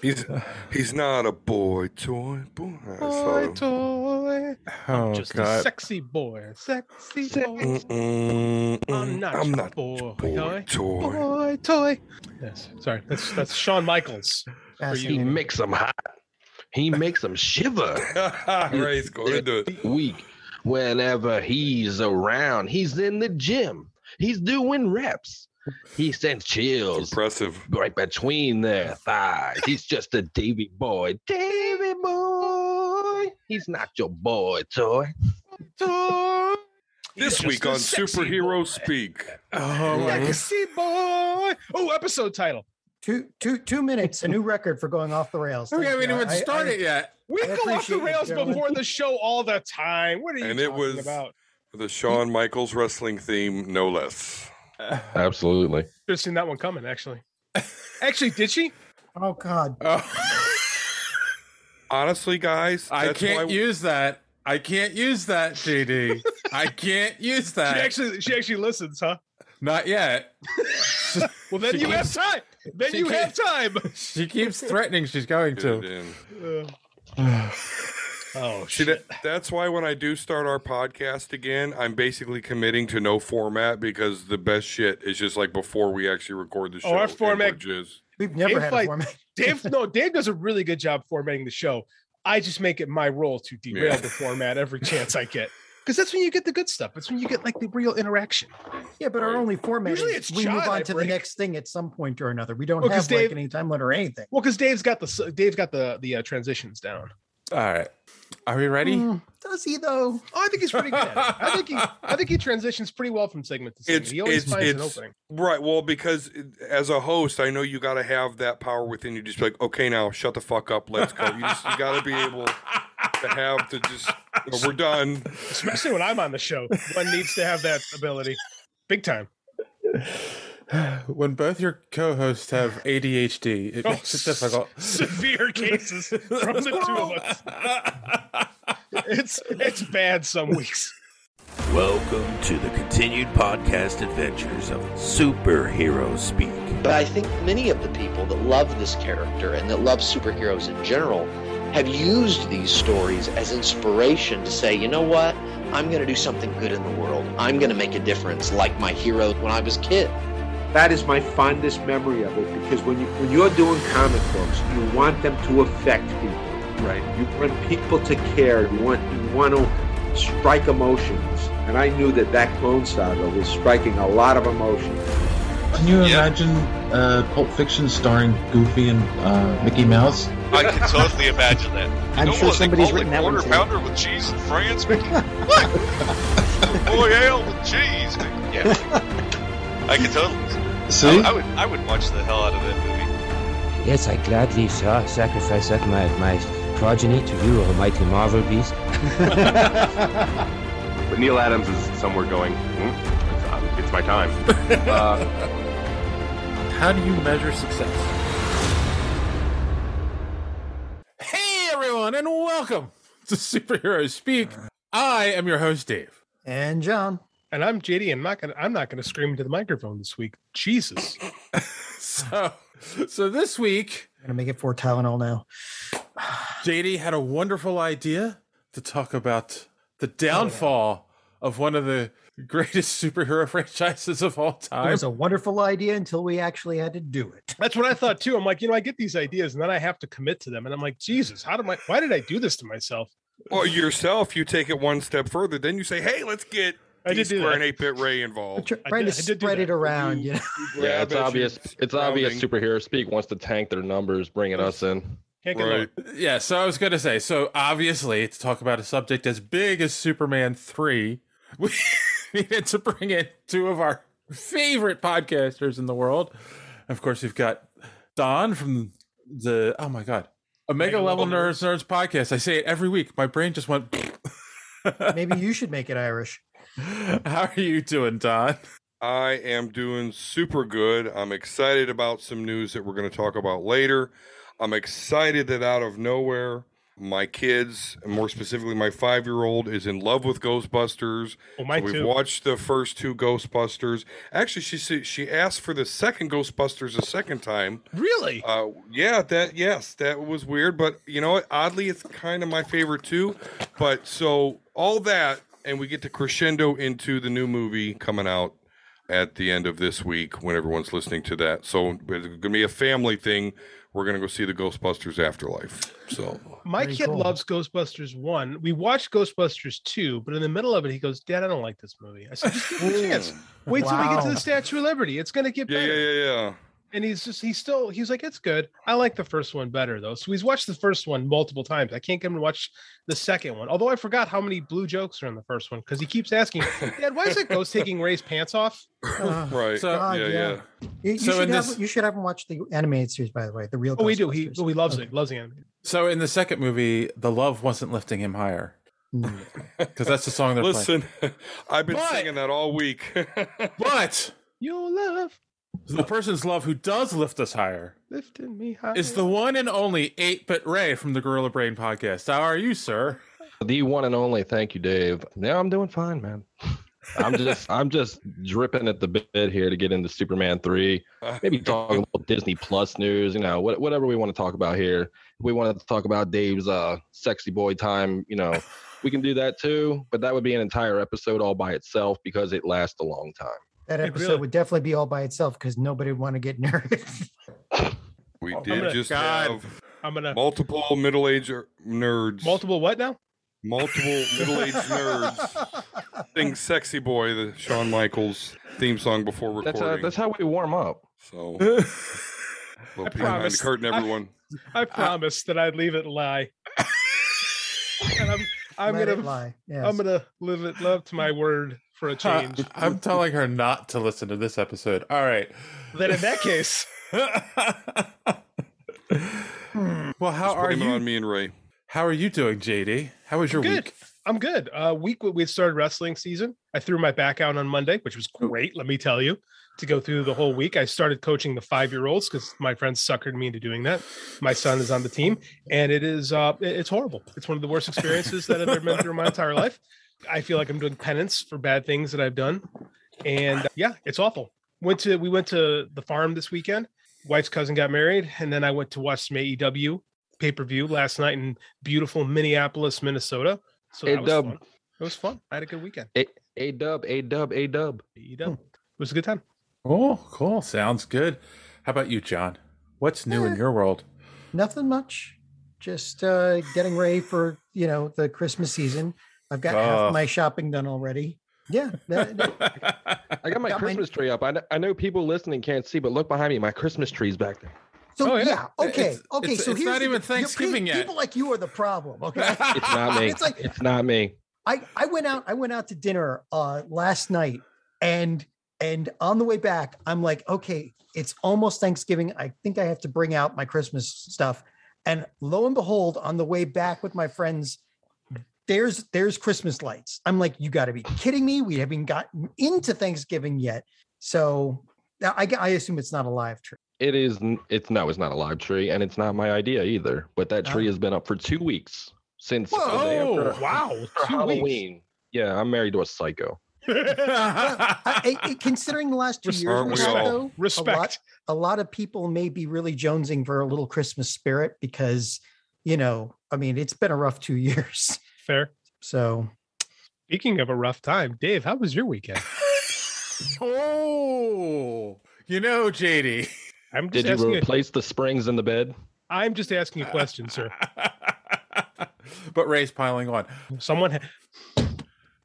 He's he's not a boy toy. Boy, I saw Boy him. toy. Oh Just a god. sexy boy. Sexy boy. Mm-mm, I'm mm, not I'm your not boy boy toy. Boy toy. Yes. Sorry. That's that's Shawn Michaels. He Fascinating. makes them hot. He makes them shiver. Ray's going into it. week whenever he's around. He's in the gym. He's doing reps. He sends chills Impressive. right between their thighs. He's just a Davy boy. Davy boy. He's not your boy toy. Toy. This He's week just a on sexy Superhero boy. Speak. Oh my. Sexy boy. Oh, episode title. Two two two minutes, a new record for going off the rails. We Thank haven't you. even I- I- started yet. We I go off appreciate the you, rails gentlemen. before the show all the time. What are you And it talking was- about? The Shawn Michaels wrestling theme, no less. Absolutely. Should have seen that one coming, actually. actually, did she? oh god. Oh, Honestly, guys, I that's can't why- use that. I can't use that, JD. I can't use that. She actually she actually listens, huh? Not yet. Well, then She you have keeps- time. Then she you have keeps- time. She keeps threatening she's going Get it to. in. Uh, oh See, shit! that, that's why when I do start our podcast again, I'm basically committing to no format because the best shit is just like before we actually record the show. Oh, our and we're format- just- We've never If had I- a format. Dave, no, Dave does a really good job formatting the show. I just make it my role to derail Yeah. the format every chance I get, because that's when you get the good stuff. That's when you get like the real interaction. Yeah, but our Right. only format Usually is it's we shot, move I on to the break. next thing at some point or another. We don't Well, 'cause have Dave- like any time limit or anything. Well, because Dave's got the s- Dave's got the the uh, transitions down. All right. Are we ready? Mm, does he though? Oh, I think he's pretty good. At it. I think he I think he transitions pretty well from segment to segment. It's- he always it's- finds an it's- opening. Right. Well, because it- as a host, I know you got to have that power within you. Just be like, okay, now shut the fuck up. Let's go. You, just- you got to be able to have to just, you know, we're done. especially when I'm on the show. One needs to have that ability, big time. When both your co-hosts have ADHD, it Oh, makes it difficult. Severe cases from the two of us. It's it's bad some weeks. Welcome to the continued podcast adventures of Superhero Speak. But I think many of the people that love this character and that love superheroes in general have used these stories as inspiration to say, you know what? I'm going to do something good in the world. I'm going to make a difference like my hero when I was a kid. That is my fondest memory of it because when you when you're doing comic books, you want them to affect people, right? You want people to care. You want you want to strike emotions, and I knew that that clone saga was striking a lot of emotions. Can you imagine uh, Pulp Fiction starring Goofy and uh, Mickey Mouse? I can totally imagine that. I'm no sure one, somebody's they written call that it one. quarter too. pounder with cheese in France, Mickey. what? Boy, ale with cheese, Mickey. Yeah. I can totally. See? I, I would. I would watch the hell out of that movie. Yes, I gladly sa- sacrifice up my, my progeny to you, a mighty Marvel beast. But Neil Adams is somewhere going. it's, my time. How do you measure success? Hey everyone, and welcome to Superhero Speak. Uh. I am your host, Dave. And John. And I'm JD. I'm not gonna I'm not gonna scream into the microphone this week. Jesus. So, so this week, I'm gonna make it for Tylenol now. JD had a wonderful idea to talk about the downfall of one of the greatest superhero franchises of all It time. was a wonderful idea until we actually had to do it. That's what I thought too. I'm like, you know, I get these ideas and then I have to commit to them. And I'm like, Jesus, how do I why did I do this to myself? Or yourself, you take it one step further. Then you say, hey, let's get I D did do Square and that. 8 Bit Ray I'm involved. tr- Oh, I trying did- to I did do spread it that. around, you know. Yeah, Grab it's at you, obvious. It's obvious. surrounding. Superhero Speak wants to tank their numbers, bringing us in. Can't get Right. yeah, so I was going to say, so obviously, to talk about a subject as big as Superman 3, we needed to bring in two of our favorite podcasters in the world. Of course, we've got Don from the, oh my God, Omega, Omega Level, Level Nerds Nerds podcast. I say it every week. My brain just went. Maybe you should make it Irish. How are you doing, Don? I am doing super good. I'm excited about some news that we're going to talk about later. I'm excited that out of nowhere, my kids, and more specifically my five year old, is in love with Ghostbusters. Well, mine we've too. watched the first two Ghostbusters. Actually, she said- she asked for the second Ghostbusters a second time. Really? Uh, yeah, that yes, that was weird, but you know what? Oddly, it's kind of my favorite too. But so all that, and we get to crescendo into the new movie coming out at the end of this week when everyone's listening to that. So it's gonna be a family thing. We're gonna go see the Ghostbusters Afterlife. So My kid loves Ghostbusters one. We watched Ghostbusters two, but in the middle of it, he goes, "Dad, I don't like this movie." I said, "Just give it a chance. Wait till we get to Wow. the Statue of Liberty. It's gonna get yeah, better." yeah, yeah, yeah. And he's just he's still he's like, "It's good. I like the first one better though." So he's watched the first one multiple times. I can't get him to watch the second one. Although I forgot how many blue jokes are in the first one because he keeps asking, "Dad, why is that ghost taking Ray's pants off?" Uh, Right. So- God, yeah, yeah. You, you So should in have, this- you should have him watch the animated series, by the way. The real. Oh, we do. He Ghostbusters. he loves it. Loves the anime. So in the second movie, the love wasn't lifting him higher Mm. because that's the song they're Listen, I've been But- singing that all week. playing. But Your love the person's love who does lift us higher lifting me high. is the one and only Eight Bit Ray from the Gorilla Brain podcast. How are you, sir? The one and only. Thank you, Dave. Yeah, I'm doing fine, man. I'm just I'm just dripping at the bit here to get into Superman three. Maybe talk a little Disney Plus news. You know, what, whatever we want to talk about here. If we wanted to talk about Dave's uh, sexy boy time. You know, we can do that too. But that would be an entire episode all by itself because it lasts a long time. That episode really- would definitely be all by itself because nobody would want to get nervous. We I'm did gonna- just Oh God. have I'm gonna multiple middle-aged er- nerds, multiple what now? multiple middle-aged nerds sing "Sexy Boy" the Shawn Michaels theme song before That's recording. uh, that's how we warm up. so, little peek behind the promise. curtain, I- everyone. I promised that I'd leave it lie. and I'm I'm Let gonna it lie. Yes. I'm gonna live it love to my word for a change. I'm telling her not to listen to this episode. All right. then in that case, Hmm. well, how Just are blame it on you? me and Ray. How are you doing, JD? How was your good. week? I'm good. Uh week we had started wrestling season. I threw my back out on Monday, which was great, let me tell you. To go through the whole week, I started coaching the five year olds because my friends suckered me into doing that. My son is on the team, and it is uh it- it's horrible. It's one of the worst experiences that I've ever been through in my entire life. I feel like I'm doing penance for bad things that I've done. and uh, yeah, it's awful. Went to we went to the farm this weekend. Wife's cousin got married, and then I went to watch some AEW pay per view last night in beautiful Minneapolis, Minnesota. So that Hey, was Dub. fun. It was fun. I had a good weekend. A dub, a dub, a dub. AEW. It was a good time. Oh, cool. Sounds good. How about you, John? What's new Uh, in your world? Nothing much. Just uh, getting ready for you know the Christmas season. I've got Oh. half my shopping done already. Yeah, that- that- I got my Got my- Christmas tree up. I know, I know people listening can't see, but look behind me. My Christmas tree's back there. so Oh, yeah. yeah. okay, It's- okay. it's- so it's here's not the- even you're pe- Thanksgiving yet. People like you are the problem. Okay, It's not me. It's like- it's not me. I I went out I went out to dinner uh last night and and on the way back I'm like okay it's almost Thanksgiving I think I have to bring out my Christmas stuff and lo and behold on the way back with my friends there's there's Christmas lights I'm like you got to be kidding me we haven't gotten into Thanksgiving yet so now I I assume it's not a live trip It is. n- It's no. It's not a live tree, and it's not my idea either. But that tree Oh. has been up for two weeks since the day after- Whoa. after Oh, Wow, two weeks. Halloween. Yeah, I'm married to a psycho. I, I, considering the last two Res- years aren't we've we had, all? though, a lot Respect. a lot of people may be really jonesing for a little Christmas spirit because, you know, I mean, it's been a rough two years. Fair. So Speaking of a rough time, Dave, how was your weekend? oh, you know, JD. I'm just Did you asking. a- replace the springs in the bed? I'm just asking a question, sir. but Ray's piling on. Someone. ha-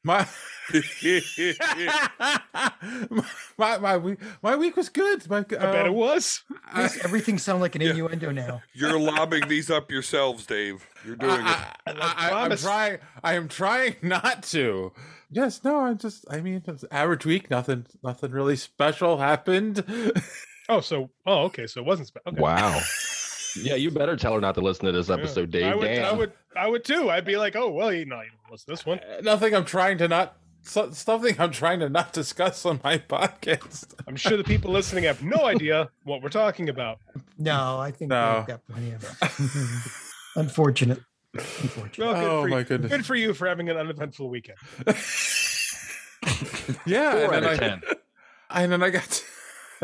My my my week, my week was good. My, um, I bet it was. makes everything sound like an Yeah. innuendo now. You're lobbing these up yourselves, Dave. You're doing it. I, I, I, am promise. trying. I am trying not to. Yes, no. I'm just. I mean, it's average week. Nothing. Nothing really special happened. Oh, so oh, okay. So it wasn't. spe- Okay. Wow. yeah, you better tell her not to listen to this Yeah. episode, Dave. I would, Damn. I would, I would too. I'd be like, oh well, you know, you don't listen to this one. nothing. I'm trying to not. So, something I'm trying to not discuss on my podcast. I'm sure the people listening have no idea what we're talking about. No, I think No. we've got plenty of unfortunate. Well, good Oh, for you- my goodness. Good for you for having an uneventful weekend. Yeah, Four and out of then ten. I, and then I got, to,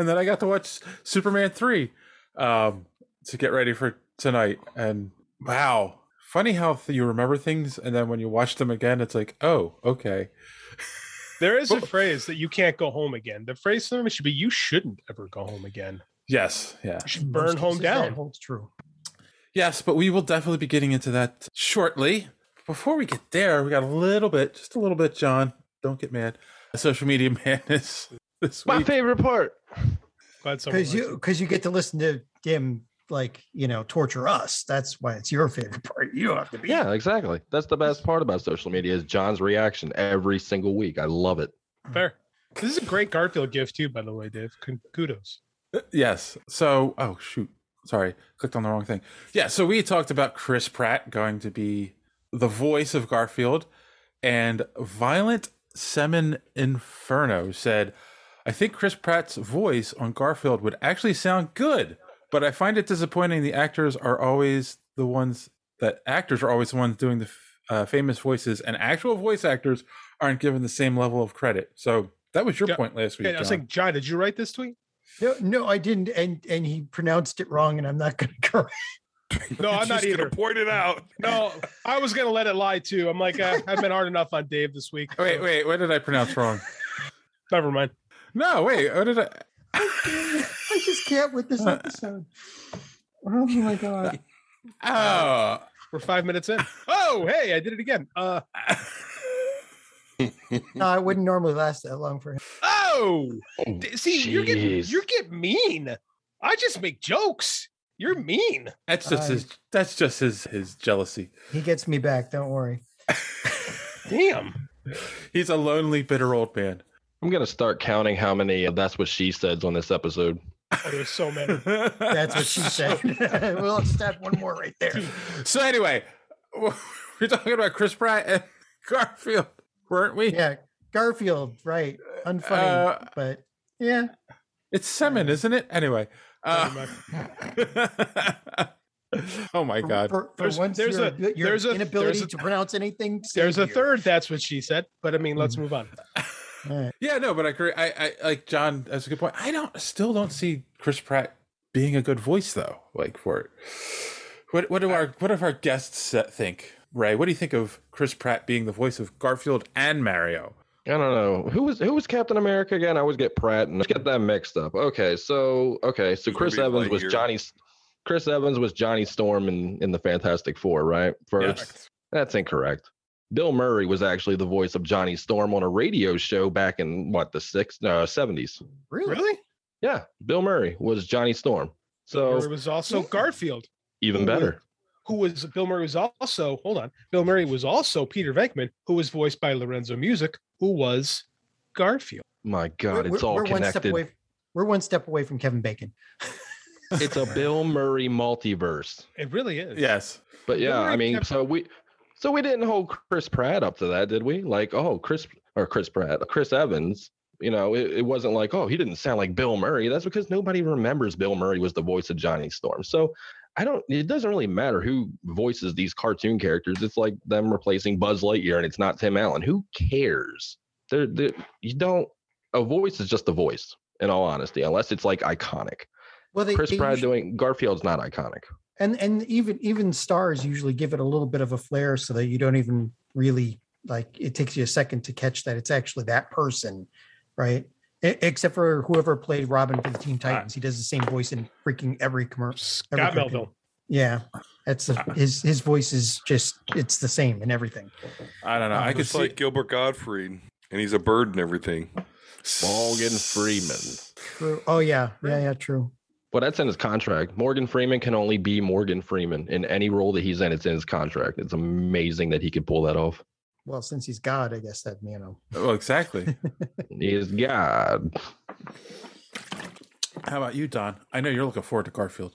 and then I got to watch Superman three, um, to get ready for tonight. And wow, funny how th- you remember things, and then when you watch them again, it's like, oh, okay, There is a phrase that you can't go home again. The phrase to me should be you shouldn't ever go home again. yes, yeah, You should burn home That down. holds true. yes. But we will definitely be getting into that shortly. Before we get there, we got a little bit, just a little bit, John. Don't get mad. Social media madness this My week. favorite part. Glad someone Because you because you get to listen to him like you know torture us. That's why it's your favorite part. You don't have to be. Yeah, exactly. That's the best part about social media is John's reaction every single week. I love it. fair. This is a great Garfield gift too, by the way, Dave. Kun- Kudos. Uh, Yes. So, oh shoot, sorry, clicked on the wrong thing. Yeah. So we talked about Chris Pratt going to be the voice of Garfield, and Violent Semen Inferno said, "I think Chris Pratt's voice on Garfield would actually sound good, but I find it disappointing. The actors are always the ones that actors are always the ones doing the f- uh, famous voices, and actual voice actors aren't given the same level of credit." So that was your Yeah. point last week. Yeah, I was John. like, John, did you write this tweet? No, no, I didn't. And and he pronounced it wrong, and I'm not going to correct. No, I'm not just either. gonna point it out. No, I was gonna let it lie too. I'm like, uh, I've been hard enough on Dave this week. Wait, wait, what did I pronounce wrong? Never mind. No, wait. What did I? I just can't with this episode. Oh my god! Oh, We're five minutes in. Oh, hey, I did it again. Uh, No, I wouldn't normally last that long for him. oh, D- see, you're getting jeez. you get mean. I just make jokes. You're mean. that's just his. That's just his his jealousy. He gets me back. Don't worry. Damn. He's a lonely, bitter old man. I'm gonna start counting how many uh, that's what she says on this episode. Oh, there's so many. That's what she said. we'll have to have one more right there. So anyway, we're talking about Chris Pratt and Garfield, weren't we? Yeah, Garfield, right? Unfunny, Uh, but yeah. It's Semin, isn't it? Anyway. Uh, Never oh my God. For, for There's- once, there's your, a- abi- your there's a- inability there's a- to pronounce anything. There's a saved you. third. That's what she said. But I mean, let's move on. Yeah, no, but I agree. I, I like John. That's a good point. I don't still don't see Chris Pratt being a good voice though. Like for it. What what do our what do our guests uh, think? Ray, what do you think of Chris Pratt being the voice of Garfield and Mario? I don't know who was who was Captain America again. I always get Pratt and get that mixed up. Okay, so okay, so It's gonna Chris be Evans Lightyear. was Johnny. Chris Evans was Johnny Storm in in the Fantastic Four, right? First, that's incorrect. Bill Murray was actually the voice of Johnny Storm on a radio show back in what the six uh, 70s. Really? Really? Yeah, Bill Murray was Johnny Storm. So There was also Garfield. even better. who was Bill Murray was also hold on. Bill Murray was also Peter Venkman, who was voiced by Lorenzo Music, who was Garfield. My God, it's all One step connected. away, we're one step away from Kevin Bacon. It's a Bill Murray multiverse. It really is. Yes. But yeah, Murray I mean, kept- so we so we didn't hold Chris Pratt up to that, did we? Like, oh, Chris or Chris Pratt, Chris Evans. You know, it, it wasn't like, oh, he didn't sound like Bill Murray. That's because nobody remembers Bill Murray was the voice of Johnny Storm. So I don't. It doesn't really matter who voices these cartoon characters. It's like them replacing Buzz Lightyear, and it's not Tim Allen. Who cares? They're, they you don't. A voice is just a voice, in all honesty, unless it's like iconic. Well, they, Chris they Pratt usually- doing Garfield's not iconic. and and even even stars usually give it a little bit of a flair so that you don't even really like it takes you a second to catch that it's actually that person right E- except for whoever played robin for the teen titans he does the same voice in freaking every commercial Scott Melville. yeah that's the, his his voice is just it's the same in everything I don't know. I could It's see like Gilbert Gottfried, and he's a bird and everything. Morgan Freeman. true oh yeah yeah yeah true Well, that's in his contract. Morgan Freeman can only be Morgan Freeman in any role that he's in. It's in his contract. It's amazing that he could pull that off. well since he's god i guess that you know Well, exactly. He is God. How about you, Don? I know you're looking forward to Garfield.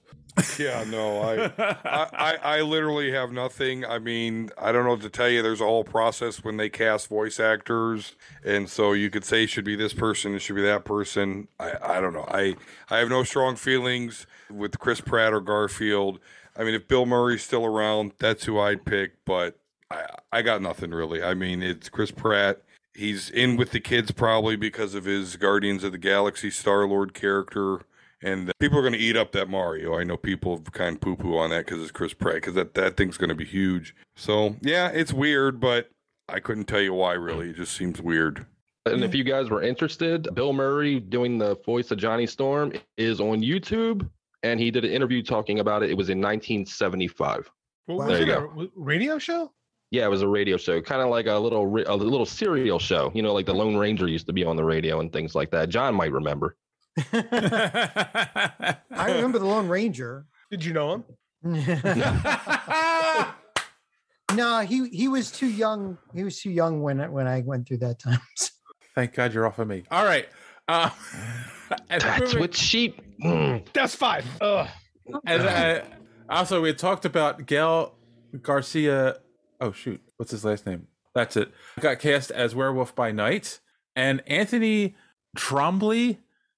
Yeah, no, I, I, I, I literally have nothing. I mean, I don't know what to tell you. There's a whole process when they cast voice actors, and so you could say it should be this person, it should be that person. I, I don't know. I, I have no strong feelings with Chris Pratt or Garfield. I mean, if Bill Murray's still around, that's who I'd pick. But I, I got nothing really. I mean, it's Chris Pratt. He's in with the kids probably because of his Guardians of the Galaxy Star Lord character. And people are going to eat up that Mario. I know people have kind of poo poo on that because it's Chris Pratt, because that, that thing's going to be huge. So, yeah, it's weird, but I couldn't tell you why, really. It just seems weird. And if you guys were interested, Bill Murray doing the voice of Johnny Storm is on YouTube, and he did an interview talking about it. It was in 1975. What Wow. was There it you a w- radio show? Yeah, it was a radio show, kind of like a little re- a little serial show. You know, like the Lone Ranger used to be on the radio and things like that. John might remember. I remember the Lone Ranger. Did you know him? No, he he was too young. He was too young when I- when I went through that time. Thank God you're off of me. All right. Uh, and That's moving- what mm, sheep. That's five. Ugh. And uh, also, we had talked about Gail Garcia. Oh shoot, what's his last name? That's it. Got cast as Werewolf by Night, and Anthony Trombley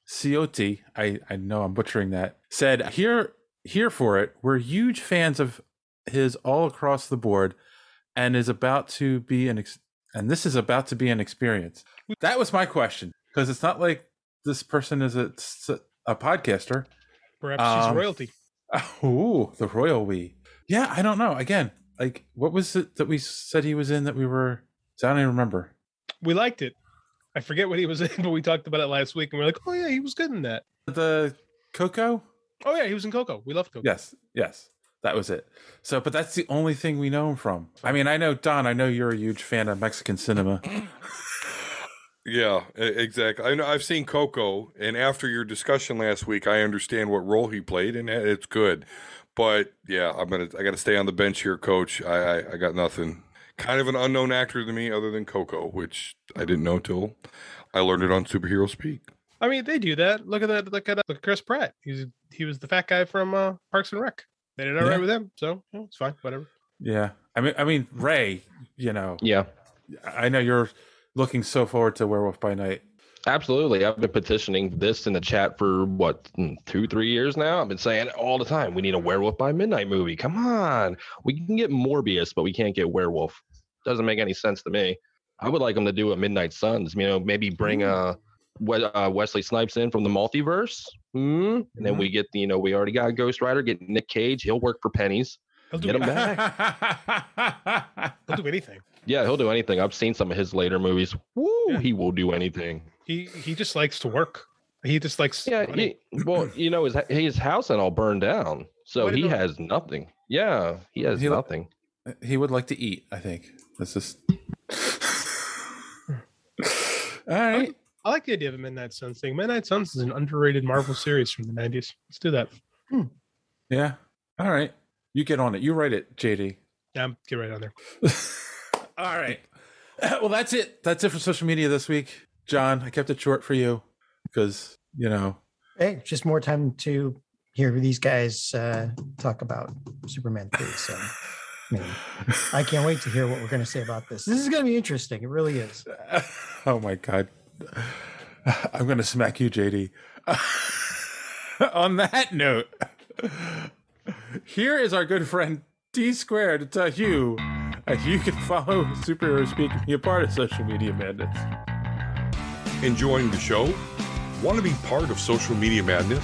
Ciotti. I I know I'm butchering that. Said here here for it. We're huge fans of his all across the board, and is about to be an ex- and this is about to be an experience. That was my question because it's not like this person is a a podcaster. Perhaps she's Um, royalty. Ooh, the royal we. Yeah, I don't know. Again, like what was it that we said he was in that we were? I don't even remember. We liked it. I forget what he was in, but we talked about it last week, and we are like, oh yeah, he was good in that. The Coco. Oh yeah, he was in Coco. We love Coco. Yes, yes, that was it. So, but that's the only thing we know him from. I mean, I know Don. I know you're a huge fan of Mexican cinema. Yeah, e- exactly. I know I've seen Coco, and after your discussion last week, I understand what role he played, and it- it's good. But yeah, I'm gonna I got to stay on the bench here, Coach. I, I I got nothing. Kind of an unknown actor to me, other than Coco, which I didn't know till I learned it on Superhero Speak. I mean, they do that. Look at that. Look at that. Look at Chris Pratt. He's he was the fat guy from uh, Parks and Rec. They did all right Yeah. with him, so you know, it's fine. Whatever. Yeah, I mean, I mean Ray. You know, Yeah, I know you're looking so forward to Werewolf by Night. absolutely. I've been petitioning this in the chat for what mm, two, three years now. I've been saying it all the time. We need a werewolf by midnight movie. Come on, we can get Morbius, but we can't get werewolf. Doesn't make any sense to me. I would like them to do a Midnight Suns. You know, maybe bring uh, we- uh Wesley Snipes in from the multiverse, hmm and then we get the, you know we already got Ghost Rider. Get Nick Cage. He'll work for pennies. He'll do, Get him anything. back. He'll do anything. Yeah, he'll do anything. I've seen some of his later movies. Woo, Yeah. he will do anything. He he just likes to work. He just likes. Yeah, money. he- well, you know his his house and all burned down, so Wait a he minute. has nothing. Yeah, he has He- nothing. He would like to eat. I think that's just. all right. I like the idea of a Midnight Suns thing. Midnight Suns is an underrated Marvel series from the '90s. Let's do that. Yeah. All right. You get on it. You write it, JD. Yeah, I'm- get right on there. All right. Well, that's it. That's it for social media this week. John, I kept it short for you because, you know, hey, just more time to hear these guys uh, talk about Superman 3. So I, mean, I can't wait to hear what we're going to say about this. This is going to be interesting. It really is. oh my God. I'm going to smack you, JD. On that note, here is our good friend D Squared to tell you that you can follow Superhero Speak and be a part of social media madness. Enjoying the show? Want to be part of social media madness?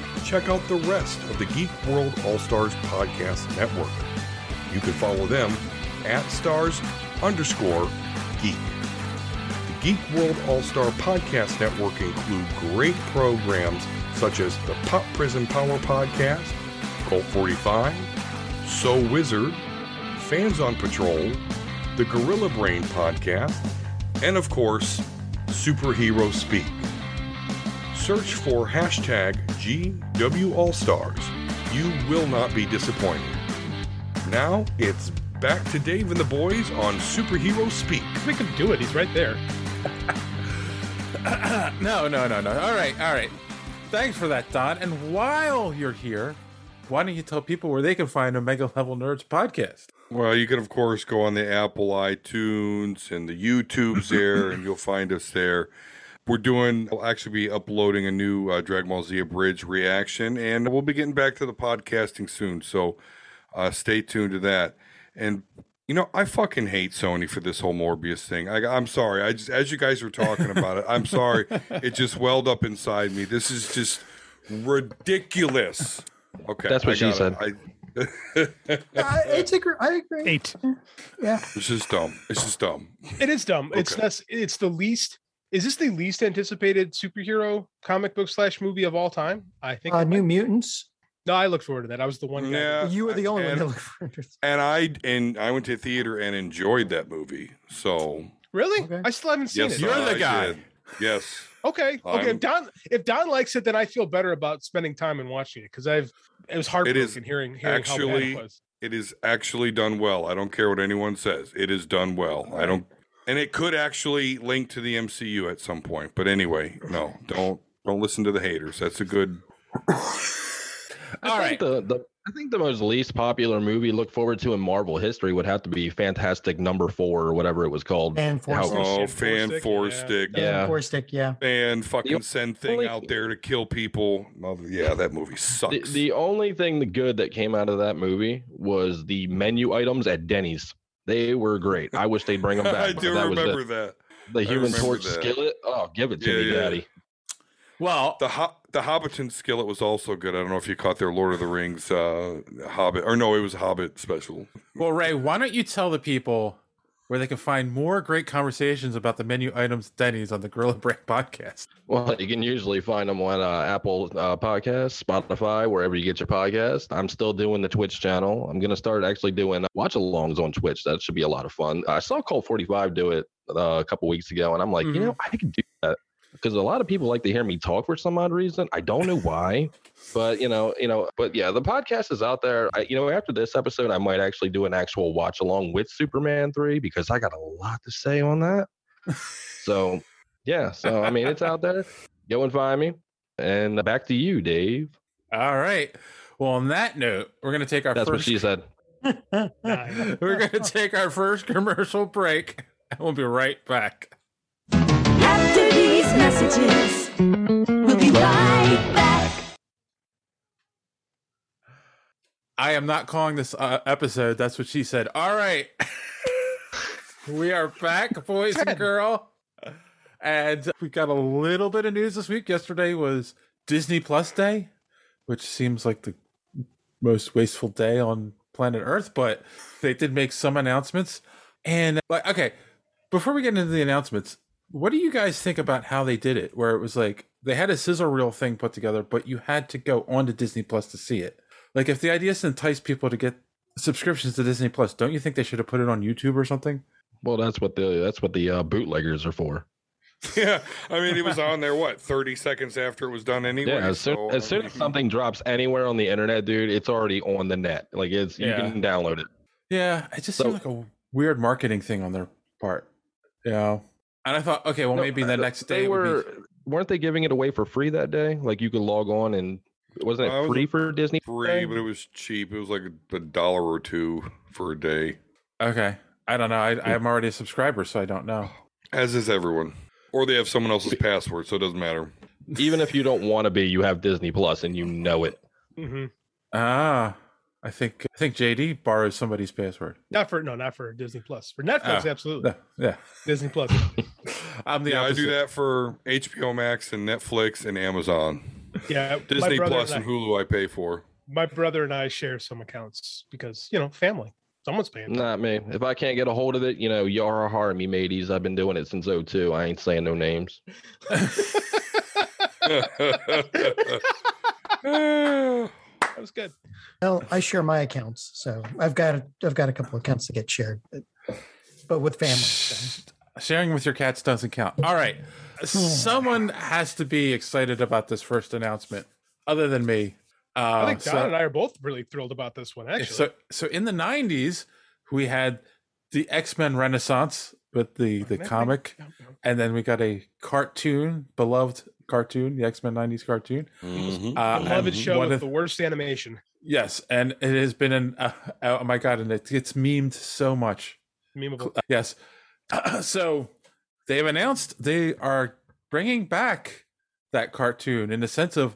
check out the rest of the Geek World All Stars Podcast Network. You can follow them at stars underscore geek. The Geek World All Star Podcast Network include great programs such as the Pop Prison Power Podcast, Cult 45, So Wizard, Fans on Patrol, the Gorilla Brain Podcast, and of course, Superhero Speak. Search for hashtag GWAllStars. You will not be disappointed. Now it's back to Dave and the boys on Superhero Speak. We can do it. He's right there. no, no, no, no. All right, all right. Thanks for that, Don. And while you're here, why don't you tell people where they can find Omega Level Nerds podcast? Well, you can, of course, go on the Apple iTunes and the YouTubes there, and you'll find us there. We're doing, I'll actually be uploading a new uh, Dragon Ball Z Bridge reaction, and we'll be getting back to the podcasting soon. So uh, stay tuned to that. And, you know, I fucking hate Sony for this whole Morbius thing. I, I'm sorry. I just, as you guys were talking about it, I'm sorry. It just welled up inside me. This is just ridiculous. Okay. That's what I she got it. I- I, it's agree. I agree. Eight. Yeah. it's just dumb. It's just dumb. It is dumb. It's Okay. that's it's the least. Is this the least anticipated superhero comic book slash movie of all time? I think. Uh, it might- New Mutants. no, I look forward to that. I was the one. guy. Yeah, you were the only one and, that looked for interest. And I and I went to theater and enjoyed that movie. So Really? Okay. I still haven't seen yes, it. You're the I guy. did. Yes, Okay. Okay. I'm- If Don, if Don likes it, then I feel better about spending time and watching it because I've it was heartbroken hearing hearing how bad actually- it was. it is actually done well. I don't care what anyone says. It is done well. I don't, and it could actually link to the MCU at some point. But anyway, no, don't don't listen to the haters. That's a good. I All think the, the I think the most least popular movie look forward to in Marvel history would have to be Fantastic Number Four or whatever it was called. And four How- stick. Oh, fan Fan four four stick, stick. yeah. And four stick. Yeah. And fucking send thing only- out there to kill people. Mother, yeah, that movie sucks. The, the only thing the good that came out of that movie was the menu items at Denny's. They were great. I wish they'd bring them back. I but do that was the- remember that. the, Human remember Torch that. skillet. Oh, give it to Yeah, me, yeah. Daddy. Well, The Ho- the Hobbiton skillet was also good. I don't know if you caught their Lord of the Rings uh, Hobbit or no, it was Hobbit special. well, Ray, why don't you tell the people where they can find more great conversations about the menu items at Denny's on the Gorilla Bread podcast? Well, you can usually find them on uh, Apple uh, Podcasts, Spotify, wherever you get your podcast. I'm still doing the Twitch channel. I'm gonna start actually doing watch alongs on Twitch. That should be a lot of fun. I saw Colt 45 do it uh, a couple weeks ago, and I'm like, you know, I could do that because a lot of people like to hear me talk for some odd reason. I don't know why, but you know, you know, but yeah, the podcast is out there. I, you know, after this episode, I might actually do an actual watch along with Superman 3 because I got a lot to say on that. so yeah, so I mean, it's out there. Go and find me. And uh, back to you, Dave. All right. Well, on that note, we're going to take our That's what first she said. We're going to take our first commercial break. and We'll be right back. After these messages, we'll be right back. I am not calling this uh, episode. That's what she said. All right. we are back, boys and girl. And we got a little bit of news this week. Yesterday was Disney Plus Day, which seems like the most wasteful day on planet Earth, but they did make some announcements. And like okay, before we get into the announcements, what do you guys think about how they did it? Where it was like they had a scissor reel thing put together, but you had to go onto Disney Plus to see it. Like if the idea is to entice people to get subscriptions to Disney Plus, don't you think they should have put it on YouTube or something? Well, that's what the that's what the uh, bootleggers are for. Yeah, I mean, it was on there what thirty seconds after it was done anyway. Yeah, as soon, so, as, I soon mean, as something drops anywhere on the internet, dude, it's already on the net. Like it's Yeah. you can download it. Yeah, it just So- seemed like a weird marketing thing on their part. Yeah. And I thought, okay, well, No, maybe the uh, next day they it would be- were weren't they giving it away for free that day? Like you could log on and wasn't I it was- free for Disney? free, but it was cheap. It was like a dollar or two for a day, okay. I don't know. I, I'm already a subscriber, so I don't know. as is everyone. Or they have someone else's password, so it doesn't matter. Even if you don't want to be, you have Disney Plus and you know it. hmm Ah, I think I think JD borrows somebody's password. Not for no, not for Disney Plus. For Netflix, Ah. absolutely. No, yeah, Disney Plus. I'm the yeah, I opposite. do that for HBO Max and Netflix and Amazon, Yeah. Disney brother Plus and and I- Hulu. I pay for. my brother and I share some accounts because you know family. Someone's paying. Not me. If I can't get a hold of it, you know, Yara Har me mateys. I've been doing it since 02. I ain't saying no names. That was good. Well, I share my accounts, so I've got I've got a couple accounts that get shared, but, but with family. Um, So. Sharing with your cats doesn't count. All right. Someone has to be excited about this first announcement, other than me. I think Uh, so- Don and I are both really thrilled about this one. Actually, So so in the nineties, we had the X Men Renaissance with the the comic, and then we got a cartoon, beloved cartoon, the X Men nineties cartoon. Uh, beloved and show one with of- the worst animation. yes, and it has been an uh, oh my god, and it gets memed so much. Memeable. Uh, Yes. so they've announced they are bringing back that cartoon in the sense of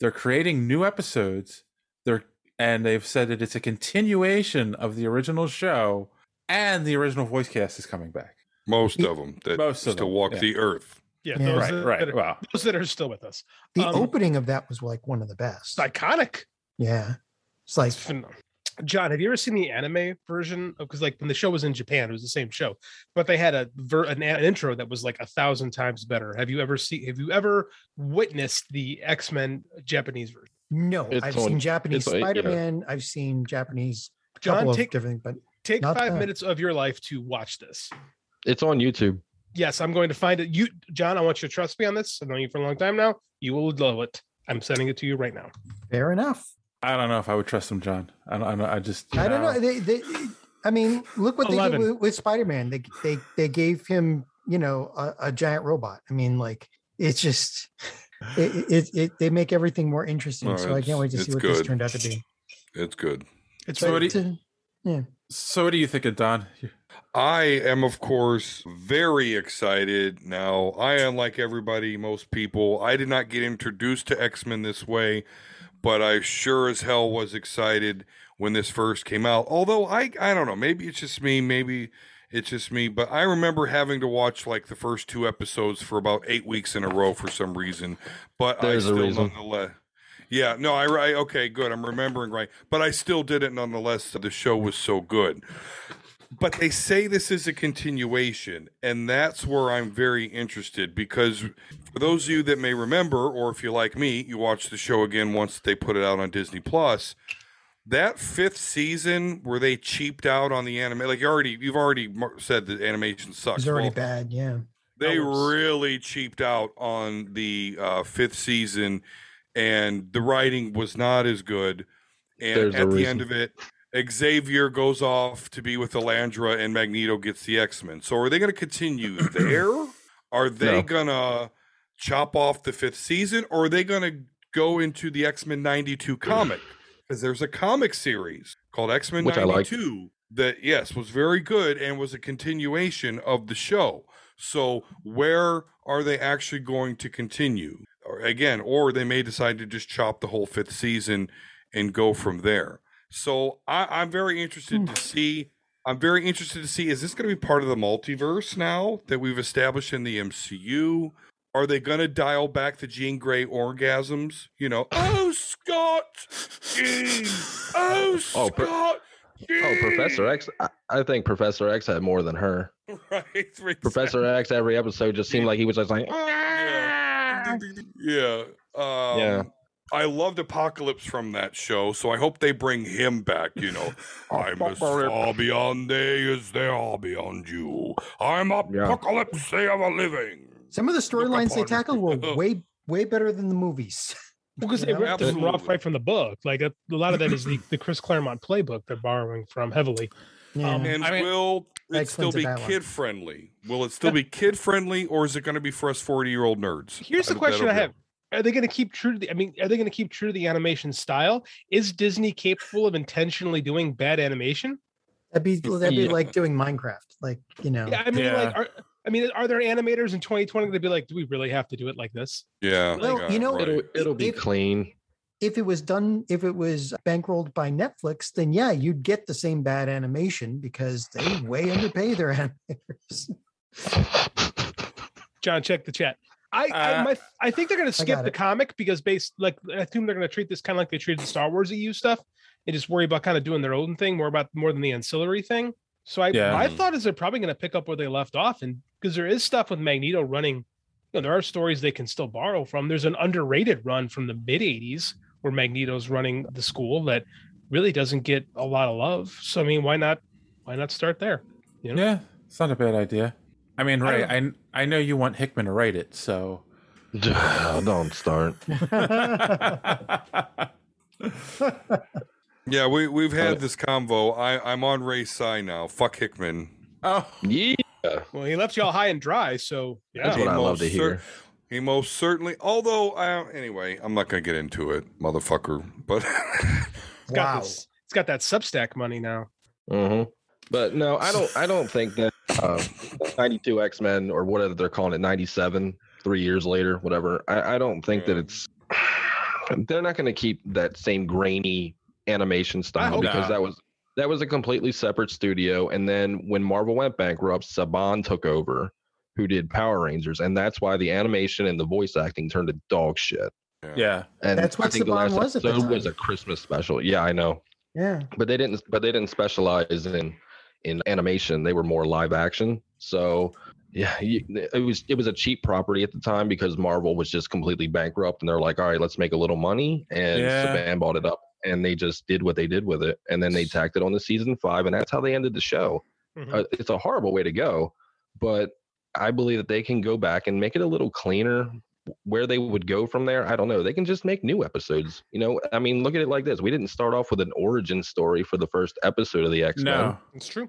they're creating new episodes. They're and they've said that it's a continuation of the original show and the original voice cast is coming back. Most of them that Most of still them, walk yeah. the earth. Yeah, Yeah. those Right, that, right, that are, wow. those that are still with us. The Um, opening of that was like one of the best. It's iconic. Yeah. It's like Phen- John, have you ever seen the anime version? Because like when the show was in Japan, it was the same show, but they had a ver- an, an intro that was like a thousand times better. Have you ever seen? Have you ever witnessed the X Men Japanese version? no, It's I've on- seen Japanese it's on- yeah. Spider Man. I've seen Japanese. John, couple of take- different, but Take Not five bad. minutes of your life to watch this. It's on YouTube. Yes, I'm going to find it. You, John, I want you to trust me on this. I've known you for a long time now. You will love it. I'm sending it to you right now. fair enough. I don't know if I would trust them, John. I don't. I, don't- I just. you I don't know. They, they, I mean, look what Eleven. they did with, with Spider-Man. They, they, they gave him, you know, a, a giant robot. I mean, like it's just, it, it, it they make everything more interesting. No, so I it's- can't wait to it's see what good. this turned out to be. It's good. It's So what do But, uh, you- So what do you think of Don? I am, of course, very excited. Now, I, unlike everybody, most people, I did not get introduced to X Men this way, but I sure as hell was excited when this first came out. Although, I, I don't know, maybe it's just me, maybe it's just me, but I remember having to watch like the first two episodes for about eight weeks in a row for some reason. But There's I a still reason. nonetheless. Yeah, no, I, I okay, good. I'm remembering right, but I still did it nonetheless. The show was so good but they say this is a continuation and that's where i'm very interested because for those of you that may remember or if you like me you watch the show again once they put it out on disney plus that fifth season where they cheaped out on the anime like you already you've already mar- said the animation sucks It's already Well, bad. Yeah. they hours. really cheaped out on the uh, fifth season, and the writing was not as good. And There's a at the reason. end of it, Xavier goes off to be with Elandra, and Magneto gets the X Men. So are they going to continue there? Are they No. gonna chop off the fifth season, or are they gonna go into the X Men '92 comic? Because there's a comic series called X Men Which I liked. '92 that yes was very good and was a continuation of the show. So where are they actually going to continue? Or again, or they may decide to just chop the whole fifth season and go from there. So I, I'm very interested to see. I'm very interested to see is this going to be part of the multiverse now that we've established in the MCU? Are they going to dial back the Jean Grey orgasms? You know, oh Scott, Jean, oh Oh, Scott, per- Oh, Professor X. I, I think Professor X had more than her. Jean." right, right, Professor X every episode just seemed like he was just like "Eh, Yeah. yeah. Um, Yeah. I loved Apocalypse from that show, so I hope they bring him back. You know, I'm as far beyond they as they are beyond you. I'm Yeah. Apocalypse, they are living. Some of the storylines they upon- tackled were way, way better than the movies. Because You they know? ripped them off Absolutely. right from the book. Like a, a lot of that is the, the Chris Claremont playbook they're borrowing from heavily. Yeah. Um, And I mean- will it Excellent still to be that one. kid friendly? Will it still be kid friendly, or is it going to be for us forty year old nerds? Here's the That'll- question I that'll have. Are they going to keep true to the? I mean, are they going to keep true to the animation style? Is Disney capable of intentionally doing bad animation? That'd be that'd be Yeah. like doing Minecraft. Like you know, Yeah, I mean, Yeah. like, are, I mean, are there animators in 2020 that be like, do we really have to do it like this? be- Yeah. Well, yeah, you know, right. it'll it'll be If- clean. if it was done, if it was bankrolled by Netflix, then yeah, you'd get the same bad animation because they way underpay their animators. John, check the chat. I, I, Uh, my, I think they're going to skip got the it. comic because based like I assume they're going to treat this kind of like they treated the Star Wars EU stuff and just worry about kind of doing their own thing more about more than the ancillary thing. So I, Yeah. my thought is they're probably going to pick up where they left off and because there is stuff with Magneto running. You know, there are stories they can still borrow from. There's an underrated run from the mid '80s where Magneto's running the school that really doesn't get a lot of love. So I mean, why not? Why not start there? You know? Yeah, it's not a bad idea. I mean, I Ray, don't- I I, know you want Hickman to write it, so Oh, don't start. I Yeah, we we've had this convo. I I'm on Ray's side now. Fuck Hickman. Oh, yeah. Well, he left y'all high and dry. So yeah, He most cer- he most certainly. Although, uh, anyway, I'm not gonna get into it, motherfucker. But It's got this- it's got that Substack money now. hmm But no, I don't. I don't think that uh, '92 X Men or whatever they're calling it, '97, three years later, whatever. I, I don't think that it's. They're not going to keep that same grainy animation style hope because not. that was that was a completely separate studio. And then when Marvel went bankrupt, Saban took over, who did Power Rangers, and that's why the animation and the voice acting turned to dog shit. Yeah. And That's what I think the Saban last was at the episode time. was a Christmas special. Yeah, I know Yeah. but they didn't but they didn't specialize in in animation they were more live action so yeah you, it was it was a cheap property at the time because marvel was just completely bankrupt and they're like all right let's make a little money and Yeah. saban bought it up and they just did what they did with it and then they tacked it on to season five and that's how they ended the show uh, it's a horrible way to go but i believe that they can go back and make it a little cleaner where they would go from there i don't know they can just make new episodes you know i mean look at it like this we didn't start off with an origin story for the first episode of the x-men No. It's true.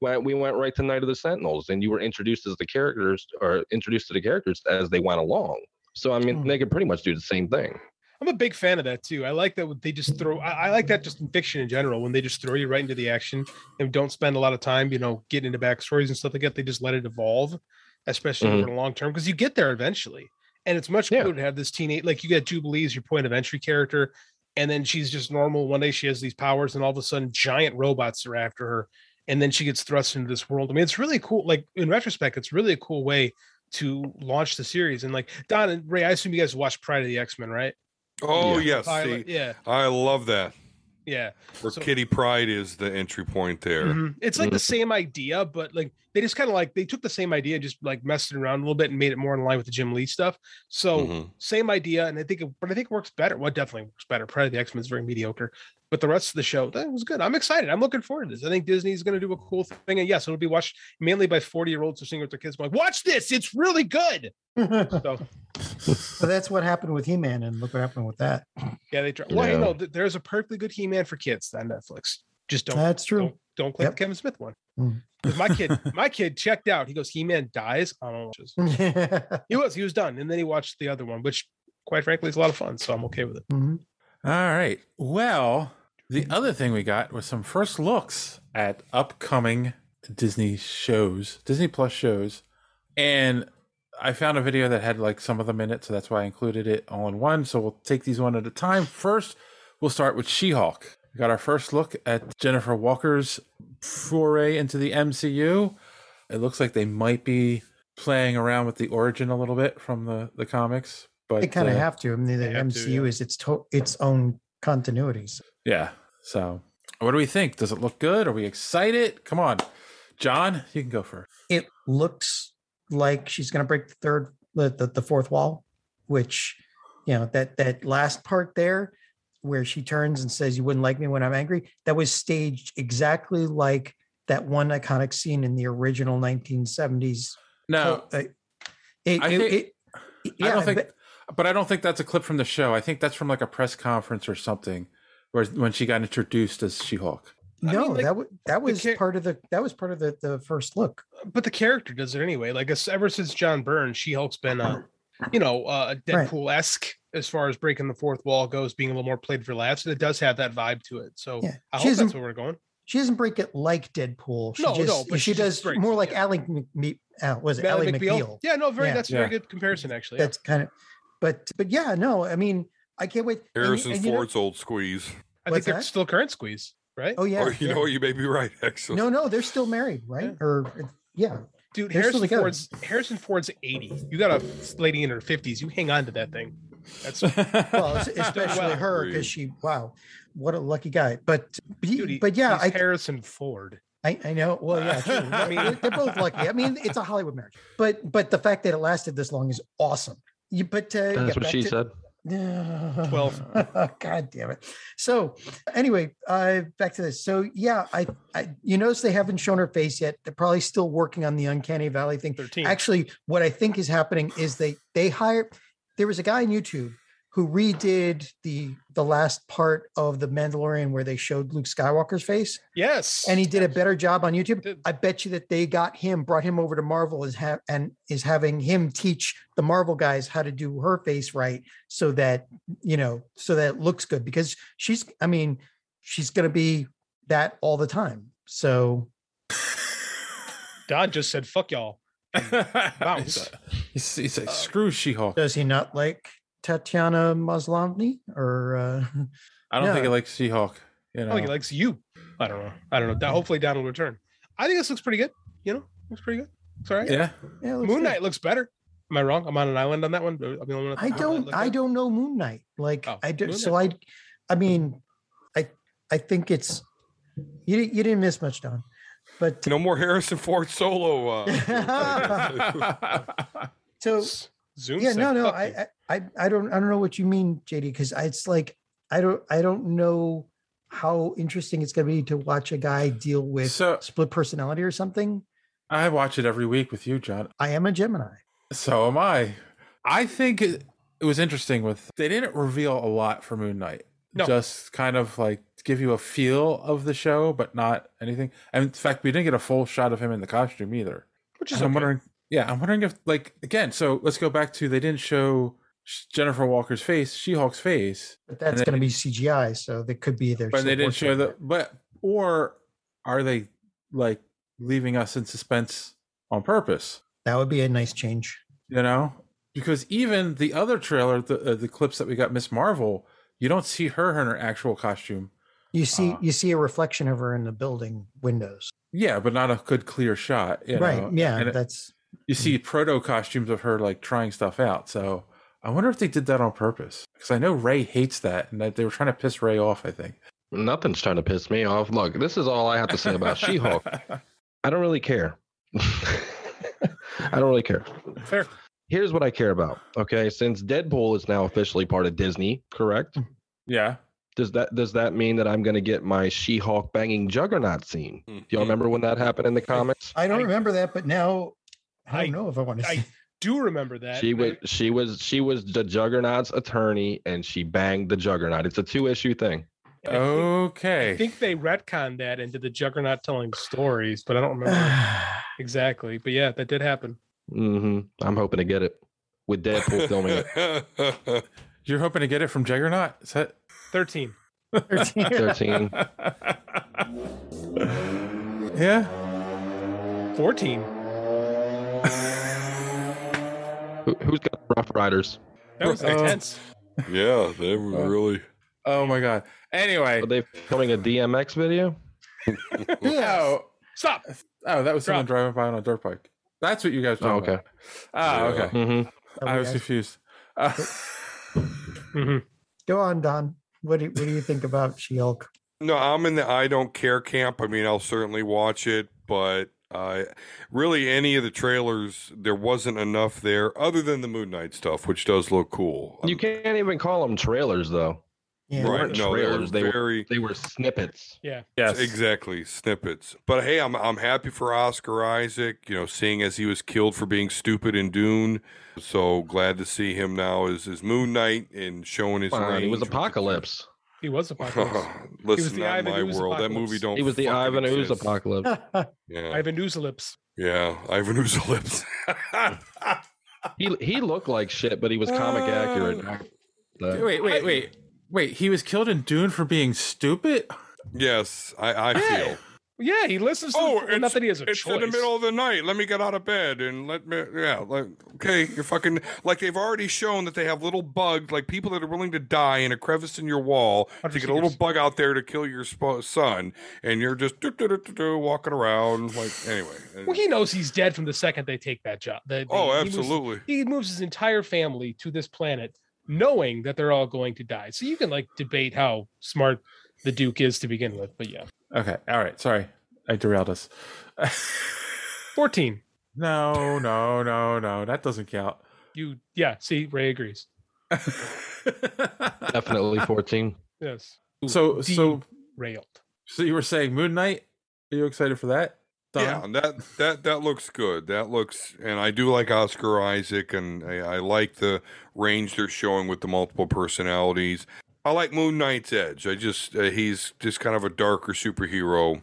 Well, we went right to Night of the Sentinels, and you were introduced as the characters, or introduced to the characters as they went along. So I mean, they could pretty much do the same thing. I'm a big fan of that too. I like that they just throw. I, I like that just in fiction in general when they just throw you right into the action and don't spend a lot of time, you know, getting into backstories and stuff like that. They just let it evolve, especially Mhm. over the long term, because you get there eventually. And it's much cooler to have this teenage, like you got Jubilee as your point of entry character, and then she's just normal. One day she has these powers, and all of a sudden, giant robots are after her, and then she gets thrust into this world. I mean, it's really cool. Like in retrospect, it's really a cool way to launch the series. And like Don and Ray, I assume you guys watched Pride of the X Men, right? oh Yeah. yes, Violet, see, yeah. I love that. Yeah. Where So- Kitty Pride is the entry point there. Mm-hmm. Mhm. It's like the same idea, but like they just kind of like they took the same idea, just like messed it around a little bit and made it more in line with the Jim Lee stuff. Oh, So Mhm. same idea, and I think, it, but I think it works better. Well, it definitely works better. Pride of the X Men is very mediocre, but the rest of the show that was good. I'm excited. I'm looking forward to this. I think Disney's going to do a cool thing, and yes, it'll be watched mainly by 40 year olds who are seeing it with their kids. I'm like, watch this. It's really good. so So that's what happened with He Man, and look what happened with that. yeah, they. Try. Well, Yeah. you know, th- there's a perfectly good He Man for kids on Netflix. Just don't. That's true. Don't, don't click the Kevin Smith one. Mm. 'Cause my kid, my kid checked out. He goes, He Man dies. I don't watch this. he was, he was done, and then he watched the other one, which, quite frankly, is a lot of fun. So I'm okay with it. All right. Well, the other thing we got was some first looks at upcoming Disney shows, Disney Plus shows. And I found a video that had like some of them in it. So that's why I included it all in one. So we'll take these one at a time. First, we'll start with She Hulk. We got our first look at Jennifer Walker's foray into the MCU. It looks like they might be playing around with the origin a little bit from the, the comics. But they kind of uh, have to. I mean, the MCU is its to- its own continuities. Yeah. So, what do we think? Does it look good? Are we excited? Come on, John, you can go first. It looks like she's going to break the third, the, the the fourth wall, which you know that that last part there, where she turns and says, "You wouldn't like me when I'm angry." That was staged exactly like that one iconic scene in the original 1970s. No, uh, it, it- I think- it- I yeah, don't think, but- but, I don't think that's a clip from the show. I think that's from like a press conference or something, where when she got introduced as She Hulk. no, that was that was part of the that was part of the the first look. But the character does it anyway. Like it's- ever since John Byrne, She Hulk's been uh, you know, uh, Deadpool esque as far as breaking the fourth wall goes, being a little more played for laughs, and it does have that vibe to it. So Yeah. Oh, I She hope isn't- that's where we're going. She doesn't break it like Deadpool. She No, no, just, but she, she just does breaks more it, like Ally McMe- uh, was it Ally Ally McBeal? McBeal? Yeah, no, very. Yeah. That's a Yeah. very good comparison, actually. yeah. That's kind of, but but yeah, no, I mean, I can't wait. and you- Harrison and you know- Ford's old squeeze. I think What's they're that? still current squeeze, right? Oh yeah, Or, you yeah. know, you may be right. Actually, no, no, they're still married, right? Or uh, yeah, Dude, They're still Harrison together. Ford's Harrison Ford's 80. You got a lady in her 50s. You hang on to that thing. That's well, es- especially her because she wow, what a lucky guy. But but, but yeah, he's I Harrison Ford. I, I know. Well, yeah, true. I mean, they're- they're both lucky. I mean, it's a Hollywood marriage, but but the fact that it lasted this long is awesome. You but uh, yeah, That's what back she to- said. Twelve. God damn it. So anyway, uh, back to this. So yeah, I, I you notice they haven't shown her face yet. They're probably still working on the uncanny valley thing. 13. Actually, what I think is happening is they they hire. There was a guy on YouTube who redid the the last part of the Mandalorian where they showed Luke Skywalker's face. Yes, and he did a better job on YouTube. I bet you that they got him, brought him over to Marvel, is ha- and is having him teach the Marvel guys how to do her face right, so that you know, so that it looks good because she's, I mean, she's going to be that all the time. So Don just said, "Fuck y'all." Bounce. He's, he's like, screw She-Hulk. does he not like Tatiana Maslany or? Uh, I don't no. think he likes She-Hulk. You know, Oh, he likes you. I don't know. I don't know. Don- Hopefully, Don will return. I think this looks pretty good. You know, looks pretty good. It's all right. yeah. Yeah, it looks Moon good. Knight looks better. Am I wrong? I'm on an island on that one. I'm the only one that- I don't. I don't know Moon Knight. Like Oh, I do. Moon So I, I mean, I I think it's you. di- You didn't miss much, Don. But No more Harrison Ford solo. Uh, so Zoom. yeah, said, no, no. "Fuck I, you." I I I don't I don't know what you mean, JD. Because it's like I don't I don't know how interesting it's going to be to watch a guy deal with So- split personality or something. I watch it every week with you, John. I am a Gemini. So am I. I think it, it was interesting with they didn't reveal a lot for Moon Knight. No. Just kind of like give you a feel of the show, but not anything. And in fact, we didn't get a full shot of him in the costume either. Which is I'm okay. wondering. Yeah, I'm wondering if like again. So let's go back to they didn't show Sh- Jennifer Walker's face, She-Hulk's face, But that's they- going to be CGI, so that could be their. but they support didn't show for the it. but or are they like leaving us in suspense on purpose? That would be a nice change. you know because even the other trailer the uh, the clips that we got miss marvel you don't see her in her actual costume You see, Uh, you see a reflection of her in the building windows. yeah but not a good clear shot you right? know? yeah, and it- that's you see proto costumes of her like trying stuff out so i wonder if they did that on purpose because i know ray hates that and that they were trying to piss ray off i think Nothing's trying to piss me off. Look, this is all I have to say about She-Hulk. I don't really care. I don't really care. Fair. Here's what I care about. Okay, since Deadpool is now officially part of Disney, correct? Mm-hmm. yeah Does that does that mean that I'm going to get my She-Hulk banging Juggernaut scene? Do y'all remember when that happened in the comics? I don't I- remember that, but now I I- don't know if I want to. I see. do remember that. She was she was she was the Juggernaut's attorney, and she banged the Juggernaut. It's a two issue thing. I think- okay I think they retconned that and did the Juggernaut telling stories, but I don't remember exactly. But yeah, that did happen. hmm I'm hoping to get it with Deadpool filming it. you're hoping to get it from juggernaut is that Thirteen. Thirteen. yeah 14. Who, who's got the Rough Riders? That Oh. was Right. intense. yeah, they were really. oh my god anyway Oh, Are they filming a DMX video? oh Stop. Oh, that was someone Drop. driving by on a dirt bike. That's what you guys. Were Oh, talking okay. About. Ah, okay. hmm I was confused. Uh, Mm-hmm. Mhm. Go on, Don. What do, what do you think about She Hulk? No, I'm in the I don't care camp. I mean, I'll certainly watch it, but I really any of the trailers there wasn't enough there other than the Moon Knight stuff, which does look cool. Um, You can't even call them trailers though. They Yeah. right? weren't No, trailers. They They were were- very They were snippets. Yeah. yes. Exactly, snippets. But hey, I'm I'm happy for Oscar Isaac, you know, seeing as he was killed for being stupid in Dune. So glad to see him now as, as Moon Knight and showing his Come on, range. it was Apocalypse. He was a apocalypse. was Listen, the not Ivan my Ooze world. That Apocalypse. movie don't He was the fucking Ivan Ooze exist. Apocalypse. Yeah. I have a news ellipse. Yeah, Ivan Ooze lips. He he looked like shit, but he was comic accurate. So- Wait, wait, wait, wait. He was killed in Dune for being stupid. yes, I, I feel. Yeah, he listens to Oh, oh, it's- not that he has a It's choice. in the middle of the night. Let me get out of bed and let me. Yeah, like okay, you're fucking like they've already shown that they have little bugs, like people that are willing to die in a crevice in your wall to get a little bug out there to kill your sp- son, and you're just do, do, do, do, do, walking around like anyway. Well, he knows he's dead from the second they take that job. The- the- oh, he moves- absolutely. He moves, his entire family to this planet, knowing that they're all going to die. So you can like debate how smart the Duke is to begin with, but yeah, Okay. All right. Sorry, I derailed us. fourteen. no, no, no, no. That doesn't count. You yeah. See, Ray agrees. Definitely fourteen. Yes, So, so, derailed. so you were saying Moon Knight? Are you excited for that? Yeah, and that that that looks good. That looks, and I do like Oscar Isaac, and I, I like the range they're showing with the multiple personalities. I like Moon Knight's Edge. I just uh, he's just kind of a darker superhero,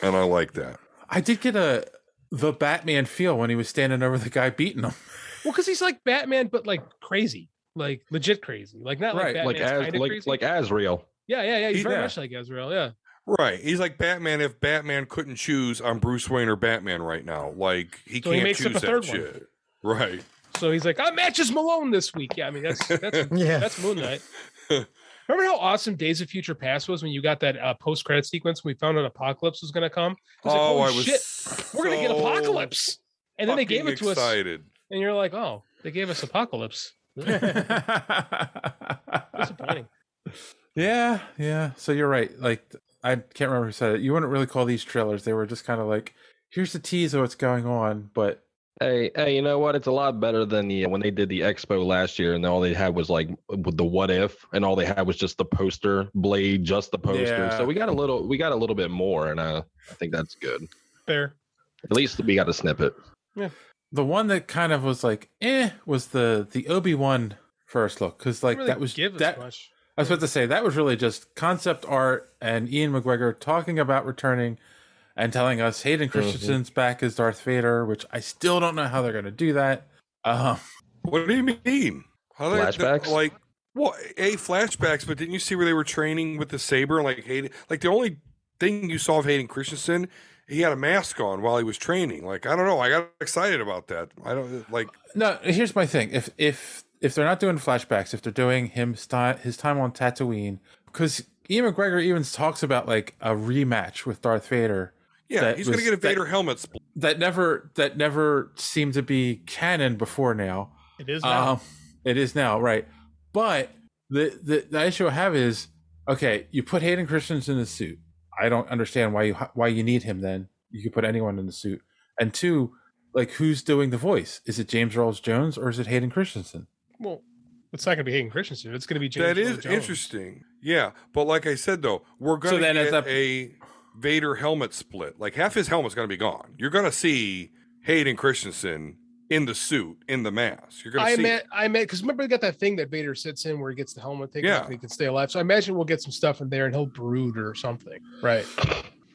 and I like that. I did get a the Batman feel when he was standing over the guy beating him. Well, because he's like Batman, but like crazy, like legit crazy, like not like right, like Batman's as, kinda like crazy. like Asriel. yeah, yeah, yeah. He's He- very yeah. much like Azrael. Yeah, Right, he's like Batman. If Batman couldn't choose, I'm Bruce Wayne or Batman right now. Like he So he can't makes up choose a third that one. shit. Right. So he's like, I matches Malone this week. Yeah, I mean that's that's Yeah. that's Moon Knight. Remember how awesome Days of Future Past was when you got that uh, post credit sequence when we found out Apocalypse was going to come? I was like, Oh, "Holy I was shit, we're going to get so Apocalypse, and then they gave it to us, excited. and you're like, oh, they gave us Apocalypse. Disappointing. Yeah, yeah. So you're right. Like I can't remember who said it. You wouldn't really call these trailers. They were just kind of like, here's the tease of what's going on, but Hey, hey, you know what? It's a lot better than the when they did the expo last year, and all they had was like with the what if, and all they had was just the poster, Blade, just the poster. Yeah. So we got a little, we got a little bit more, and uh, I think that's good. Fair. At least we got a snippet. Yeah. The one that kind of was like, eh, was the the Obi Wan first look because like Really that was give us that. much. I was about to say that was really just concept art and Ian McGregor talking about returning and telling us Hayden Mm-hmm. Christensen's back as Darth Vader, which I still don't know how they're going to do that. Um, what do you mean? How they- Flashbacks? like what? A flashbacks, but didn't you see where they were training with the saber? Like Hayden, like the only thing you saw of Hayden Christensen, he had a mask on while he was training. Like I don't know, I got excited about that. I don't like. No, here's my thing. If if if they're not doing flashbacks, if they're doing him sti- his time on Tatooine, because Ian McGregor even talks about like a rematch with Darth Vader. Yeah, that he's gonna was- get a Vader that, helmet split. that never that never seemed to be canon before now. Um, It is Uh, now. it is now, right? But the, the the issue I have is okay. You put Hayden Christensen in the suit. I don't understand why you ha- why you need him. Then you could put anyone in the suit. And two, like who's doing the voice? Is it James Earl Jones or is it Hayden Christensen? Well, it's not going to be Hayden Christensen. It's going to be James. that is Earl Jones. interesting. Yeah, but like I said though, we're So gonna then as get a Vader helmet split. Like half his helmet's gonna be gone. You're gonna see Hayden Christensen in the suit, in the mask. You're gonna I see. meant, I meant, because remember they got that thing that Vader sits in where he gets the helmet taken Yeah. off and he can stay alive. So I imagine we'll get some stuff in there and he'll brood or something. Right.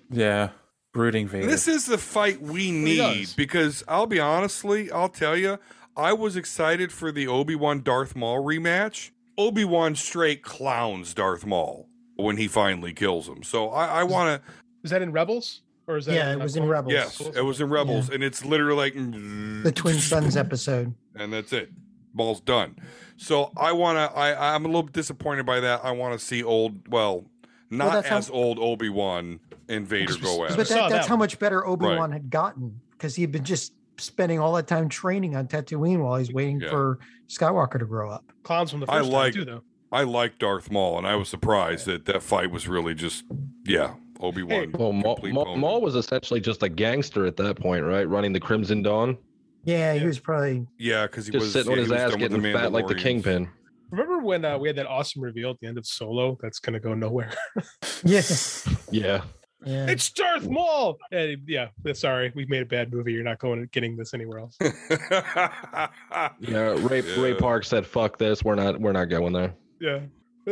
Yeah, brooding Vader. This is the fight we need because I'll be honestly, I'll tell you, I was excited for the Obi Wan Darth Maul rematch. Obi Wan straight clowns Darth Maul when he finally kills him. So I, I want to. Is that in Rebels or is that? Yeah, it was in Rebels. Yes, it was in Rebels, and it's literally like the The Twin Sons episode. and that's it. Ball's done. So I want to. I I'm a little disappointed by that. I want to see old. Well, not that's how- as old Obi Wan and Vader go at it. But that, that's how much better Obi Wan Right. had gotten because he'd been just spending all that time training on Tatooine while he's waiting Yeah. for Skywalker to grow up. Clowns from the I first like. time too, though. I like Darth Maul, and I was surprised that that fight was really just yeah Obi Wan. Well, Maul, Maul, Maul was essentially just a gangster at that point, right? Running the Crimson Dawn, Yeah, he was probably. yeah, because he just was sitting on yeah, his he was ass done with getting fat like the Mandalorians. kingpin. Remember when uh, we had that awesome reveal at the end of Solo? That's going to go nowhere. Yes. Yeah. Yeah. It's Darth Maul. And, yeah, sorry, we made a bad movie. You're not going getting this anywhere else. Yeah, Ray Ray Yeah. Park said, "Fuck this, we're not we're not going there." yeah. Uh,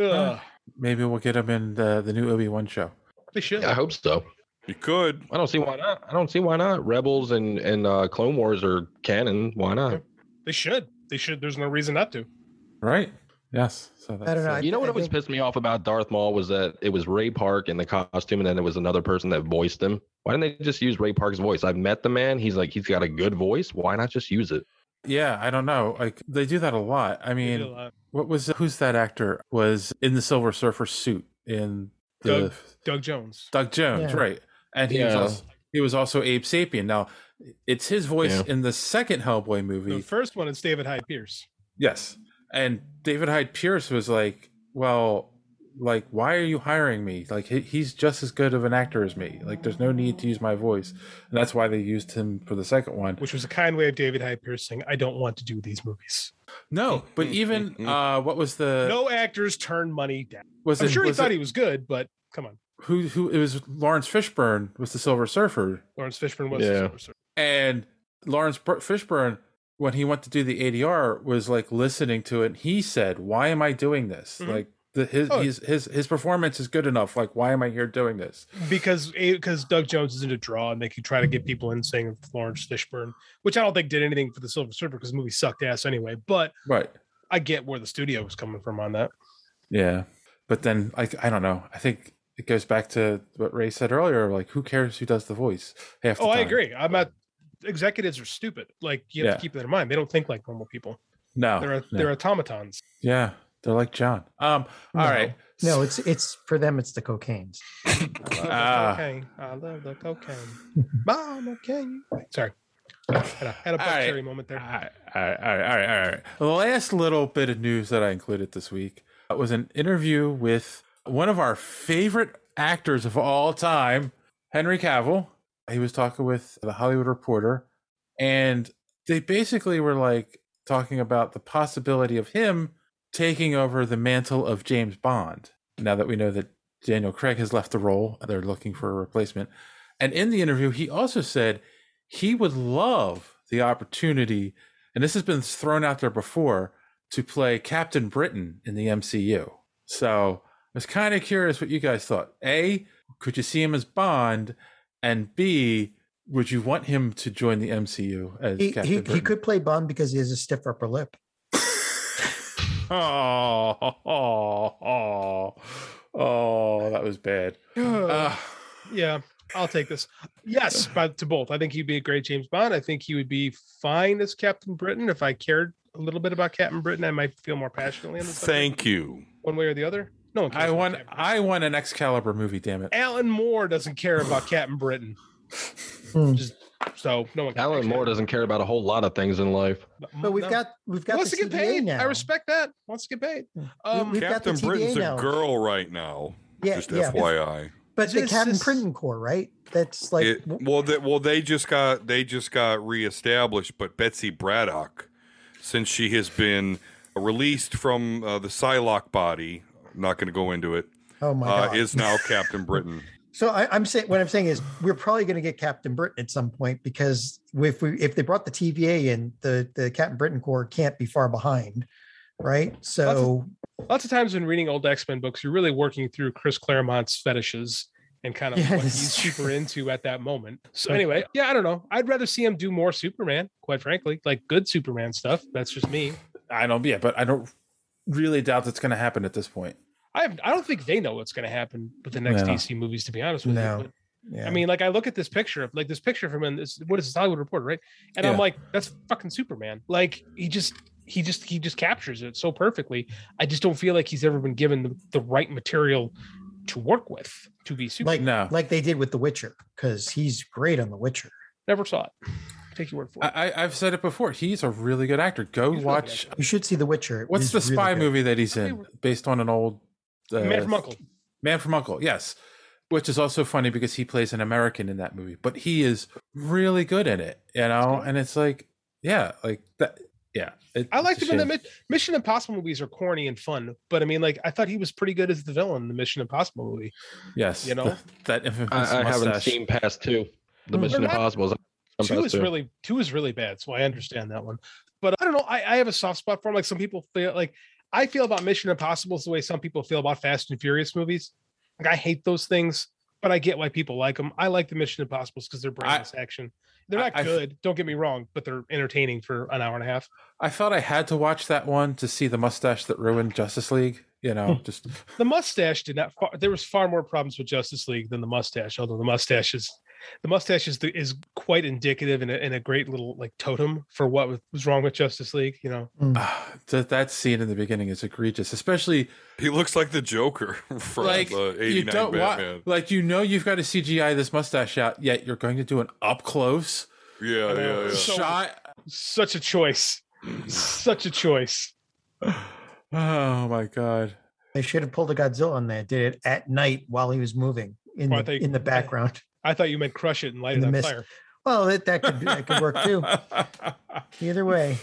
Ugh, maybe we'll get him in the the new Obi Wan show. they should. I hope so. You could. I don't see why not. I don't see why not. Rebels and and uh, Clone Wars are canon. Why not? They should. They should. There's no reason not to. Right? Yes. So that's don't know, I You know thi- what I always think- pissed me off about Darth Maul was that it was Ray Park in the costume, and then it was another person that voiced him. Why didn't they just use Ray Park's voice? I've met the man. He's like he's got a good voice. Why not just use it? Yeah, I don't know. Like they do that a lot. I do mean, a lot. what was who's that actor was in the Silver Surfer suit in the Doug, Doug Jones. Doug Jones, Yeah. right? And he was Yeah. also, he was also Abe Sapien. Now, it's his voice Yeah. in the second Hellboy movie. The first one is David Hyde Pierce. Yes. And David Hyde Pierce was like, well, like, why are you hiring me? Like, he, he's just as good of an actor as me. Like, there's no need to use my voice. And that's why they used him for the second one. which was a kind way of David Hyde Pierce saying, "I don't want to do these movies." No, but even, uh, what was the, no actors turn money down. was I'm it- sure he was thought it- he was good, but come on. who who it was Lawrence Fishburne was the Silver Surfer. Lawrence Fishburne was Yeah. the Silver Surfer. And Lawrence Bur- Fishburne, when he went to do the ADR, was like listening to it. And he said, "Why am I doing this? Mhm. Like the, his, Oh. his his his performance is good enough. Like why am I here doing this?" because because Doug Jones is in a draw and they could try to get people in saying Lawrence Fishburne, which I don't think did anything for the Silver Surfer because the movie sucked ass anyway. But Right. I get where the studio was coming from on that. Yeah. But then like I don't know. I think it goes back to what Ray said earlier. Like who cares who does the voice? Half the Oh, I time. agree. I'm not. Executives are stupid. Like you have Yeah. Oh, to keep that in mind. They don't think like normal people. No, they're no. they're automatons. Yeah, they're like John. Um. all right. No, it's it's for them. It's the cocaine. Ah. cocaine. I love the cocaine. Mama, can you? Sorry, had a, had a Buck right. Cherry moment there. All right, all right, all right, all right. The last little bit of news that I included this week was an interview with one of our favorite actors of all time, Henry Cavill. He was talking with the Hollywood Reporter, and they basically were like talking about the possibility of him taking over the mantle of James Bond. Now that we know that Daniel Craig has left the role, they're looking for a replacement. And in the interview, he also said he would love the opportunity, and this has been thrown out there before, to play Captain Britain in the MCU. So I was kind of curious what you guys thought. A, could you see him as Bond? And B, would you want him to join the MCU as He, Captain he, Britain? he could play Bond because he has a stiff upper lip. Oh, oh, oh, oh, that was bad. Uh, yeah, I'll take this. Yes, but to both. I think he'd be a great James Bond. I think he would be fine as Captain Britain. If I cared a little bit about Captain Britain, I might feel more passionately on this. subject, Thank you. one way or the other. No one cares. I want, I want an Excalibur movie. Damn it! Alan Moore doesn't care about Captain Britain. Hmm. Just, so no one. Alan Moore doesn't care about a whole lot of things in life. But we've got we've got wants the to get CBA paid. now. I respect that. Wants to get paid. Um, we've got the Captain TBA Britain's now. a girl right now. Yeah, just yeah. FYI. But the This Captain is- Printing Corps, right? That's like It- well, they, well, they just got they just got reestablished, but Betsy Braddock, since she has been released from uh, the Psylocke body, I'm not going to go into it, oh my uh, god. is now Captain Britain. so I, I'm saying what I'm saying is we're probably going to get Captain Britain at some point because if we if they brought the TVA in, the the Captain Britain Corps can't be far behind, right? So lots of times when reading old X Men books, you're really working through Chris Claremont's fetishes and kind of Yeah, what this is he's true. super into at that moment. So Right. anyway, yeah, I don't know. I'd rather see him do more Superman, quite frankly, like good Superman stuff. That's just me. I don't, yeah, but I don't really doubt that's going to happen at this point. I have, I don't think they know what's going to happen with the next No. DC movies, to be honest with No. you. But, yeah. I mean, like I look at this picture of like this picture from him. This what is this Hollywood Reporter, right? And I'm Yeah. like, that's fucking Superman. Like he just. He just he just captures it so perfectly. I just don't feel like he's ever been given the, the right material to work with to be Superman. like No. like they did with The Witcher because he's great on The Witcher. Never saw it. Take your word for it. I, I, I've said it before. He's a really good actor. Go really watch. uh, You should see The Witcher. It What's is the really spy good. movie that he's in based on an old uh, Man from Uncle. Man from Uncle, yes. Which is also funny because he plays an American in that movie, but he is really good in it, you know. And it's like, yeah, like that, yeah. it- I it's liked a him in the shame. Mi- Mission Impossible movies are corny and fun, but I mean, like, I thought he was pretty good as the villain in the Mission Impossible movie. Yes, you know? th- that infamous I, I haven't mustache. seen past two. The Mission not- Impossible. two is really two is really bad, so I understand that one. But I don't know. I, I have a soft spot for him. Like some people feel like I feel about Mission Impossible is the way some people feel about Fast and Furious movies. Like I hate those things, but I get why people like them. I like the Mission Impossibles because they're brainless action. They're I- not I- good. don't get me wrong, but they're entertaining for an hour and a half. I thought I had to watch that one to see the mustache that ruined Justice League. You Hmm. know, just the mustache did not far, there was far more problems with justice league than the mustache although the mustache is the mustache is the, is quite indicative and a, and a great little like totem for what was- was wrong with justice league you know ah, that that scene in the beginning is egregious, especially he looks like the Joker from like the you '89 don't want, Batman. like you know you've got to CGI this mustache out, yet you're going to do an up close yeah, yeah, yeah. So- shot. such a choice such a choice Oh my god. They should have pulled a Godzilla on there. Did it at night while he was moving in Well, I the, think- in the background. i thought you meant crush it and light In it the on mist. fire Well, that, that could that could work too. Either way,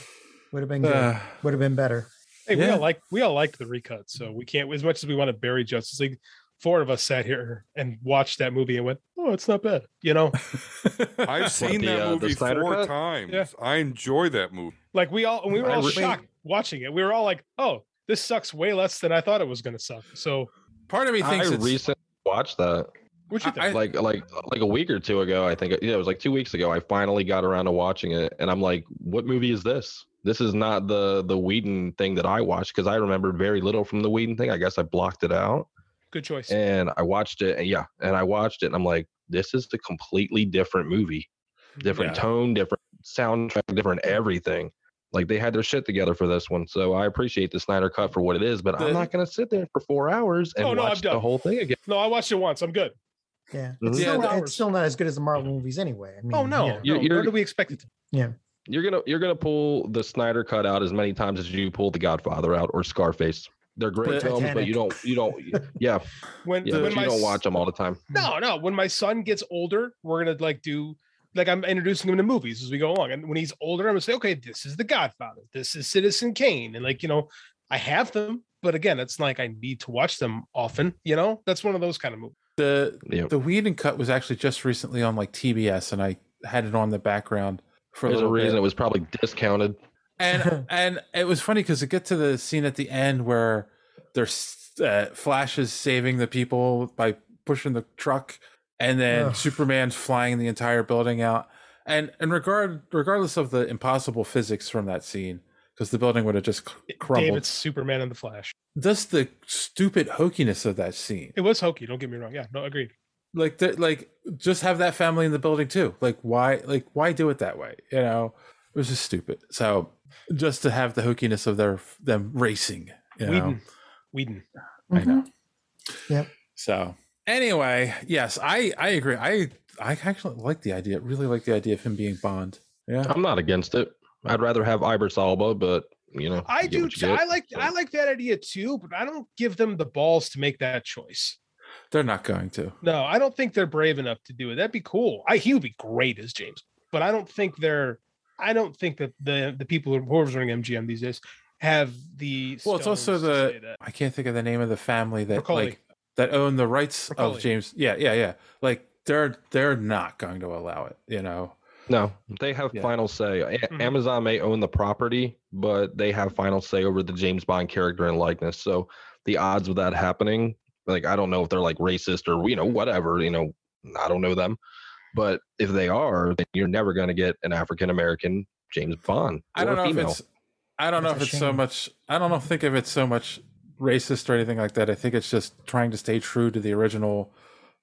would have been good. Uh, would have been better. hey we Yeah. all like we all liked the recut so we can't as much as we want to bury justice league four of us sat here and watched that movie and went, "Oh, it's not bad," you know. I've seen the, that uh, the movie Snyder four Cut? times. Yeah. I enjoy that movie. Like we all, we were I all re- shocked watching it. We were all like, "Oh, this sucks way less than I thought it was going to suck." So part of me I recently watched that. What you think? like like like a week or two ago, I think. Yeah, it was like two weeks ago. I finally got around to watching it, and I'm like, "What movie is this? This is not the the Whedon thing that I watched because I remember very little from the Whedon thing. I guess I blocked it out, Good choice. and I watched it, and yeah, and I watched it, and I'm like, "This is a completely different movie, different Yeah. tone, different soundtrack, different everything." Like they had their shit together for this one, so I appreciate the Snyder cut for what it is, but The- I'm not gonna sit there for four hours and Oh, no, I'm watch the done. whole thing again. no, I watched it once. I'm good. Yeah, Mhm. it's, Yeah, still, the- it's still not as good as the Marvel movies anyway. I mean, Oh no, yeah. You're- no, you're- nor do we expect it. To. You're gonna you're gonna pull the Snyder cut out as many times as you pulled the Godfather out or Scarface. They're great Or films, but Titanic. you don't you don't yeah When yeah when but you my don't s- watch them all the time. No, no. When my son gets older, we're gonna like do like I'm introducing him to movies as we go along. And when he's older, I'm gonna say, okay, this is The Godfather, this is Citizen Kane, and like you know, I have them, but again, it's like I need to watch them often. You know, that's one of those kind of movies. the Yeah. the Whedon cut was actually just recently on like TBS, and I had it on the background for a There's a little reason bit. it was probably discounted. and and it was funny because it get to the scene at the end where there's uh, Flash is saving the people by pushing the truck, and then Ugh. Superman's flying the entire building out. And and regard regardless of the impossible physics from that scene, because the building would have just cr- crumbled. eh, David's Superman and the Flash. Just the stupid hokiness of that scene. It was hokey. Don't get me wrong. Yeah, no, agreed. like th- like just have that family in the building too like why like why do it that way you know it was just stupid so just to have the hookiness of their them racing you know Whedon, Whedon. i know Yep. so anyway yes i i agree i i actually like the idea really like the idea of him being bond yeah I'm not against it. I'd rather have Ibersalba, but you know I you get do. what you T- I get. like. I like that idea too, but I don't give them the balls to make that choice. they're not going to No, I don't think they're brave enough to do it. That'd be cool. I he would be great as James, but I don't think they're. I don't think that the the people who are running MGM these days have the. well it's also stones to say the that. i can't think of the name of the family that Broccoli. like that own the rights Broccoli. of james yeah yeah yeah like they're they're not going to allow it you know No, they have Yeah. final say. A- Mhm. Amazon may own the property, but they have final say over the James Bond character and likeness. So the odds of that happening, like I don't know if they're like racist or you know whatever, you know, I don't know them. But if they are, then you're never going to get an African American James Bond I or don't know female. if it's I don't know if That's a it's so shame. much I don't know think of it so much racist or anything like that. I think it's just trying to stay true to the original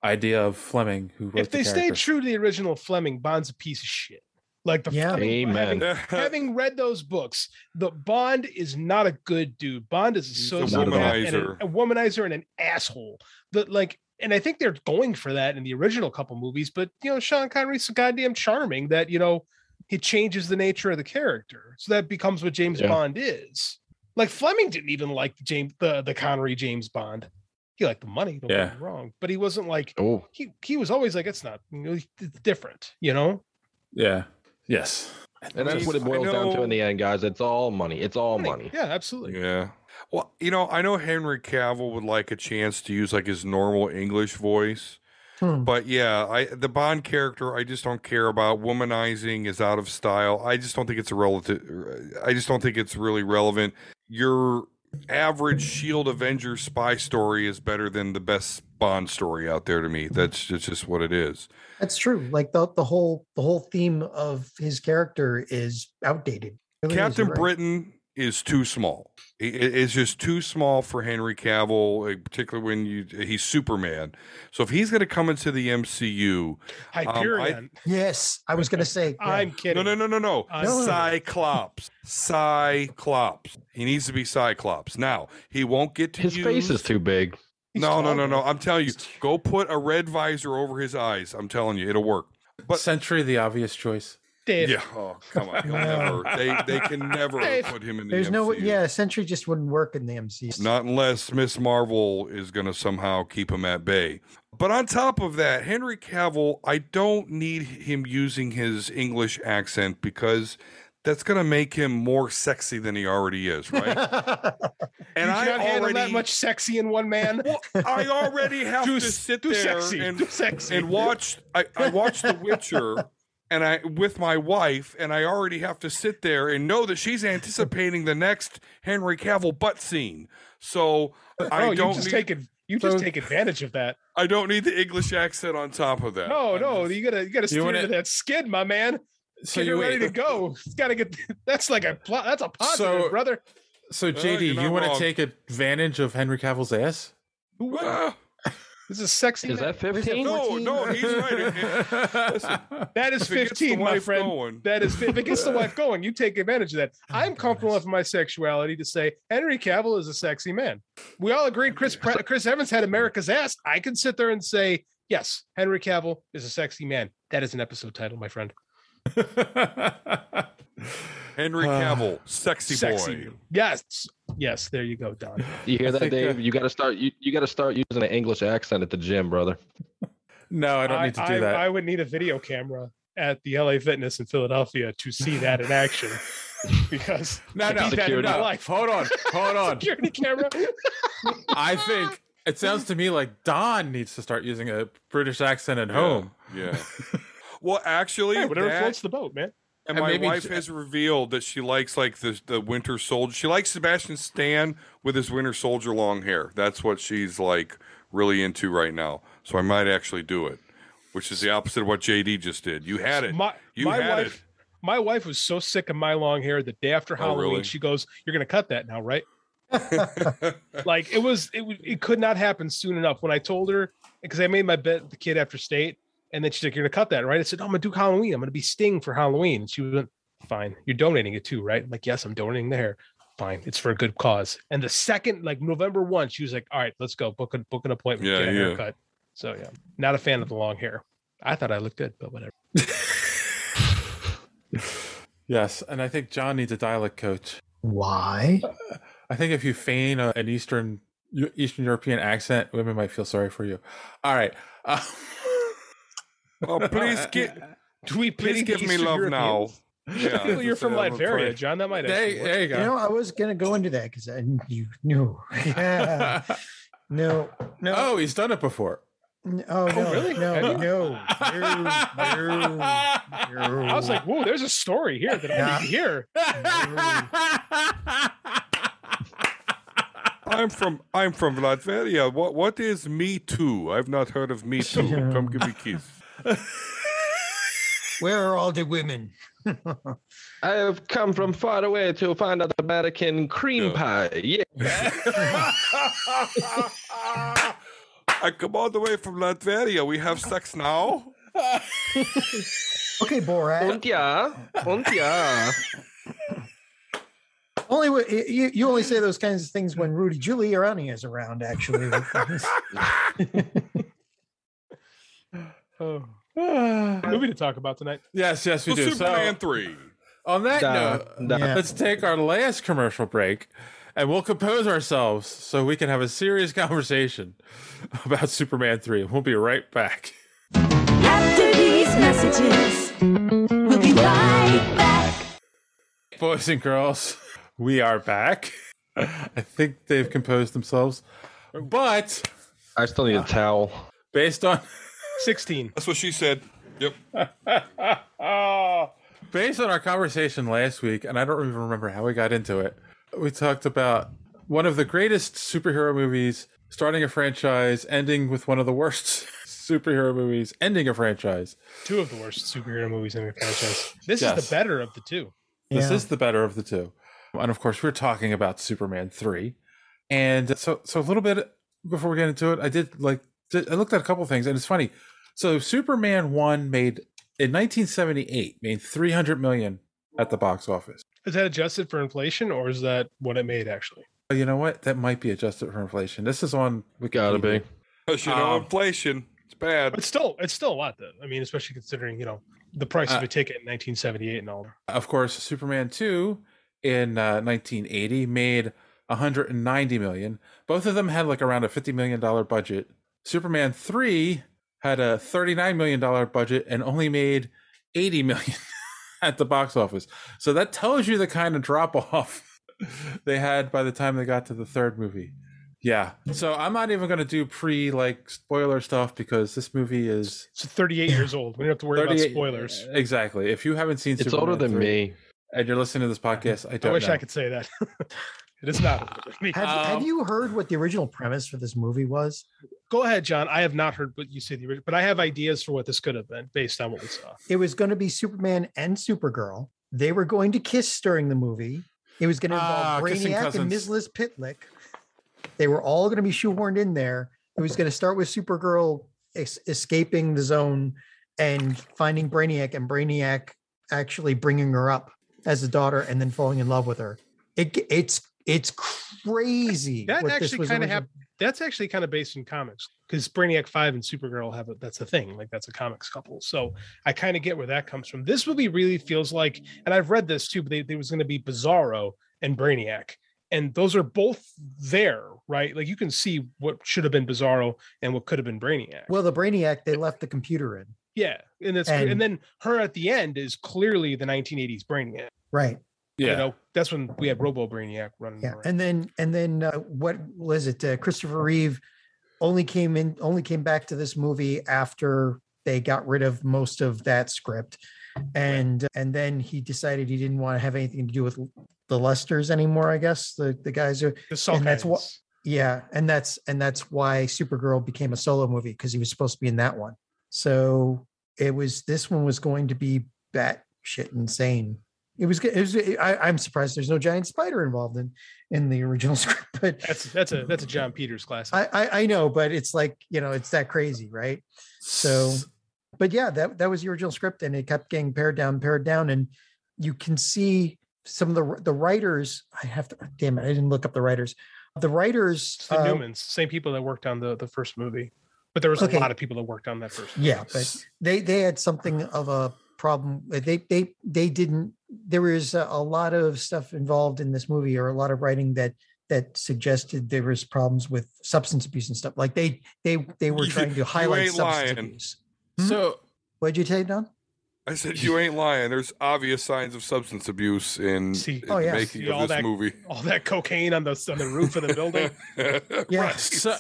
idea of Fleming who wrote if they the stay character. true to the original Fleming, Bond's a piece of shit. Like the Yeah. Fleming- Amen. Having, having read those books, the Bond is not a good dude. Bond is He's a a sociopath, and an- womanizer. a womanizer, and an asshole. That like, and I think they're going for that in the original couple movies. But you know, Sean Connery's so goddamn charming that you know he changes the nature of the character, so that becomes what James Yeah. Bond is. Like Fleming didn't even like the James the the Connery James Bond. He liked the money. Don't Yeah. get me wrong, but he wasn't like Oh, he he was always like it's not you know, it's different you know Yeah. Yes. and that's what it Please, I boils down to know- in the end, guys. It's all money. It's all money. yeah absolutely Yeah. Well, you know, I know Henry Cavill would like a chance to use like his normal English voice, Hmm. but yeah, I the Bond character I just don't care about. Womanizing is out of style. I just don't think it's a relative. I just don't think it's really relevant. Your average Shield E Avenger spy story is better than the best Bond story out there to me. That's that's just what it is. That's true. Like the the whole the whole theme of his character is outdated. It really is, Captain you're right. Britain is too small. I- i- It's just too small for Henry Cavill, eh, particularly when you he's Superman. So if he's going to come into the MCU, hyperion Yes, I was gonna say. yeah. I, am kidding Um, no, no, no, no, no, I- No, no, no. Cyclops, Cyclops. He needs to be Cyclops. Now he won't get to His face use- is too big. He's No, no, no, taller. no. I'm telling you, go put a red visor over his eyes. I'm telling you, it'll work. But- Century the obvious choice. Dave, Yeah. Oh, come on. He'll never. They they can never Dave. put him in the There's no. MCU. Yeah, Sentry just wouldn't work in the MCU. Not unless Miss Marvel is going to somehow keep him at bay. But on top of that, Henry Cavill, I don't need him using his English accent because that's going to make him more sexy than he already is, right? And and you I I can't handle that already- much sexy in one man. I already have Do to s- sit do there sexy, and do sexy. and watch. I, I watched The Witcher, and I with my wife, and I already have to sit there and know that she's anticipating the next Henry Cavill butt scene. So I oh, you don't just need, take it. You just take advantage of that. I don't need the English accent on top of that. No, no, you gotta you gotta You steer wanna- to that skid, my man. So get you it ready wait. to go. It's gotta get. That's like a plot. That's a positive, So- brother. So Oh, JD, you're not you want wrong. to take advantage of Henry Cavill's ass? Who wouldn't? This is sexy. Is that man. 15? No, Ah, no, he's right. It- it- listen, That is If it gets the 15, my wife friend. going. That is if it gets the wife going, you take advantage of that. Oh I'm comfortable enough with my sexuality to say Henry Cavill is a sexy man. We all agreed Chris Pratt, Chris Evans had America's ass. I can sit there and say, yes, Henry Cavill is a sexy man. That is an episode title, my friend. Henry Cavill, sexy, boy. Yes. Yes, there you go, Don. You hear I that, think, Dave? uh, you got to start. You, you got to start using an English accent at the gym, brother. No, I don't need to do I, that. I would need a video camera at the LA Fitness in Philadelphia to see that in action. Because No, I no, need that in no. my life. Hold on, hold on. Security camera. I think it sounds to me like Don needs to start using a British accent at Yeah, home. Yeah. Well, actually, Hey, whatever that- floats the boat, man. And, And my maybe wife j- has revealed that she likes like the the Winter Soldier. She likes Sebastian Stan with his Winter Soldier long hair. That's what she's like really into right now. So I might actually do it, which is the opposite of what JD just did. You had it. My, you my had wife, my wife was so sick of my long hair the day after Halloween. really? She goes, "You're gonna cut that now, right?" like it was, it was- it could not happen soon enough. When I told her, because I made my bet with the kid after state, and then she's like, "You're gonna cut that, right?" I said, "No, I'm gonna do Halloween. I'm gonna be Sting for Halloween." And she went, "Fine, you're donating it too, right?" I'm like, "Yes, I'm donating the hair." Fine, it's for a good cause. And the second, like November one, she was like, "All right, let's go book a book an appointment, Yeah, get a yeah. haircut." So yeah, not a fan of the long hair. I thought I looked good, but whatever. Yes, and I think John needs a dialect coach. Why? I think if you feign a, an Eastern Eastern European accent, women might feel sorry for you. All right. Uh, it. Oh, please get Do we please pity give me Eastern love now. Europeans? Yeah, Well, you're from I'm afraid. Latveria, John. That might There, actually work. there you You know, go. I was gonna go into that because I you knew. Yeah. No. No. Oh, he's done it before. n- Oh, no. really? No. Have you? No. No. No. I was like, whoa, there's a story here that I Nah. didn't hear. I'm from I'm from Latveria. What what is Me Too? I've not heard of Me Too. Come give me a kiss. Where are all the women? I have come from far away to find out about American cream pie. Yeah. I come all the way from Latveria. We have sex now. Okay, Borat. Und ja. Und ja. Only wh- you, you only say those kinds of things when Rudy Giuliani is around. Actually, Oh. Movie to talk about tonight. Yes, yes, we Well, do. Superman so, three. on that Da, note, da. Yeah. let's take our last commercial break and we'll compose ourselves so we can have a serious conversation about Superman 3. We'll be right back. After these messages, we'll be right back. Boys and girls, we are back. I think they've composed themselves. But I still need a towel. based on 16. That's what she said. Yep. Ah, based on our conversation last week, and I don't even remember how we got into it, we talked about one of the greatest superhero movies starting a franchise, ending with one of the worst superhero movies, ending a franchise. Two of the worst superhero movies in the franchise. This is Yes. the better of the two. This Yeah. is the better of the two. And of course, we're talking about Superman 3. And so, so a little bit before we get into it, I did like, did, I looked at a couple things and it's funny. So, Superman 1 made in 1978 made 300 million at the box office. Is that adjusted for inflation or is that what it made actually? Oh, you know what? That might be adjusted for inflation. This is on Wikipedia. Gotta be. Because you know Um, inflation. It's bad. But still, it's still a lot though. I mean, especially considering, you know, the price Uh, of a ticket in 1978 and all. Of course, Superman 2 in uh, 1980 made 190 million. Both of them had like around a 50 million dollar budget. Superman 3 had a 39 million dollar budget and only made 80 million. at the box office. So that tells you the kind of drop off they had by the time they got to the third movie. Yeah. So I'm not even going to do pre like spoiler stuff because this movie is It's 38 years old. We don't have to worry about 38 spoilers. Exactly. If you haven't seen It's Superman older than 3, me. and you're listening to this podcast, I I don't wish know. I could say that. it is not. I mean, Have, Um, have you heard what the original premise for this movie was? Go ahead, John. I have not heard what you said, but I have ideas for what this could have been based on what we saw. It was going to be Superman and Supergirl. They were going to kiss during the movie. It was going to Ah, involve kissing Brainiac and cousins. Ms. Liz Pitlick. They were all going to be shoehorned in there. It was going to start with Supergirl es- escaping the zone and finding Brainiac, and Brainiac actually bringing her up as a daughter and then falling in love with her. It, g- it's it's crazy. That what this actually was kind of originally- happened. That's actually kind of based in comics because Brainiac Five and Supergirl have a, that's a thing. Like that's a comics couple. So I kind of get where that comes from. This movie really feels like, and I've read this too, but they, there was going to be Bizarro and Brainiac, and those are both there, right? Like you can see what should have been Bizarro and what could have been Brainiac. Well, the Brainiac, they left the computer in. Yeah, and that's And- and then her at the end is clearly the 1980s Brainiac. Right. Yeah. You know, that's when we had Robo Brainiac running Yeah, around. and then and then uh, what was it? Uh, Christopher Reeve only came in, only came back to this movie after they got rid of most of that script, and and then he decided he didn't want to have anything to do with the Lusters anymore. I guess the the guys are The Salkinds. and that's what- yeah, and that's and that's why Supergirl became a solo movie because he was supposed to be in that one. So it was this one was going to be batshit insane. It was. It was I, I'm surprised there's no giant spider involved in in the original script, but That's that's a that's a John Peters classic. I, I I know, but it's like you know, it's that crazy, right? So, but yeah, that that was the original script, and it kept getting pared down, pared down, and you can see some of the the writers. I have to damn it, I didn't look up the writers. The writers, It's the uh, Newmans, same people that worked on the the first movie, but there was Okay. a lot of people that worked on that first. Movie. yeah, but they they had something of a problem. uh, They they they didn't. There was a, a lot of stuff involved in this movie, or a lot of writing that that suggested there was problems with substance abuse and stuff. Like they they they were You- trying to you highlight ain't substance lying. abuse. So What'd you say, Don? I said you ain't lying. There's obvious signs of substance abuse in, See- in Oh, the yeah. making See of all this that- movie. all that cocaine on the on the roof of the building. Yes. so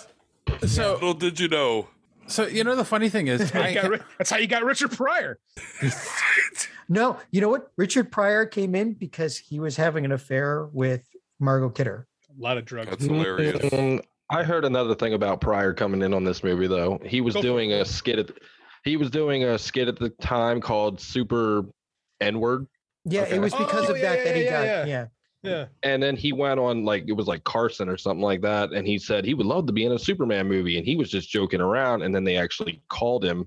so Little did you know. so you know the funny thing is How you got I, ri- that's how you got Richard Pryor. No, you know what? Richard Pryor came in because he was having an affair with Margot Kidder. A lot of drugs. That's hilarious. Mm, I heard another thing about Pryor coming in on this movie though. He was Go for doing a skit at he was doing a skit at the time called Super N-word. Yeah, Okay. it was because Oh, of yeah, that yeah, that he yeah, got. Yeah. yeah. Yeah, And then he went on like it was like Carson or something like that. And he said he would love to be in a Superman movie. And he was just joking around. And then they actually called him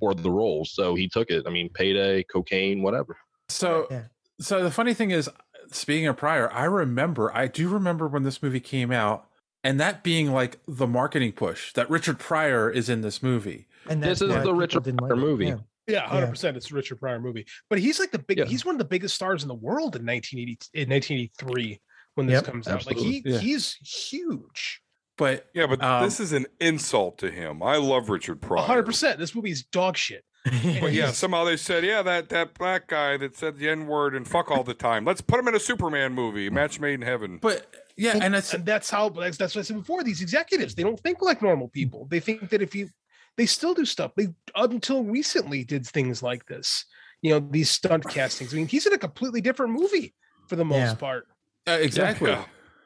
for the role. So he took it. I mean, payday, cocaine, whatever. Oh, so Yeah. so the funny thing is speaking of prior i remember i do remember when this movie came out and that being like the marketing push that richard pryor is in this movie And This is that's why the people Richard didn't Pryor it. movie. Yeah. yeah, hundred percent. It's a Richard Pryor movie, but he's like the big. Yeah. He's one of the biggest stars in the world in nineteen eighty in nineteen eighty three when this Yep. comes out. Like he Absolutely. Yeah. he's huge. but Yeah, but Um, this is an insult to him. I love Richard Pryor. hundred percent. This movie is dog shit. But yeah, He's- somehow they said, yeah, that, that black guy that said the N word and fuck all the time. Let's put him in a Superman movie, match made in heaven. but yeah and it's and that's how that's, that's what I said before. These executives, they don't think like normal people. They think that if you, they still do stuff. They up until recently did things like this. You know, these stunt castings. I mean, he's in a completely different movie for the most Yeah. part. uh, exactly Yeah.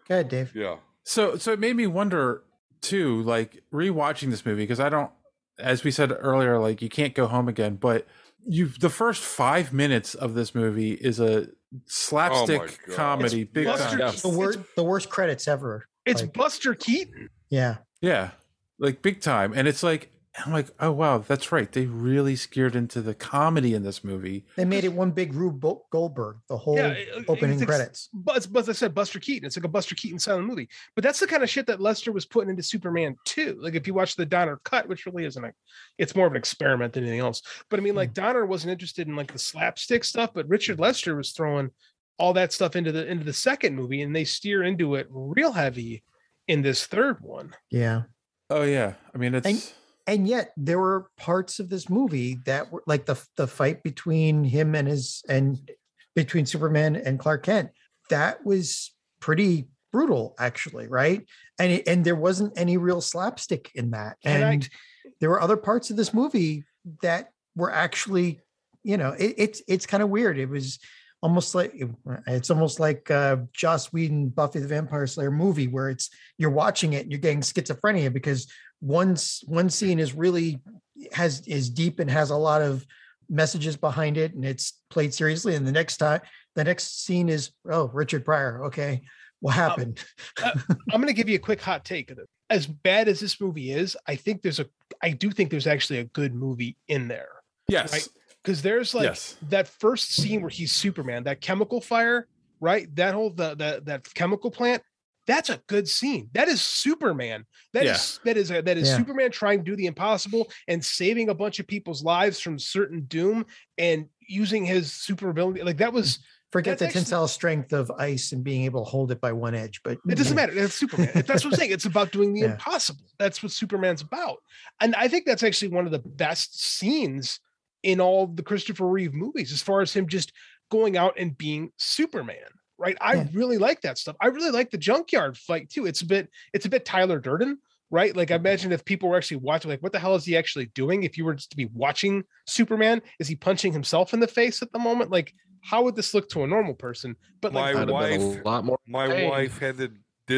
Go ahead, Dave. yeah. So so it made me wonder too, like rewatching this movie because I don't, as we said earlier, like you can't go home again. But you, the first five minutes of this movie is a slapstick God. comedy, big Buster time. The It's- worst, the worst credits ever. It's Like- Buster Keaton. Yeah, Yeah, like big time, and it's like I'm like, oh wow, that's right. They really scared into the comedy in this movie. they made it one big Rube Bo- Goldberg. The whole Yeah, it- it- opening it's- credits. But it's- but as I said, Buster Keaton. It's like a Buster Keaton silent movie. But that's the kind of shit that Lester was putting into Superman 2. Like if you watch the Donner cut, which really isn't a it's more of an experiment than anything else. But I mean, like Donner wasn't interested in like the slapstick stuff, but Richard Lester was throwing all that stuff into the into the second movie, and they steer into it real heavy in this third one. Yeah, Oh yeah, I mean it's And- and yet there were parts of this movie that were like the the fight between him and his and between Superman and Clark Kent that was pretty brutal actually right and it, and there wasn't any real slapstick in that And and, I- there were other parts of this movie that were actually you know it, it's it's kind of weird it was almost like it's almost like uh Joss Whedon Buffy the Vampire Slayer movie where it's you're watching it and you're getting schizophrenia because one's one scene is really has is deep and has a lot of messages behind it and it's played seriously and the next time the next scene is oh Richard Pryor okay what happened I'm going to give you a quick hot take. of it. As bad as this movie is, I think there's a, I do think there's actually a good movie in there. Yes. Because there's like Yes. that first scene where he's Superman, that chemical fire, right? That whole the, the that chemical plant. That's a good scene. That is Superman. That is that is that is Yeah. Superman trying to do the impossible and saving a bunch of people's lives from certain doom and using his super ability. Like that was forget that's the actually- tensile strength of ice and being able to hold it by one edge but it doesn't matter. That's Superman. That's what I'm saying. It's about doing the Yeah. impossible. That's what Superman's about. And I think that's actually one of the best scenes in all the Christopher Reeve movies, as far as him just going out and being Superman. Right. I Yeah. really like that stuff. I really like the junkyard fight too. It's a bit, it's a bit Tyler Durden, right? Like I imagine if people were actually watching, like, what the hell is he actually doing? If you were just to be watching Superman, is he punching himself in the face at the moment? Like, how would this look to a normal person? But like my I'd have been wife, a lot more. my pain. wife had the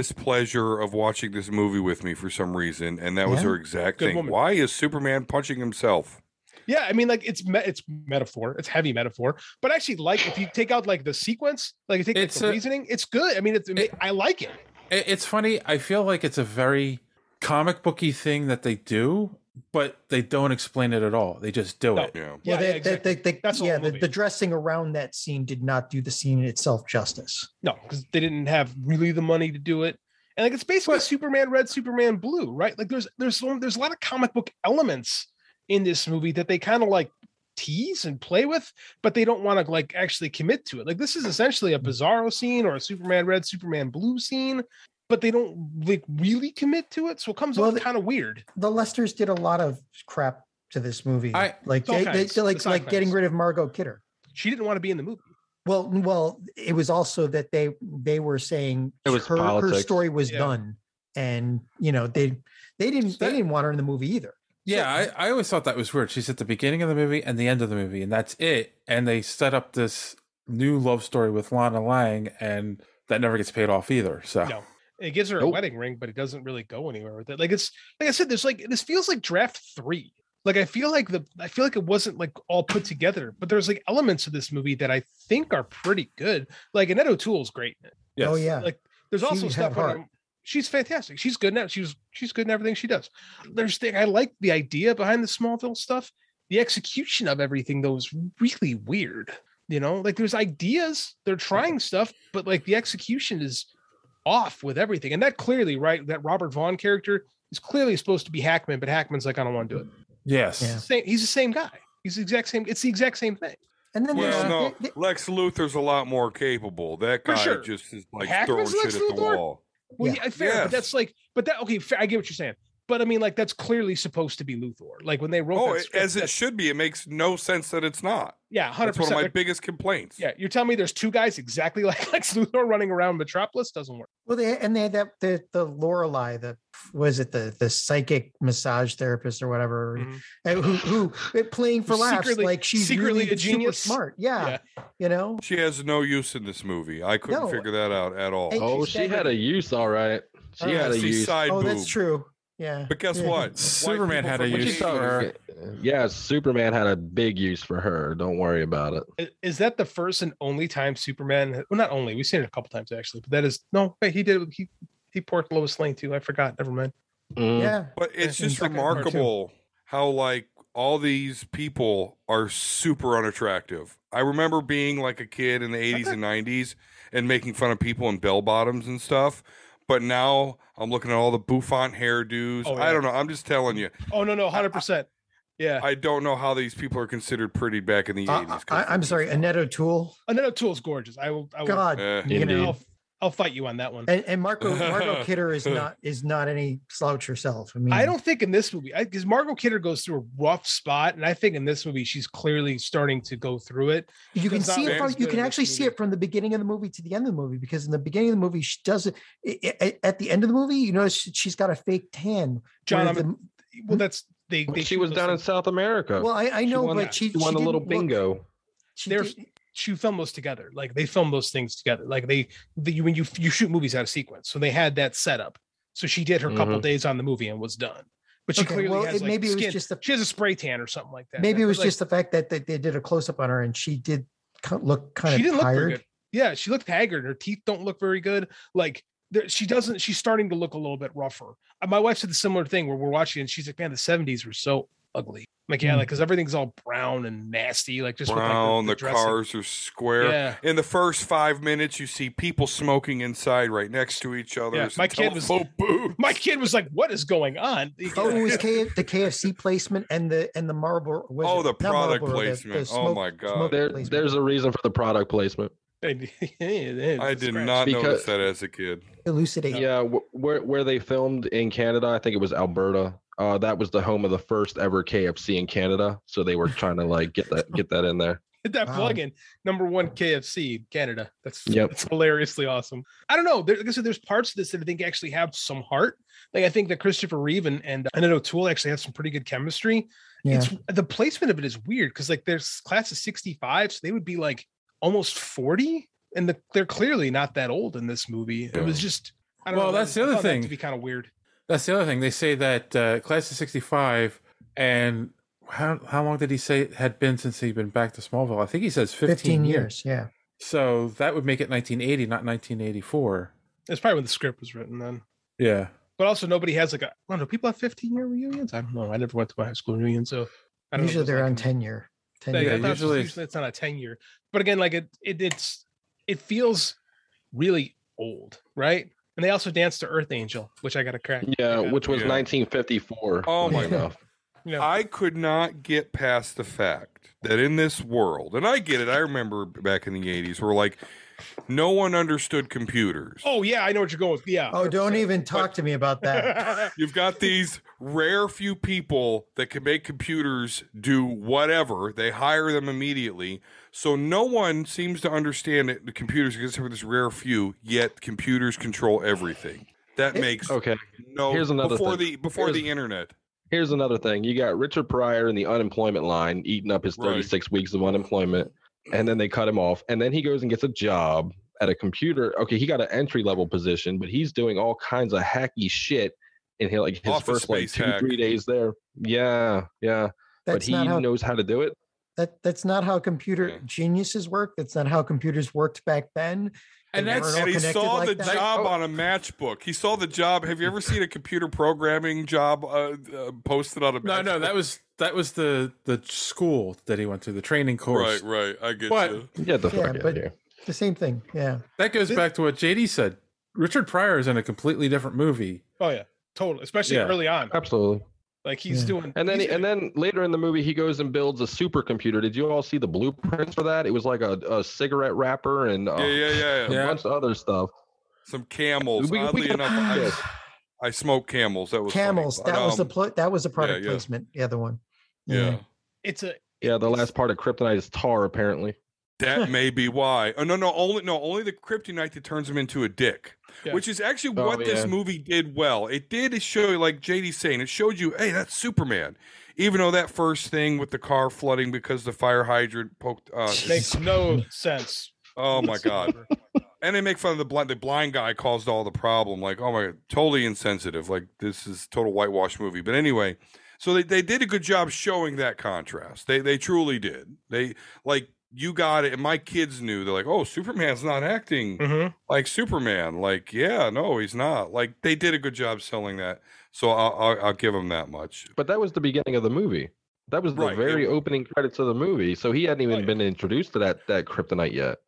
displeasure of watching this movie with me for some reason, and that was Yeah. her exact Good thing. woman. Why is Superman punching himself? Yeah, I mean, like it's me- it's metaphor, it's heavy metaphor, but actually, like if you take out like the sequence, like you take like, It's the a- reasoning, it's good. I mean, it's I like it. It, it's funny. I feel like it's a very comic booky thing that they do, but they don't explain it at all. They just do No. it. Yeah. Yeah, well, yeah, they, they, exactly. they, they, That's the yeah, whole the, movie. the dressing around that scene did not do the scene itself justice. No, because they didn't have really the money to do it, and like it's basically Superman Red, Superman Blue, right? Like there's there's some, there's a lot of comic book elements in this movie that they kind of like tease and play with, but they don't want to like actually commit to it. Like this is essentially a Bizarro scene or a Superman Red, Superman Blue scene, but they don't like really commit to it, so it comes Well, off the- kind of weird. The Lesters did a lot of crap to this movie, I- like all they, they, kinds, like it's all like getting kinds. rid of Margot Kidder. She didn't want to be in the movie. Well, well, it was also that they they were saying It was her, her politics. story was Yeah. done, and you know they they didn't they That- didn't want her in the movie either. Yeah, I, I always thought that was weird. She's at the beginning of the movie and the end of the movie, and that's it. And they set up this new love story with Lana Lang, and that never gets paid off either. So No. It gives her a Nope. wedding ring, but it doesn't really go anywhere with it. Like it's like I said, there's like this feels like draft three. Like I feel like the I feel like it wasn't like all put together, but there's like elements of this movie that I think are pretty good. Like Annette O'Toole's great. in it. yes. Oh yeah, Like there's She also had stuff heart. on she's fantastic. She's good now. She was she's good in everything she does. There's thing I like the idea behind the Smallville stuff. The execution of everything though is really weird. You know, like there's ideas, they're trying stuff, but like the execution is off with everything. And that clearly, right? That Robert Vaughn character is clearly supposed to be Hackman, but Hackman's like, I don't want to do it. Yes. Yeah. Same, he's the same guy. He's the exact same. It's the exact same thing. and then there's Well, no, th- th- Lex Luthor's a lot more capable. That For guy sure. just is like Hackman's throwing Lex shit at the Luthor? wall. Well, Yeah. yeah, fair. But Yes. that's like, but that okay. Fair, I get what you're saying. But I mean, like, that's clearly supposed to be Luthor. Like when they wrote, Oh, that it- script, as it that's- should be. It makes no sense that it's not. yeah, hundred That's one of percent. my biggest complaints. Yeah, you're telling me there's two guys exactly like Lex Luthor running around Metropolis doesn't work. well they and they had that the the Lorelei the was it the the psychic massage therapist or whatever Mhm. uh, who who playing for Who's laughs secretly- like she's secretly really a genius. super smart yeah you know She has no use in this movie. I couldn't No. figure that out at all. And Oh, she's she dead had now. a use, all right. She Oh, had a Nasty use. side oh that's boob. true yeah But guess Yeah. what? Superman people had a from use Wikipedia- for her. Yeah, Superman had a big use for her. Don't worry about it. I- Is that the first and only time Superman? Well, not only we've seen it a couple times actually, but that is no. Wait, he did. He he porked Lois Lane too. I forgot. Never mind. Mm. yeah But it's in just second part, too. remarkable how like all these people are super unattractive. I remember being like a kid in the 80s and 90s and making fun of people in bell bottoms and stuff. But now I'm looking at all the bouffant hairdos. Oh, yeah. I don't know. I'm just telling you. Oh no no, hundred percent. Yeah, I don't know how these people are considered pretty back in the Uh, 80s. 'cause I, I'm sorry Annette O'Toole Oh, Annette O'Toole's gorgeous. I will. I will God Eh. you Indeed. know I'll, I'll fight you on that one. And, and Marco Marco Kidder is not is not any slouch herself. I mean, I don't think in this movie because Margot Kidder goes through a rough spot, and I think in this movie she's clearly starting to go through it. You can She's not see it. very From, good you in can this actually see movie. it from the beginning of the movie to the end of the movie because in the beginning of the movie she doesn't. i- i- At the end of the movie, you notice she- she's got a fake tan. John, where I'm- the- Well, that's they. they she was down in South America. well, I, I She know, won- but she, she won she the little didn't look- bingo. she they're did- she filmed those together. Like they filmed those things together. Like they, the, when you you shoot movies out of sequence, so they had that setup. So she did her couple Mhm. days on the movie and was done. But she Okay, clearly well, has it- like, maybe it was skin- just a- she has a spray tan or something like that. Maybe it was Like, just the fact that they, they did a close up on her and she did co- look kind she of didn't look very tired. good. Yeah, she looked haggard. Her teeth don't look very good. Like there, she doesn't. She's starting to look a little bit rougher. Uh, My wife said the similar thing where we're watching, and she's like, "Man, the '70s were so ugly." I'm like, yeah, Hmm. like because everything's all brown and nasty. Like just Brown, with, like, the, the, dressing. cars are square. Yeah. In the first five minutes, you see people smoking inside right next to each other. "Oh, Yeah, Some my kid was telephone booths. my kid was like, "What is going on?" Oh, it was K- the KFC placement and the and the Marlboro. was Oh, it- the not product Marlboro, the- the placement. Oh smoke- my God. smoke There, placement. there's a reason for the product placement. I I did not Because- notice that as a kid. elucidate. Yeah, wh- where where they filmed in Canada, I think it was Alberta. Uh, that was the home of the first ever KFC in Canada, so they were trying to like get that get that in there. Hit that Wow. plug in. Number one KFC in Canada. That's Yep. that's hilariously awesome. I don't know. There, like I said, there's parts of this that I think actually have some heart. Like I think that Christopher Reeve and, and Annette O'Toole actually have some pretty good chemistry. Yeah. It's the placement of it is weird because like there's class of 65, so they would be like almost 40. And the, they're clearly not that old in this movie. It was just I don't Well, know. that- that's the I other found that thing. to be kind of weird. That's the other thing. They say that uh, class of '65, and how how long did he say it had been since he'd been back to Smallville? I think he says 15, 15 years. years. Yeah. So that would make it 1980, not 1984. It's probably when the script was written then. Yeah. But also nobody has like a I don't know, people have 15 year reunions. I don't know. I never went to my high school reunion, so I don't know if Usually it's they're like on a- 10 year. 10 Like, Yeah, I year. thought usually usually, it's- usually it's not a 10 year. But again, like it, it it's it feels really old, right? And they also dance to Earth Angel, which I got to crack. Yeah, Yeah. which was Yeah. 1954. Oh my funny enough. You know, I could not get past the fact that in this world, and I get it, I remember back in the 80s where like no one understood computers. oh yeah, I know what you're going with. Yeah. Oh, don't even talk to me about that. You've got these rare few people that can make computers do whatever. They hire them immediately. So no one seems to understand it, the computers except for this rare few, yet computers control everything. That makes Okay. no Here's another before thing. the before Here's- the internet. Here's another thing. You got Richard Pryor in the unemployment line eating up his Right. 36 weeks of unemployment, and then they cut him off. And then he goes and gets a job at a computer. Okay, he got an entry level position, but he's doing all kinds of hacky shit. And he like his Office first like space two hack. three days there. Yeah, yeah. but That's he not how knows how to do it. that that's not how computer Yeah. geniuses work. That's not how computers worked back then. And They that's- weren't all And he connected saw like the that. job Oh. on a matchbook. He saw the job. Have you ever seen a computer programming job uh, uh, posted on a No, matchbook? no, that was that was the the school that he went to, the training right, course. right. I get But- you. Get the Yeah, fuck out but- of here. The same thing. Yeah. That goes back to what JD said. Richard Pryor is in a completely different movie. Oh yeah, totally. Especially Yeah. early on, Absolutely. like he's Yeah. doing. And then he's he, and then later in the movie, he goes and builds a supercomputer. Did you all see the blueprints for that? It was like a, a cigarette wrapper and uh, Yeah, yeah, yeah. a yeah. Yeah. bunch of other stuff. Some camels. We- we Oddly can- enough, I, Yes. I smoke camels. That was funny. Camels. But, That was the um, pl- that was the product yeah. placement. The other one. yeah. it's a Yeah, the last part of Kryptonite is tar, apparently. That may be why. Oh no, no, only no, only the kryptonite that turns him into a dick, Yeah. which is actually Oh, what this yeah. movie did well. It did show, like JD's saying, it showed you, hey, that's Superman. Even though that first thing with the car flooding because the fire hydrant poked. Uh, makes no sense. oh my god! And they make fun of the blind. The blind guy caused all the problem. Like, oh my, totally insensitive. Like this is total whitewash movie. But anyway, so they, they did a good job showing that contrast. They they truly did. They like you got it. And my kids knew. They're like, oh, Superman's not acting Mhm. like Superman. Like, yeah, no, he's not. Like they did a good job selling that. So I'll I'll, I'll give them that much. But that was the beginning of the movie. That was the Right, it- very opening credits of the movie. So he hadn't even Oh, yeah. been introduced to that that Kryptonite yet.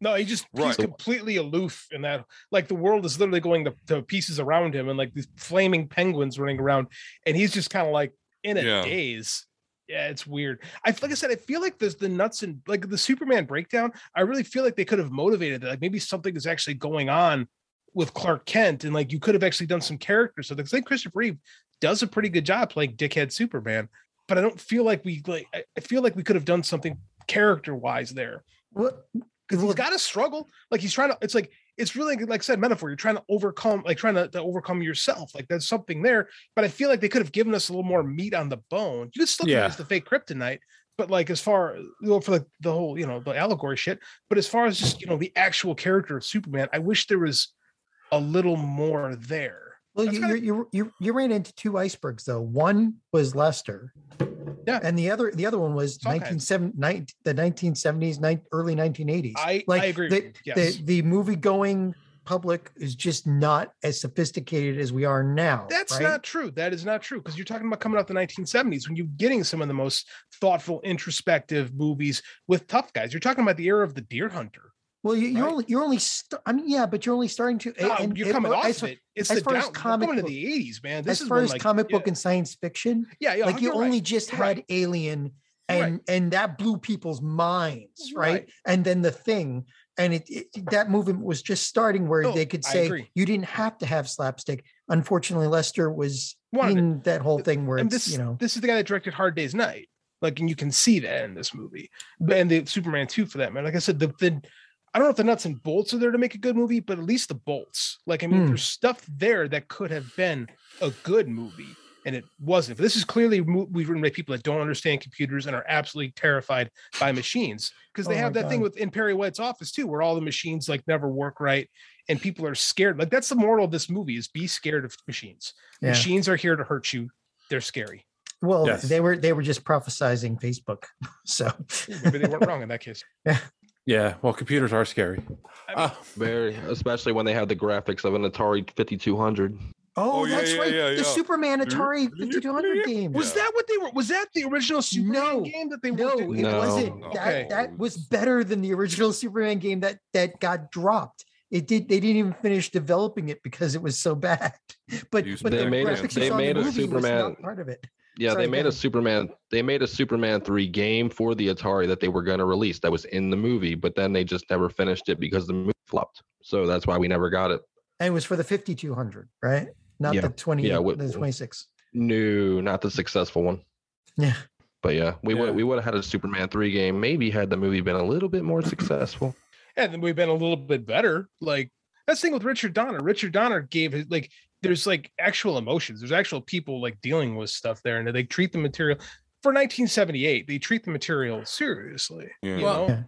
No, he just he's Right. completely aloof in that. Like the world is literally going to, to pieces around him, and like these flaming penguins running around, and he's just kind of like in a Yeah. daze. yeah, it's weird. I like I said, I feel like there's the nuts and like the Superman breakdown. I really feel like they could have motivated that. Like maybe something is actually going on with Clark Kent, and like you could have actually done some character stuff. Because I think Christopher Reeve does a pretty good job playing dickhead Superman, but I don't feel like we like. I I feel like we could have done something character wise there. Because he's got to struggle. Like he's trying to. It's like it's really like I said metaphor. You're trying to overcome, like trying to, to overcome yourself. Like there's something there. But I feel like they could have given us a little more meat on the bone. You could still Yeah. use the fake kryptonite, but like as far well, for like the whole you know the allegory shit. But as far as just you know the actual character of Superman, I wish there was a little more there. Well, That's you, kinda- you you you ran into two icebergs though. One was Lester, yeah, and the other the other one was okay. 1970 nine- the nineteen seventies, early nineteen eighties. I- I agree The, with you, yes. the, the movie going public is just not as sophisticated as we are now. That's right? not true. That is not true because you're talking about coming out the 1970s when you're getting some of the most thoughtful, introspective movies with tough guys. You're talking about the era of the Deer Hunter. Well, you, you're only you're only. St- I mean, yeah, but you're only starting to. No, and you're coming off as- of it. It's as the far as down- we're comic coming to book- the 80s, man. This as is far when, as like, comic yeah. book and science fiction. Yeah, yeah, Like you you're right. only just had Alien, and and that blew people's minds, right? Right. And then the thing, and it, it- that movement was just starting where No, they could Oh, I say agree. you didn't have to have slapstick. Unfortunately, Lester was Wanted in that whole thing where and it's this you know this is the guy that directed Hard Day's Night. Like, and you can see that in this movie, But- and the Superman two for that man. Like I said, the, the I don't know if the nuts and bolts are there to make a good movie, but at least the bolts. Like, I mean, Hmm. there's stuff there that could have been a good movie, and it wasn't. But this is clearly mo- we've written by people that don't understand computers and are absolutely terrified by machines because they Oh have my that thing God. with in Perry White's office too, where all the machines like never work right, and people are scared. Like that's the moral of this movie: is be scared of machines. Yeah. Machines are here to hurt you. They're scary. well Yes. they were they were just prophesizing Facebook, so Maybe they weren't wrong in that case. Yeah, well, computers are scary. Uh, Very, especially when they have the graphics of an Atari 5200. oh, Oh, yeah, that's yeah, right, yeah, the yeah. Superman Atari 5200 game. Was that what they were? Was that the original Superman No, game that they No, worked it in? No. wasn't. Okay. That that was better than the original Superman game that that got dropped. It did. They didn't even finish developing it because it was so bad. But You- but They the made a- graphics you they saw in made the a movie was Superman- not part of it. Yeah, Sorry, they made go a ahead. Superman. They made a Superman three game for the Atari that they were going to release. That was in the movie, but then they just never finished it because the movie flopped. So that's why we never got it. And it was for the 5200, right? Not Yeah. the 20, Yeah, what- the 26. No, not the successful one. Yeah. But yeah, we Yeah. would we would have had a Superman three game. Maybe had the movie been a little bit more successful. and then we've been a little bit better. Like that's the thing with Richard Donner. Richard Donner gave his like there's like actual emotions. There's actual people like dealing with stuff there, and they treat the material for 1978. They treat the material seriously. Yeah. You Well, know?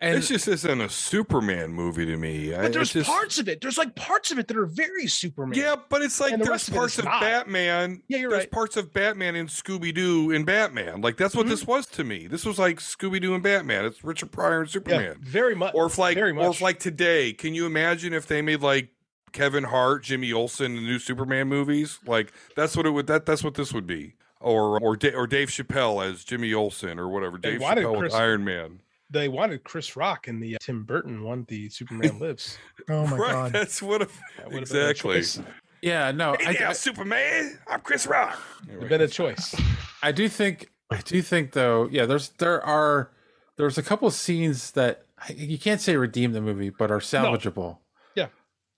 and this just isn't a Superman movie to me. I- But it's there's just- parts of it. There's like parts of it that are very Superman. Yeah, but it's like And the there's rest of it parts is of not. Batman. Yeah, you're there's right. Mm-hmm. parts of Batman and Scooby Doo and Batman. Like that's what this was to me. This was like Scooby Doo and Batman. It's Richard Pryor and Yeah, Superman. very much. Or if like, very or if much. like today, can you imagine if they made like Kevin Hart, Jimmy Olsen, the new Superman movies? Like that's what it would. That that's what this would be. Or or da- or Dave Chappelle as Jimmy Olsen or whatever. They Dave wanted Chappelle with Chris- Iron Man. they wanted Chris Rock in the uh, Tim Burton one, the Superman Lives. Oh my right. God. That's what. A, That would've been a exactly. choice. yeah, no, Hey I, now, I, Superman. I'm Chris Rock. Would've been a choice. I do think I do think though, yeah, there's there are there's a couple of scenes that I- you can't say redeem the movie, but are salvageable. Yeah.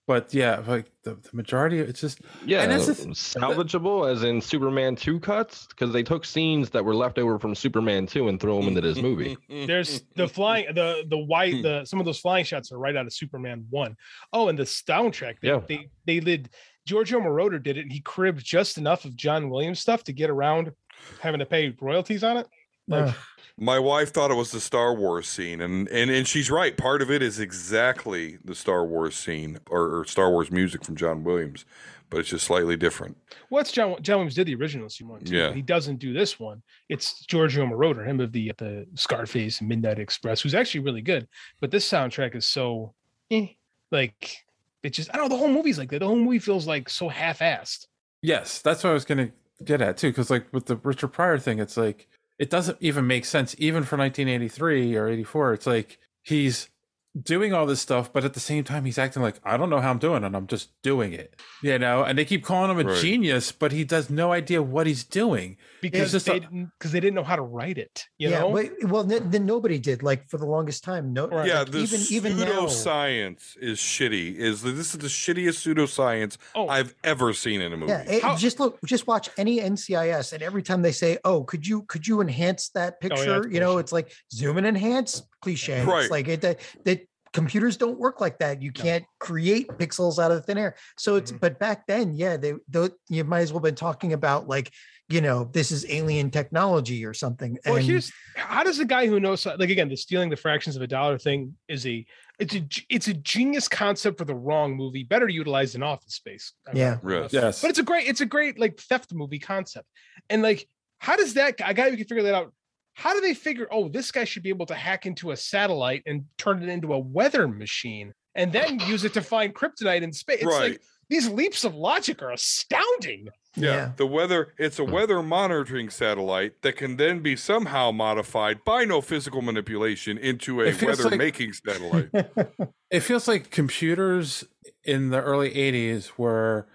But yeah, like the, the majority of it's just Yeah, and that's the th- salvageable as in Superman two cuts because they took scenes that were left over from Superman two and threw them into this movie. There's the flying, the the white, the some of those flying shots are right out of Superman one. Oh, and the soundtrack, they Yeah. they, they did. Giorgio Moroder did it, and he cribbed just enough of John Williams stuff to get around having to pay royalties on it. Like, Ugh. My wife thought it was the Star Wars scene, and and and she's right. Part of it is exactly the Star Wars scene or, or Star Wars music from John Williams, but it's just slightly different. what's John? John Williams did the original scene one, too, Yeah. but He doesn't do this one. It's Giorgio Moroder, him of the uh, the Scarface and Midnight Express, who's actually really good. But this soundtrack is so, eh, like, it just I don't know. The whole movie's like that. The whole movie feels like so half-assed. Yes, that's what I was gonna get at too, because like with the Richard Pryor thing, it's like it doesn't even make sense, even for 1983 or 84. It's like he's doing all this stuff, but at the same time, he's acting like I don't know how I'm doing, and I'm just doing it, you know. And they keep calling him a Right. genius, but he does no idea what he's doing. because just they a- didn't because they didn't know how to write it. You yeah, know, but- well, n- then nobody did. Like for the longest time, no. Yeah, like, the pseudoscience is shitty. Is the, this is the shittiest pseudoscience Oh, I've ever seen in a movie? Yeah, it- just look, just watch any NCIS, and every time they say, "Oh, could you could you enhance that yeah, picture?" it's you know, it's like zoom and enhance cliche. Right. It's like it that, that computers don't work like that. You can't create pixels out of thin air. So it's but back then, yeah, they though you might as well been talking about like you know this is alien technology or something. Well, and here's how does a guy who knows like again the stealing the fractions of a dollar thing is a it's a g- it's a genius concept for the wrong movie. Better utilized in Office Space. I mean, Yeah. Yes. Yes. but it's a great it's a great like theft movie concept. And like, how does that? I got to figure that out. How do they figure? Oh, this guy should be able to hack into a satellite and turn it into a weather machine, and then use it to find kryptonite in space. It's Right. like these leaps of logic are astounding. Yeah. The weather it's a weather monitoring satellite that can then be somehow modified by no physical manipulation into a It feels weather making satellite. It feels like computers in the early 80s were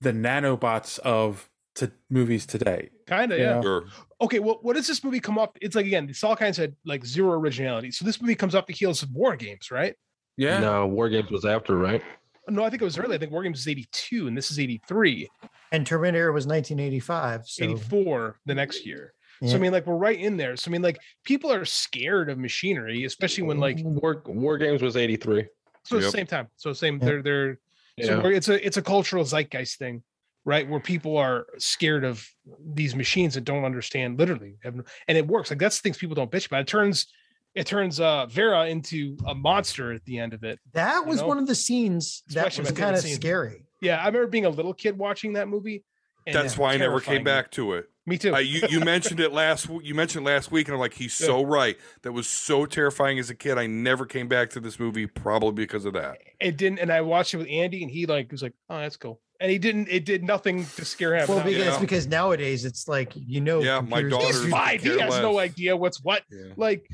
the nanobots of to movies today. Kind of, you yeah. know? Okay, well, what does this movie come up? It's like again, all kinds had like zero originality. So this movie comes off the heels of War Games, right? Yeah. No, War Games was after, right? No, I think it was early. I think War Games is '82, and this is '83, and Terminator was 1985. So '84, the next year. So Yeah. I mean, like we're right in there. So I mean, like people are scared of machinery, especially when like War War Games was eighty three. so it's the same time. So same, they're they're. Yeah. So we're- it's a it's a cultural zeitgeist thing, right? Where people are scared of these machines that don't understand literally, have no- and it works. Like that's the things people don't bitch about. It turns it turns uh Vera into a monster at the end of it. that was know? one of the scenes that Especially was my favorite kind of scene. scary. Yeah, I remember being a little kid watching that movie. and That's it why I never terrifying came me. back to it. Me too. Uh, you you mentioned it last w- you mentioned it last week and I'm like he's so right. That was so terrifying as a kid. I never came back to this movie probably because of that. It didn't, and I watched it with Andy, and he like was like, "Oh, that's cool," and he didn't. It did nothing to scare him. Well, And I was because like, because nowadays it's like you know, Yeah, my computers- daughter- he's five. He care has no less. idea what's what. Like,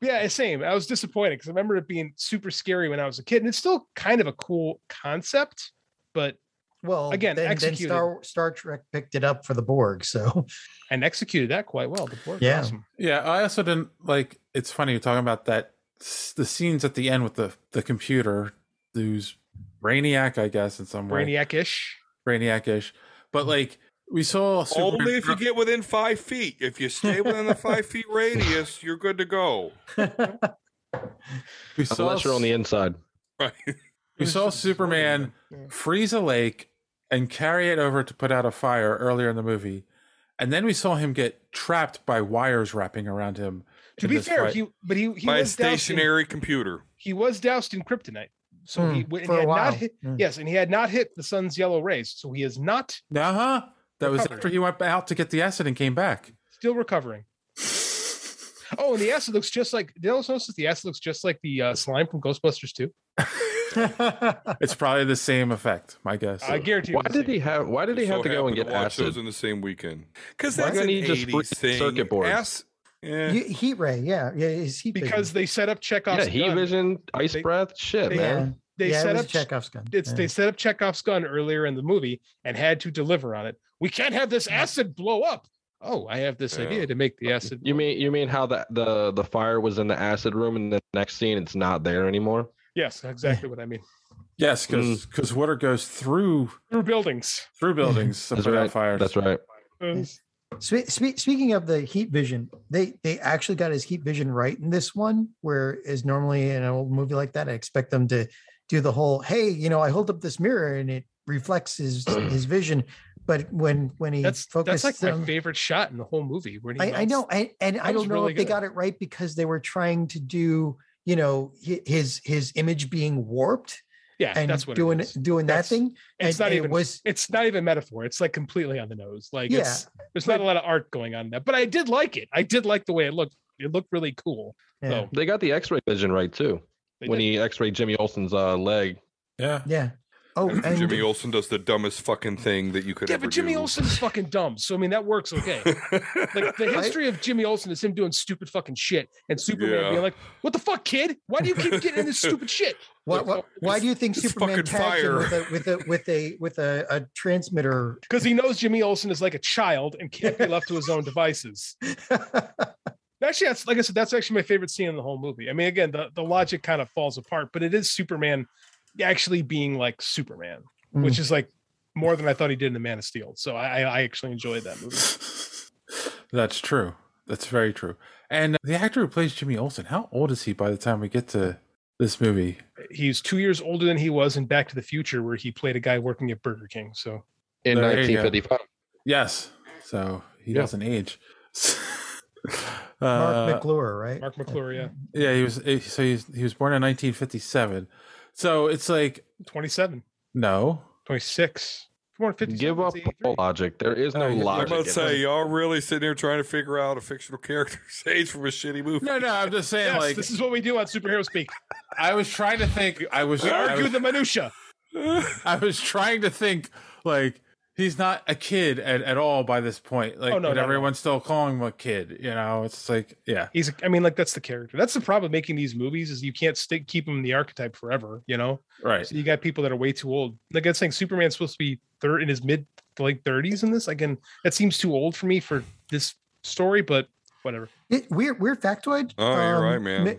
yeah, same. I was disappointed because I remember it being super scary when I was a kid, and it's still kind of a cool concept, but Well, again, then, then executed Star Star Trek picked it up for the Borg, so and executed that quite well. The Borg, Yeah. awesome. Yeah, I also didn't like. It's funny you're talking about that. s- The scenes at the end with the the computer, who's brainiac, I guess, in some way, brainiac-ish. brainiac-ish. But like we saw, Superman Only if you get within five feet. If you stay within the five feet radius, you're good to go. We saw Unless you're on the inside. Right. We saw Superman freeze a lake and carry it over to put out a fire earlier in the movie, and then we saw him get trapped by wires wrapping around him. To in be this fair, fight. he but he he By a was doused in- stationary computer. he was doused in kryptonite. So he, Hmm, w- and for he a had while. not hit, Hmm. yes, and he had not hit the sun's yellow rays. So he is not Uh huh. That was Recovered. after he went out to get the acid and came back. still recovering. Oh, and the acid looks just like. Did you also notice that the acid looks just like the uh, slime from Ghostbusters 2? It's probably the same effect, my guess. I guarantee you Why it was did he have? Why did he So have to go and happy get watch those acid? in the same weekend? Because Why that's an couldn't he just 80s breathe thing. circuit boards? Ass- yeah. Ye- heat ray, yeah, yeah, is heat vision. Because they set up Chekhov's Yeah, heat gun. vision, ice They- breath, shit, they- man. They Yeah, it set was up Chekhov's gun, It's, yeah. They set up Chekhov's gun earlier in the movie and had to deliver on it. We can't have this acid blow up. Oh, I have this idea to make the acid. Oh, You mean you mean how the, the the fire was in the acid room, and the next scene it's not there anymore? Yes, exactly what I mean. Yes, Hmm. because water goes through Through buildings. Um, through buildings to That's put out right. fires. That's right. Spe- spe- speaking of the heat vision, they they actually got his heat vision right in this one, whereas normally in an old movie like that, I expect them to do the whole, hey, you know, I hold up this mirror and it reflects his his vision. But when when he That's focused that's like on- my favorite shot in the whole movie. When he I, um, I melts. know, I, and I That was don't know really if they good. got it right because they were trying to do, you know, hi- his his image being warped. Yeah, and that's what it doing is. doing That's- that thing. It's and not it even was it's not even metaphor. It's like completely on the nose. Like Yeah, it's there's not a lot of art going on in that. But I did like it. I did like the way it looked. It looked really cool. So They got the X-ray vision right too. They when he X-rayed Jimmy Olsen's uh, leg, yeah, yeah. Oh, and Jimmy Olsen does the dumbest fucking thing that you could yeah, ever but Jimmy do. Olsen's fucking dumb. So I mean, that works okay. like the history of Jimmy Olsen is him doing stupid fucking shit, and Superman Yeah. being like, "What the fuck, kid? Why do you keep getting in this stupid shit?" What, what, why do you think Superman tagged him with a with a with a with a, a transmitter? Because he knows Jimmy Olsen is like a child and can't be left to his own devices. actually, that's like I said, that's actually my favorite scene in the whole movie. I mean, again, the, the logic kind of falls apart, but it is Superman actually being like Superman, which is like more than I thought he did in the Man of Steel. So I, I actually enjoyed that movie. That's true. That's very true. And the actor who plays Jimmy Olsen, how old is he by the time we get to this movie? He's two years older than he was in Back to the Future, where he played a guy working at Burger King. So In There you go. 1955. Yes. So he Yeah. doesn't age. Mark Uh, McClure, right? Mark McClure, yeah, Yeah, he was. eh, So he was, he was born in 1957. So it's like 27, no, 26. Come on, 50. Give up all logic. There is no Uh, yeah, I'm logic. about to in say, it. y'all really sitting here trying to figure out a fictional character's age from a shitty movie. no, no. I'm just saying. Yes, like this is what we do on Superhero Speak. I was trying to think. I was. We I argue was, the minutia. I was trying to think. Like he's not a kid at, at all by this point. Like, Oh, no, but no, no. everyone's still calling him a kid. You know, it's like yeah. He's, a- I mean, like that's the character. That's the problem with making these movies is you can't stick keep him in the archetype forever. You know, Right. so you got people that are way too old. Like I was saying, Superman's supposed to be third in his mid to like thirties in this. Again, that seems too old for me for this story, but whatever. It, weird, weird factoid. Oh, you're right, man. Ma-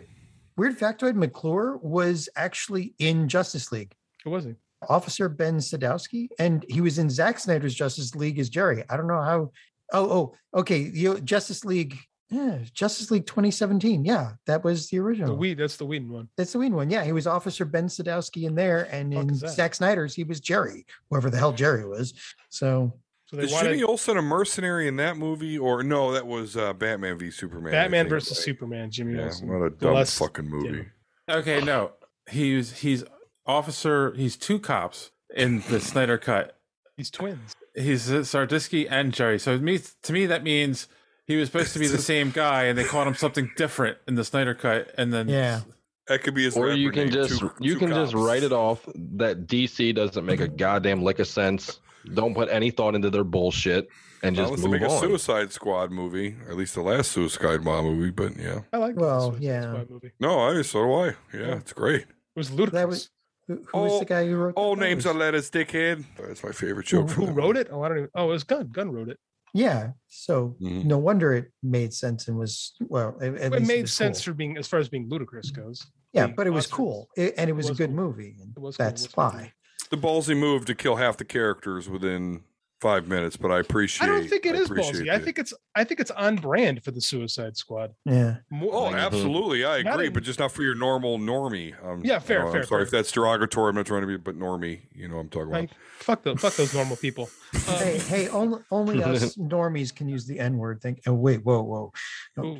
weird factoid. McClure was actually in Justice League. It wasn't. Officer Ben Sadowski, and he was in Zack Snyder's Justice League as Jerry. I don't know how. Oh, oh, okay. You Justice League, yeah, Justice League 2017. Yeah, that was the The original. weed. That's the weed one. That's the Ween one. Yeah, he was Officer Ben Sadowski in there, and Fuck in is that? Zack Snyder's, he was Jerry, whoever the hell Jerry was. So So they Is wanted Jimmy Olsen a mercenary in that movie, or no? That was uh, Batman v Superman. I Batman think, versus right? Superman. Jimmy Yeah, Olsen. what a The dumb less- fucking movie. Okay, no. He's he's officer. He's two cops in the Snyder cut. He's twins. He's Sardisky and Jerry. So it means to me that means he was supposed to be the same guy, and they called him something different in the Snyder cut. And then yeah, That could be his. Or rapper you can name, just Two- you Two can just Cops. write it off that DC doesn't make a goddamn lick of sense. Don't put any thought into their bullshit and just Unless they move make a on. Suicide Squad movie, or at least the last Suicide Squad movie. But yeah, I like. Well, this yeah. movie. It no, I so do I. Yeah, it's great. was ludicrous. that was who, who was Oh, the guy who wrote? All that? names are letters, dickhead. That's my favorite joke. from who, who that wrote it? Oh, I don't even. Oh, it was Gun. Gun wrote it. Yeah, so Mhm. no wonder it made sense and was well. At, at it least made was sense cool. for being as far as being ludicrous goes. yeah, the but it was Oscars. cool, It- and it was, was a good cool. movie. and It was cool. that's It was a good why. the ballsy move to kill half the characters within five minutes, but I appreciate. I don't think it is appreciate ballsy. I the- think it's I think it's on brand for the Suicide Squad. Yeah, More, Oh, absolutely, I Not agree, in- but just not for your normal normie. Um, Yeah, fair, I'm fair, sorry fair. if that's derogatory. I'm not trying to be, but normie. You know, what I'm talking about. Like, fuck those fuck those normal people. Um, hey, hey, only only us normies can use the N word. Think. Oh wait, whoa, whoa. Ooh,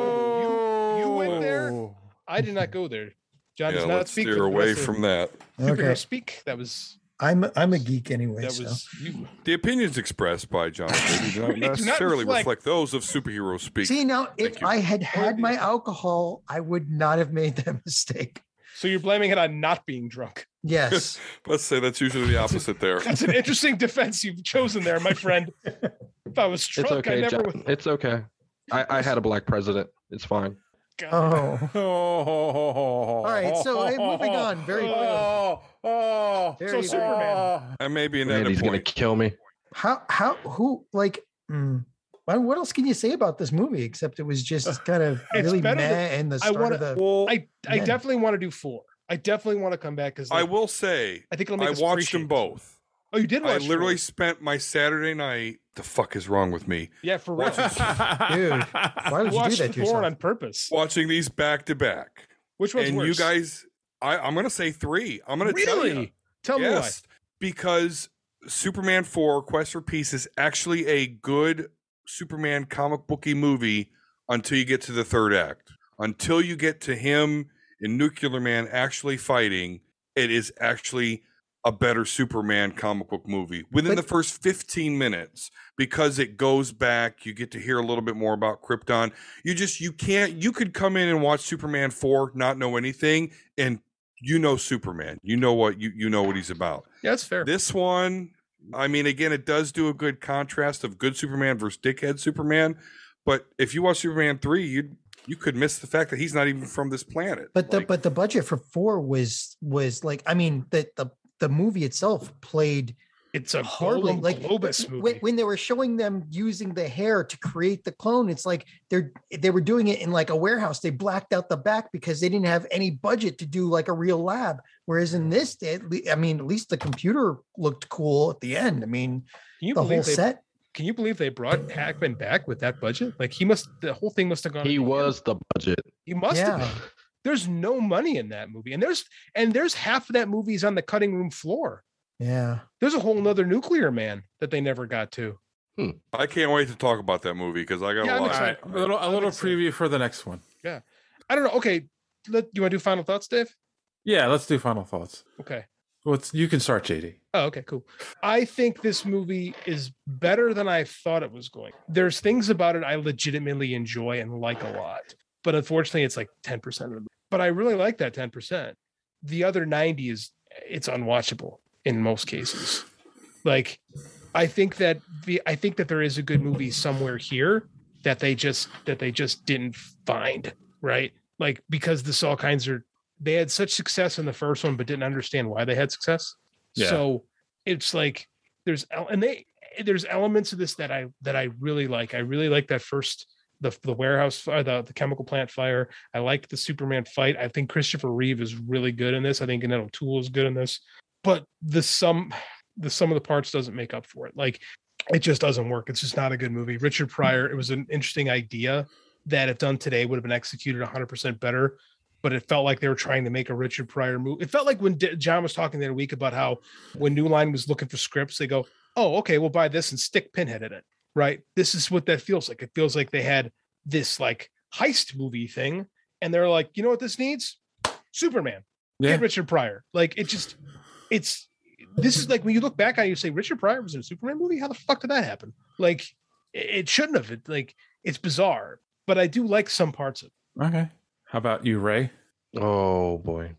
oh, you went there? I did not go there. John yeah, does not let's speak. for steer the away rest of from that. superhero Okay, speak. That was I'm I'm a geek anyway. that so. was you. The opinions expressed by John Brady do not They do not necessarily reflect- reflect... those of superhero speak. See now, Thank if you. I had had the- my alcohol, I would not have made that mistake. So you're blaming it on not being drunk. Yes, Let's say that's usually the opposite there. That's an interesting defense you've chosen there, my friend. If I was drunk, It's okay, I never John. would. It's okay. I, I had a black president. It's fine. God. Oh, Oh, all right, so, hey, moving on very quickly. Oh, oh, Very so quickly. Superman. I may be an Man, he's edit gonna point. kill me. how how who like? Mm, why- what else can you say about this movie except it was just kind of It's really meh better than- and the I start wanna- of the. Well, I, I I Oh, Man. definitely want to do four. I definitely want to come back because will say I think it'll make I us watched them appreciate- both. Oh, you did watch. I literally four. spent my Saturday night. The fuck is wrong with me? yeah for real. watched them- Dude, Why would you do watched that to four yourself? on purpose. Watching these back to back, Which one's and worse? you guys, I, I'm gonna say three. I'm gonna tell you. really tell, me why. because Superman 4 Quest for Peace is actually a good Superman comic booky movie until you get to the third act. Until you get to him and Nuclear Man actually fighting, it is actually a better Superman comic book movie within But- the first 15 minutes because it goes back you get to hear a little bit more about Krypton you just you can't you could come in and watch Superman 4 not know anything and you know Superman. You know what you you know what he's about. Yeah, that's fair. This one, I mean, again, it does do a good contrast of good Superman versus dickhead Superman. But if you watch Superman three, you you could miss the fact that he's not even from this planet. But the but the budget for four was was like I mean the the the movie itself played it's a horribly Golden like Globus when- movie. when they were showing them using the hair to create the clone it's like they're they were doing it in like a warehouse they blacked out the back because they didn't have any budget to do like a real lab whereas in this at le- I mean at least the computer looked cool at the end I mean Can you the believe whole they- set Can you believe they brought Hackman back with that budget? Like he must, the whole thing must have gone. He was the budget. He must have. Yeah. been. There's no money in that movie, and there's and there's half of that movie is on the cutting room floor. yeah There's a whole nother nuclear man that they never got to. I can't wait to talk about that movie because I got Yeah, a I'm lot. All right, a little, a little preview for the next one. Yeah, I don't know. Okay, let, you want to do final thoughts, Dave? Yeah, let's do final thoughts. Okay. Let's, you can start, JD. Oh, okay, cool. I think this movie is better than I thought it was going. There's things about it I legitimately enjoy and like a lot, but unfortunately, it's like 10% of the movie. But I really like that 10%. The other 90 is it's unwatchable in most cases. Like, I think that the I think that there is a good movie somewhere here that they just that they just didn't find right. Like because this all kinds are they had such success in the first one, but didn't understand why they had success. Yeah. So it's like there's el- and they there's elements of this that I that I really like. I really like that first the the warehouse fire, the the chemical plant fire. I liked the Superman fight. I think Christopher Reeve is really good in this. I think Annette O'Toole is good in this. But the sum the sum of the parts doesn't make up for it. Like it just doesn't work. It's just not a good movie. Richard Pryor. It was an interesting idea that if done today would have been executed 100% better but it felt like they were trying to make a Richard Pryor move. It felt like when D- John was talking the other week about how when New Line was looking for scripts, they go, "Oh, okay, we'll buy this and stick Pinhead in it." Right? This is what that feels like. It feels like they had this like heist movie thing, and they're like, "You know what this needs? Superman. Yeah. Get Richard Pryor." Like it just, it's this is like when you look back on it, you say Richard Pryor was in a Superman movie. How the fuck did that happen? Like it, it shouldn't have. It like it's bizarre, but I do like some parts of. it. Okay. How about you, Ray? Oh boy.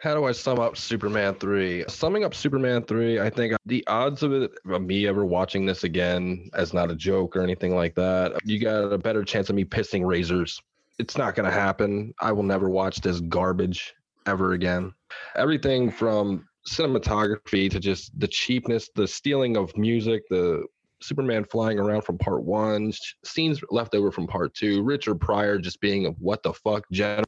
How do I sum up Superman 3? Summing up Superman 3, I think the odds of it of me ever watching this again as not a joke or anything like that, you got a better chance of me pissing razors. It's not going to happen. I will never watch this garbage ever again. Everything from cinematography to just the cheapness, the stealing of music, the Superman flying around from part one, sh- scenes left over from part two, Richard Pryor just being a what the fuck general.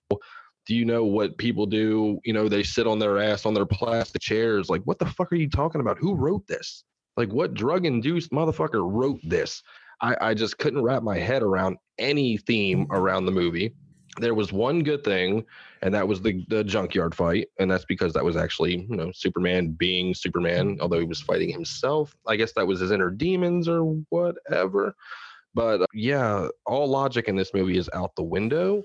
Do you know what people do? You know, they sit on their ass on their plastic chairs. Like, what the fuck are you talking about? Who wrote this? Like, what drug induced motherfucker wrote this? I, I just couldn't wrap my head around any theme around the movie. There was one good thing, and that was the, the junkyard fight. And that's because that was actually, you know, Superman being Superman, although he was fighting himself. I guess that was his inner demons or whatever. But uh, yeah, all logic in this movie is out the window.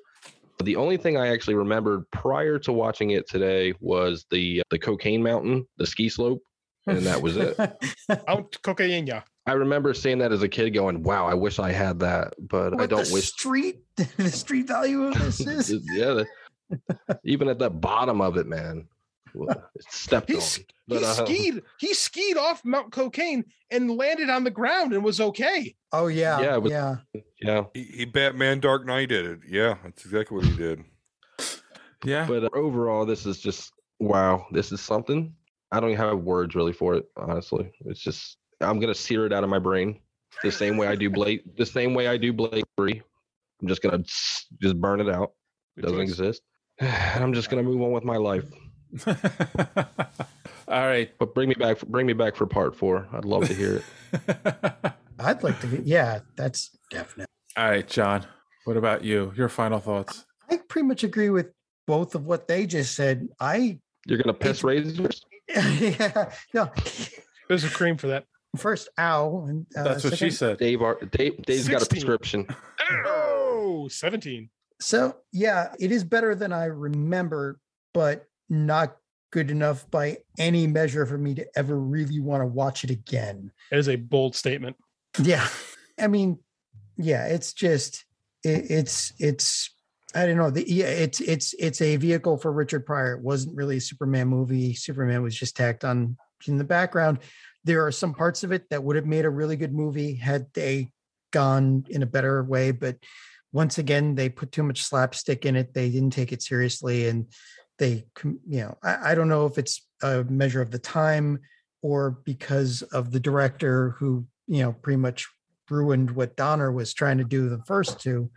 The only thing I actually remembered prior to watching it today was the the cocaine mountain, the ski slope, and that was it. Out cocaine, yeah. I remember seeing that as a kid, going, "Wow, I wish I had that," but I What don't the wish. street the street value of this is yeah, the- even at the bottom of it, man, well, it's stepped He on. sk- But, he uh, skied. He skied off Mount Cocaine and landed on the ground and was okay. oh yeah Yeah, yeah, it was- yeah, He, he Batman Dark Knight did it. Yeah, that's exactly what he did. Yeah. but uh, overall, this is just wow. This is something. I don't have words really for it. Honestly, it's just I'm gonna sear it out of my brain the same way I do Blade. The same way I do Blade Three. I'm just gonna s- just burn it out. Good Doesn't choice. exist. And I'm just gonna move on with my life. All right. But bring me back. Bring me back for part four. I'd love to hear it. I'd like to be yeah that's definite All right, John. What about you? Your final thoughts? I pretty much agree with both of what they just said I You're gonna piss razors. yeah no There's a cream for that. first ow and uh, That's what she second- said. Dave, are, Dave, Dave's got a 16. prescription. Oh, 17. So yeah, it is better than I remember, but not good enough by any measure for me to ever really want to watch it again. That is a bold statement. Yeah. I mean, yeah, it's just it, it's it's I don't know. The, yeah, it's it's it's a vehicle for Richard Pryor. It wasn't really a Superman movie. Superman was just tacked on in the background. There are some parts of it that would have made a really good movie had they gone in a better way, but once again, they put too much slapstick in it. They didn't take it seriously, and they, com- you know, I, I don't know if it's a measure of the time or because of the director who, you know, pretty much ruined what Donner was trying to do the first two.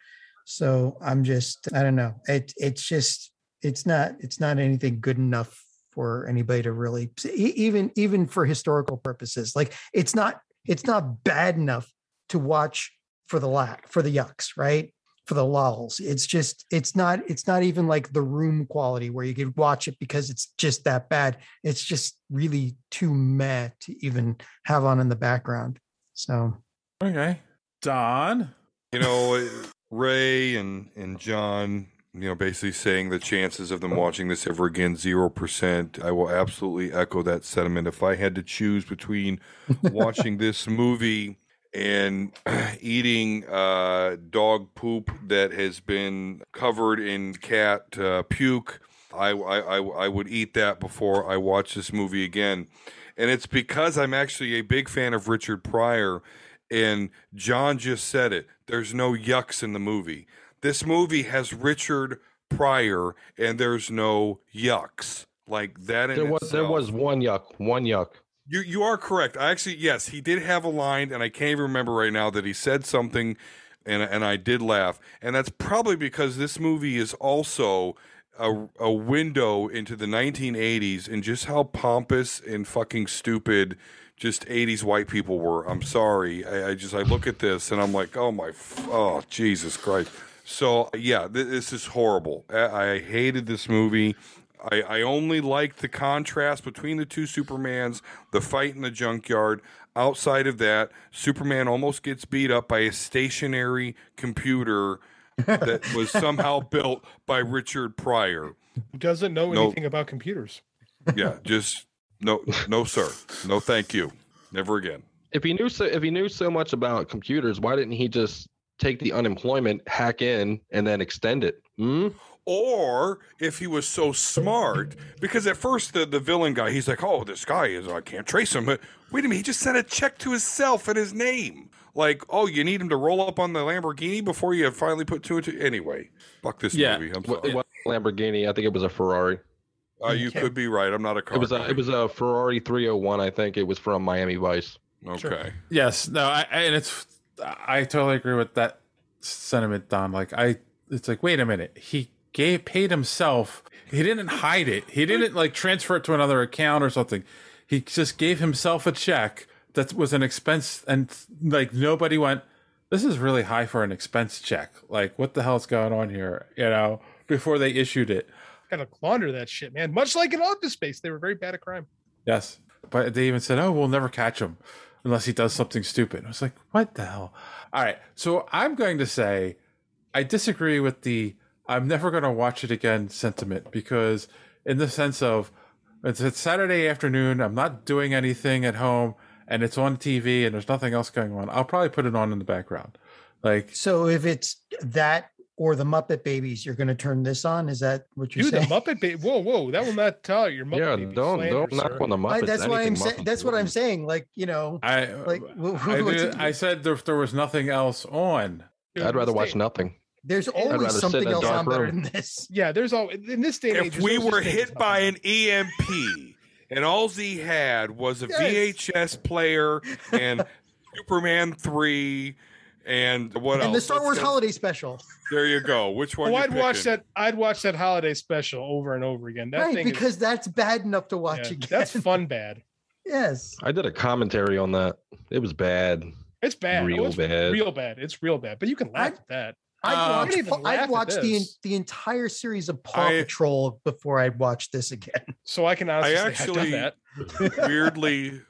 So I'm just, I don't know. It, it's just, it's not, it's not anything good enough for anybody to really, e- even, even for historical purposes. Like it's not, it's not bad enough to watch for the lack, for the yucks, right? For the lulls. It's just, it's not, it's not even like the room quality where you could watch it because it's just that bad. It's just really too mad to even have on in the background. So Okay. Don. You know, Ray and and John, you know, basically saying the chances of them watching this ever again zero percent. I will absolutely echo that sentiment. If I had to choose between watching this movie and eating uh, dog poop that has been covered in cat uh, puke, I, I I I would eat that before I watch this movie again. And it's because I'm actually a big fan of Richard Pryor and John just said it. There's no yucks in the movie. This movie has Richard Pryor, and there's no yucks like that. In There was there itself- was one yuck, one yuck. you you are correct. I actually yes, he did have a line, and I can't even remember right now that he said something, and and I did laugh, and that's probably because this movie is also a a window into the 1980s and just how pompous and fucking stupid just 80s white people were. I'm sorry, I, I just I look at this and I'm like, oh my, f- oh Jesus Christ. So yeah, th- this is horrible. I, I hated this movie. I, I only liked the contrast between the two Supermans, the fight in the junkyard. Outside of that, Superman almost gets beat up by a stationary computer that was somehow built by Richard Pryor. Who doesn't know No. anything about computers? Yeah, just no, no, sir, no, thank you, never again. If he knew so if he knew so much about computers, why didn't he just take the unemployment, hack in, and then extend it? Hmm? or if he was so smart because at first the, the villain guy he's like oh this guy is i can't trace him but wait a minute he just sent a check to himself in his name like oh you need him to roll up on the lamborghini before you finally put two and two anyway fuck this Yeah. movie i'm Wa- sorry it wasn't a Lamborghini. I think it was a Ferrari. uh, you could be right i'm not a car It was uh, a guy. it was a Ferrari 301. I think it was from Miami Vice. okay Yes. No. I, I and it's I totally agree with that sentiment, Don. Like I, it's like wait a minute. He gave paid himself. He didn't hide it. He didn't like transfer it to another account or something. He just gave himself a check that was an expense, and like nobody went. This is really high for an expense check. Like what the hell's going on here? You know, before they issued it. Gotta launder that shit, man. Much like in Office Space, they were very bad at crime. Yes. But they even said, oh, we'll never catch him unless he does something stupid. I was like, what the hell? All right. So I'm going to say I disagree with the I'm never going to watch it again sentiment because, in the sense of it's, it's Saturday afternoon, I'm not doing anything at home and it's on TV and there's nothing else going on, I'll probably put it on in the background. Like, So if it's that or the Muppet Babies, you're going to turn this on? Is that what you're Dude, the saying? Muppet baby. Whoa, whoa, that will not tell your Muppet Yeah, Baby don't- slander, don't knock sir. on the I, Muppets, that's what I'm anything saying. Muppets, That's what I'm saying. Like you know, I, like wh- wh- I, what's did- it- I said there, there was nothing else on. I'd rather watch nothing. there's rather always sit something in a else dark on better room. than this. Yeah, there's all in this day and age. if there's we no such were thing hit as- by an EMP and all he had was a Yes. VHS player and Superman 3 and what else? And the Star Let's Wars go- holiday special, There you go. Which one? Oh, you I'd watch picking? that. I'd watch that holiday special over and over again. That right? thing is- Because that's bad enough to watch yeah, again. that's fun. Bad. yes, I did a commentary on that. It was bad. It's bad. Real oh, it's bad. Real bad. It's real bad. But you can laugh at that. I'd Uh, I didn't watch. even laugh I'd at watch the en- this. the entire series of Paw I- Patrol before I'd watch this again. So I can honestly I say I've done actually- that. weirdly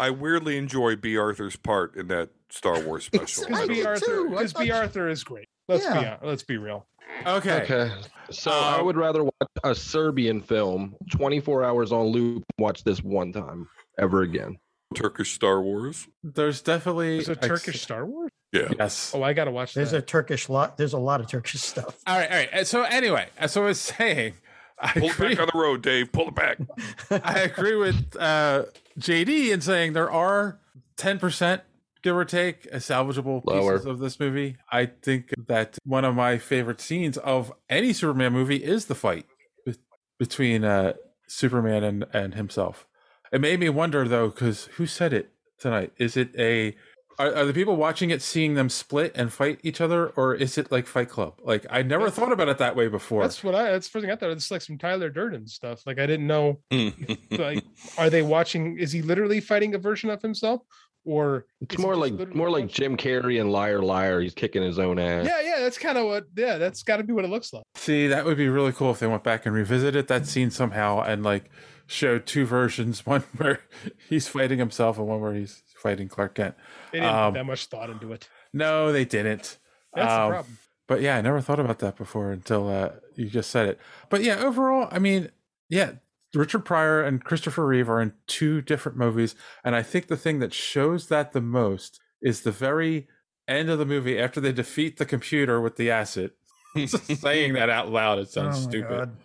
I weirdly enjoy B. Arthur's part in that Star Wars It's- special. I Because did B. too. Arthur. I Because B. thought- Arthur is great. Let's be Yeah. hon- let's be real. Okay. Okay. So I Um, would rather watch a Serbian film 24 hours on loop, watch this one time ever again. Turkish Star Wars. There's definitely There's a ex- Turkish Star Wars. Yeah. Yes. Oh, I gotta watch There's a Turkish lot. There's a lot of Turkish stuff. All right, all right. And So anyway, as I was saying, I Pull it agree, back on the road, Dave. Pull it back. I agree with uh, JD in saying there are ten percent, give or take, uh, salvageable Lower. pieces of this movie. I think that one of my favorite scenes of any Superman movie is the fight be- between uh, Superman and and himself. It made me wonder though, because who said it tonight? Is it a are, are the people watching it seeing them split and fight each other, or is it like Fight Club? Like I never thought about it that way before. That's what I. That's the first thing I thought. It's like some Tyler Durden stuff. Like I didn't know. Mm. Like, are they watching? Is he literally fighting a version of himself, or It's is he more just like literally more like watching- Jim Carrey and Liar Liar. He's kicking his own ass. Yeah, yeah. That's kind of what. Yeah, that's got to be what it looks like. See, that would be really cool if they went back and revisited that scene somehow and like showed two versions, one where he's fighting himself and one where he's fighting Clark Kent. They didn't Um, put that much thought into it. No, they didn't. That's Um, the problem. But yeah, I never thought about that before until uh, you just said it. But yeah, overall, I mean, yeah, Richard Pryor and Christopher Reeve are in two different movies. And I think the thing that shows that the most is the very end of the movie after they defeat the computer with the acid. Saying that out loud, it sounds Oh my stupid. God.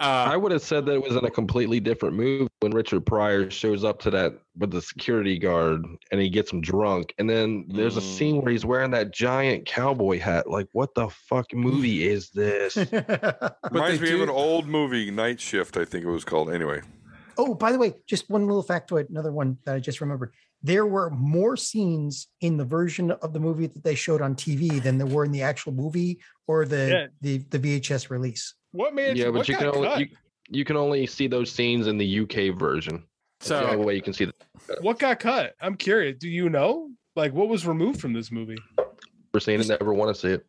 Uh, I would have said that it was in a completely different move when Richard Pryor shows up to that with the security guard and he gets him drunk. And then there's a Mm. scene where he's wearing that giant cowboy hat. Like, what the fuck movie is this? they Reminds me of do- an old movie, Night Shift, I think it was called. Anyway, oh, by the way, just one little factoid. Another one that I just remembered. There were more scenes in the version of the movie that they showed on TV than there were in the actual movie or the the, the VHS release. What man? yeah, but what you can got only cut? you, you can only see those scenes in the UK version. So the So- only way you can see the What got cut? I'm curious. Do you know? Like, what was removed from this movie? we're seeing it, never want to see it.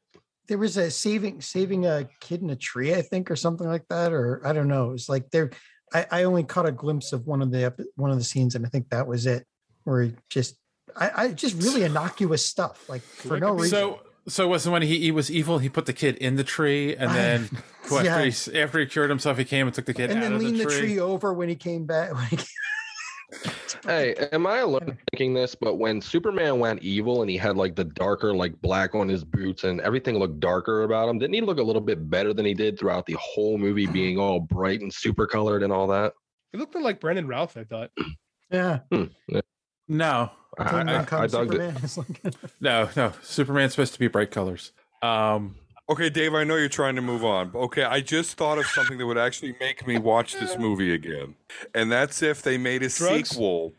There was a saving saving a kid in a tree, I think, or something like that, or I don't know. It was like there. I, I only caught a glimpse of one of the epi- one of the scenes, and I think that was it. Where he just, I, I just really innocuous stuff, like for no reason. So, so was when he, he was evil, he put the kid in the tree, and I- then well, yeah. after, he, s- after he cured himself, he came and took the kid and out then of the leaned tree. the tree. over when he came back. When he came, Hey, am I alone thinking this? But when Superman went evil and he had like the darker, like black on his boots and everything looked darker about him, didn't he look a little bit better than he did throughout the whole Mm-hmm. movie, being all bright and super colored and all that? It looked like Brendan Ralph. I thought. yeah, No, I, Kingdom I, Come I dug it. Superman. It's like- no, no. Superman's supposed to be bright colors. Um, okay, Dave, I know you're trying to move on. But okay, I just thought of something that would actually make me watch this movie again, and that's if they made a Drugs? sequel.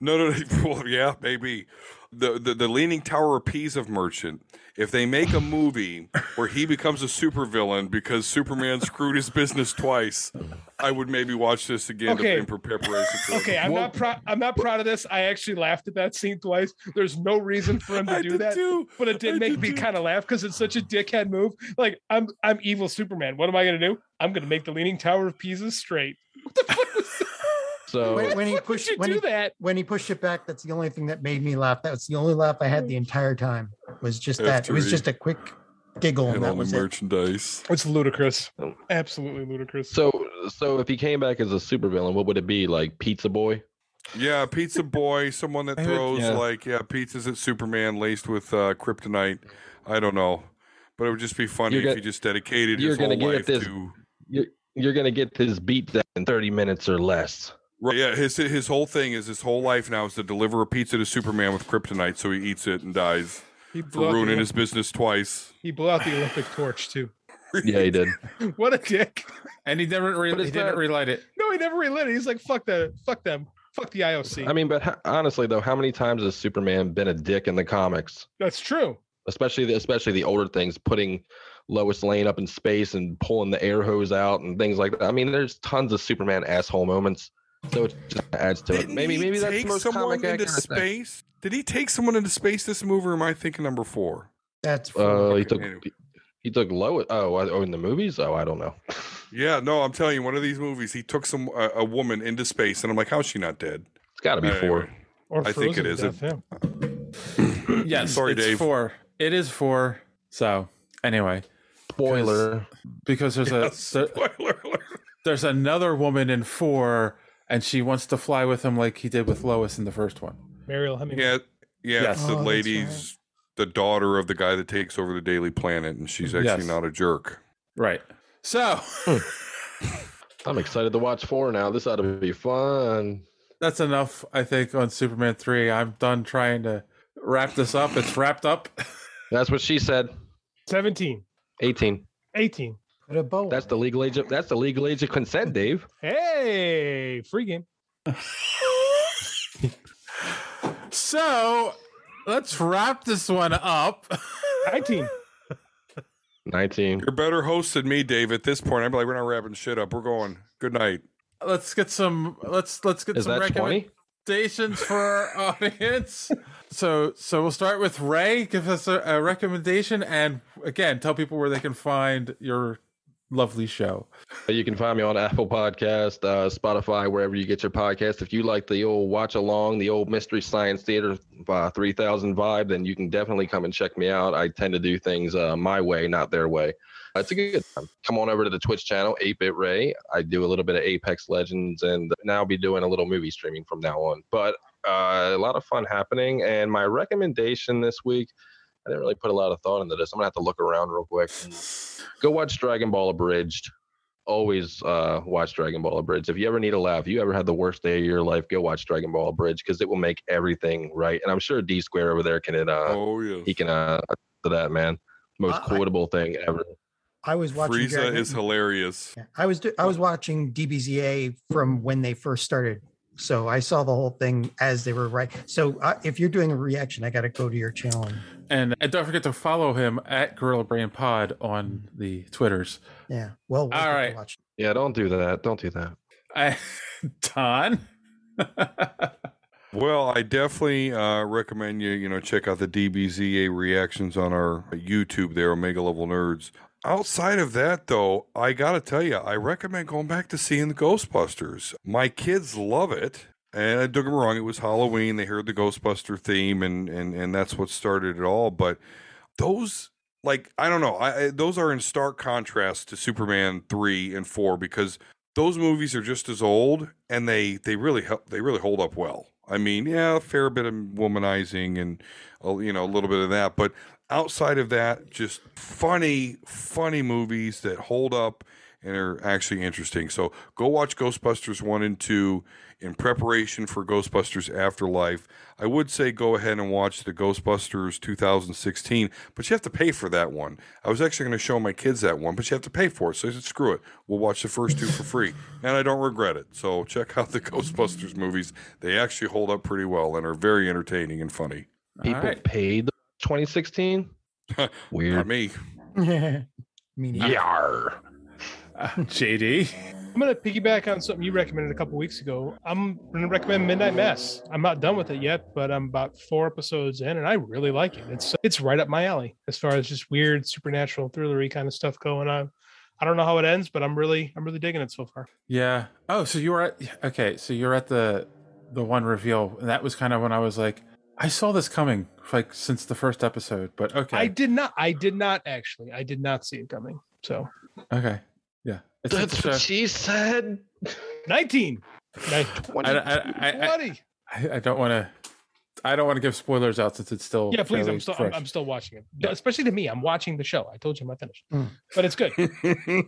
No, no, no well, yeah, maybe the, the the Leaning Tower of Pisa merchant. If they make a movie where he becomes a supervillain because Superman screwed his business twice, I would maybe watch this again to- Okay. in preparation. For Okay, I'm not proud. I'm not proud of this. I actually laughed at that scene twice. There's no reason for him I to do did that, too. but it did I make did me too. kind of laugh because it's such a dickhead move. Like I'm, I'm evil Superman. What am I gonna do? I'm gonna make the Leaning Tower of Pisa straight. So when, when he Why would pushed you when do he, that? when he pushed it back, that's the only thing that made me laugh. That was the only laugh I had Mm. the entire time. Was just that. It was F3. just a quick giggle, and and that all the was it. merchandise. It's ludicrous. Oh. Absolutely ludicrous. so so if he came back as a supervillain, what would it be? Like Pizza Boy? Yeah, pizza boy, someone that I would- throws yeah. like yeah pizzas at Superman laced with uh, kryptonite. I don't know, but it would just be funny You're if gonna- he just dedicated you're his whole gonna get life this- to You're you're gonna get this beat done in 30 minutes or less. right. Yeah, his his whole thing is his whole life now is to deliver a pizza to Superman with kryptonite, so he eats it and dies He for blew, out ruining the, his business twice. he blew out the Olympic torch too. Yeah, he did. What a dick. and he never re- But he it's didn't not- relight it. No, he never relit it. He's like, fuck the, fuck them, fuck the IOC. I mean, but ho- honestly though, how many times has Superman been a dick in the comics? That's true. especially the, especially the older things, putting Lois Lane up in space and pulling the air hose out and things like that. I mean, there's tons of Superman asshole moments, so it just adds to it. Didn't Maybe he maybe that's take the most someone comic into accurate thing. space. Did he take someone into space this move, or am I thinking number four? That's Uh, he Okay, took anyway. he took Lois. Oh, I- oh, in the movies. Oh, I don't know. Yeah, no, I'm telling you, one of these movies, he took some a, a woman into space, and I'm like, how's she not dead? It's got to be Anyway. four. Or I think frozen it to is. death, yeah. Yes, Sorry, it's Dave. Four. It is four. So anyway, Spoiler. because there's Uh, a there- Spoiler alert. there's another woman in four, and she wants to fly with him like he did with Lois in the first one. Mariel Hemingway. Yeah, yeah, Yes. it's Oh, the that's right. lady's the daughter of the guy that takes over the Daily Planet, and she's actually Yes. not a jerk. Right. So I'm excited to watch four now. This ought to be fun. that's enough, I think, on Superman 3. I'm done trying to wrap this up. It's wrapped up. That's what she said. 17, 18. 18. That's the legal age. Of, that's the legal age of consent, Dave. Hey, free game. So let's wrap this one up. 19. 19. You're better host than me, Dave. At this point, I'm like, we're not wrapping shit up. We're going. Good night. Let's get some let's let's get Is some that 20? recommendations for our audience. So so we'll start with Ray. Give us a, a recommendation and again tell people where they can find your lovely show. You can find me on Apple Podcast, uh, Spotify, wherever you get your podcast. If you like the old watch along, the old Mystery Science Theater uh, 3000 vibe, then you can definitely come and check me out. I tend to do things uh, my way, not their way. Uh, It's a good time. Come on over to the Twitch channel, 8-Bit Ray. I do a little bit of Apex Legends, and now I'll be doing a little movie streaming from now on. But uh, a lot of fun happening. And my recommendation this week I didn't really put a lot of thought into this. I'm gonna have to look around real quick. Go watch Dragon Ball Abridged. Always uh, watch Dragon Ball Abridged. If you ever need a laugh, you ever had the worst day of your life, go watch Dragon Ball Abridged because it will make everything right. And I'm sure D Square over there can it. Uh, oh yeah, he can uh, to that man. Most I- I- quotable thing ever. I was watching. Frieza Jared is Newton. hilarious. I was do- I was watching DBZA from when they first started, so I saw the whole thing as they were right. So uh, if you're doing a reaction, I got to go to your channel. And, And, and don't forget to follow him at Gorilla Brain Pod on the Twitters. yeah. Well, All right. Yeah, don't do that. Don't do that. I, Don. Well, I definitely uh, recommend you, you know, check out the DBZA reactions on our YouTube there, Omega Level Nerds. Outside of that, though, I got to tell you, I recommend going back to seeing the Ghostbusters. My kids love it. And don't get me wrong, it was Halloween. They heard the Ghostbuster theme, and, and, and that's what started it all. But those like I don't know. I, I those are in stark contrast to Superman three and four because those movies are just as old and they they really help they really hold up well. I mean, yeah, a fair bit of womanizing and uh, you know a little bit of that, but outside of that, just funny funny movies that hold up and are actually interesting. So go watch Ghostbusters 1 and 2 in preparation for Ghostbusters Afterlife. I would say go ahead and watch the Ghostbusters 2016, but you have to pay for that one. I was actually going to show my kids that one, but you have to pay for it. So I said, screw it. We'll watch the first two for free. And I don't regret it. So check out the Ghostbusters movies. They actually hold up pretty well and are very entertaining and funny. People right. paid the 2016. Weird. Not me. I mean, Yar. Uh, JD. I'm going to piggyback on something you recommended a couple weeks ago. I'm going to recommend Midnight Mass. I'm not done with it yet, but I'm about four episodes in, and I really like it. It's it's right up my alley as far as just weird supernatural thrillery kind of stuff going on. I don't know how it ends, but I'm really I'm really digging it so far. Yeah. Oh, so you were at okay. So you're at the the one reveal, and that was kind of when I was like, I saw this coming, like since the first episode. But okay, I did not I did not actually I did not see it coming. So okay, yeah. It's That's it's, what uh, she said. 19. Nine- I, I, I, I, 20. I, I don't want to. I don't want to give spoilers out since it's still Yeah, please. fairly I'm still I'm, fresh. I'm still watching it, especially to me. I'm watching the show. I told you I'm not finished, Mm. but it's good.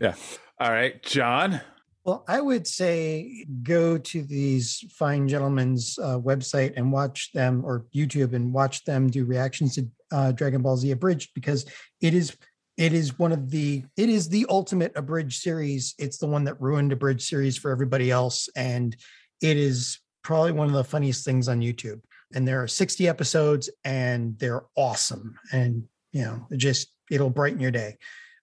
yeah. All right, John. Well, I would say go to these fine gentlemen's uh, website and watch them, or YouTube and watch them do reactions to uh, Dragon Ball Z Abridged because it is it is one of the it is the ultimate abridged series. It's the one that ruined abridged series for everybody else, and it is probably one of the funniest things on YouTube. And there are sixty episodes, and they're awesome, and you know, it just it'll brighten your day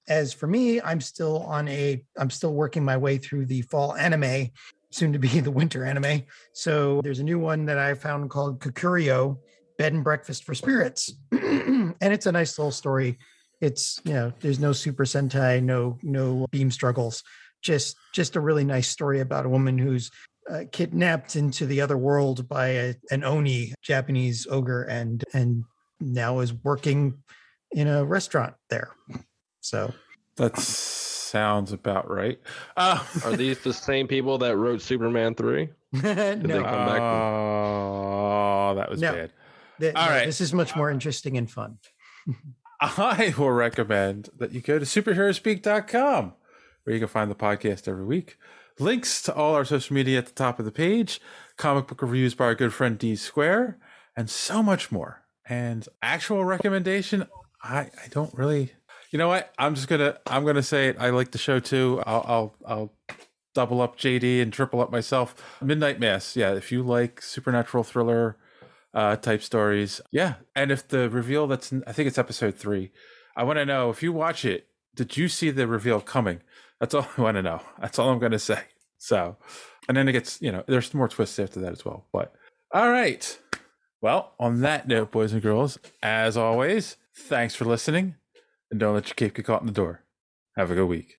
as for me i'm still on a i'm still working my way through the fall anime soon to be the winter anime so there's a new one that i found called kakurio bed and breakfast for spirits and it's a nice little story it's you know there's no super sentai no no beam struggles just just a really nice story about a woman who's uh, kidnapped into the other world by a, an oni japanese ogre and and now is working in a restaurant there so That sounds about right. Uh, Are these the same people that wrote Superman 3? Did they no, come back? oh, that was No. bad. th- all no, right. This is much more interesting and fun. I will recommend that you go to superheroespeak.com where you can find the podcast every week. Links to all our social media at the top of the page, comic book reviews by our good friend D Square, and so much more. And actual recommendation, I, I don't really you know what? I'm just gonna I'm gonna say it. I like the show too. I'll I'll, I'll double up JD and triple up myself. Midnight Mass. Yeah, if you like supernatural thriller uh, type stories, yeah. And if the reveal that's in- I think it's episode three. I want to know if you watch it. Did you see the reveal coming? That's all I want to know. That's all I'm gonna say. So, and then it gets you know there's more twists after that as well. But all right. Well, on that note, boys and girls, as always, thanks for listening and don't let your cape get caught in the door. Have a good week.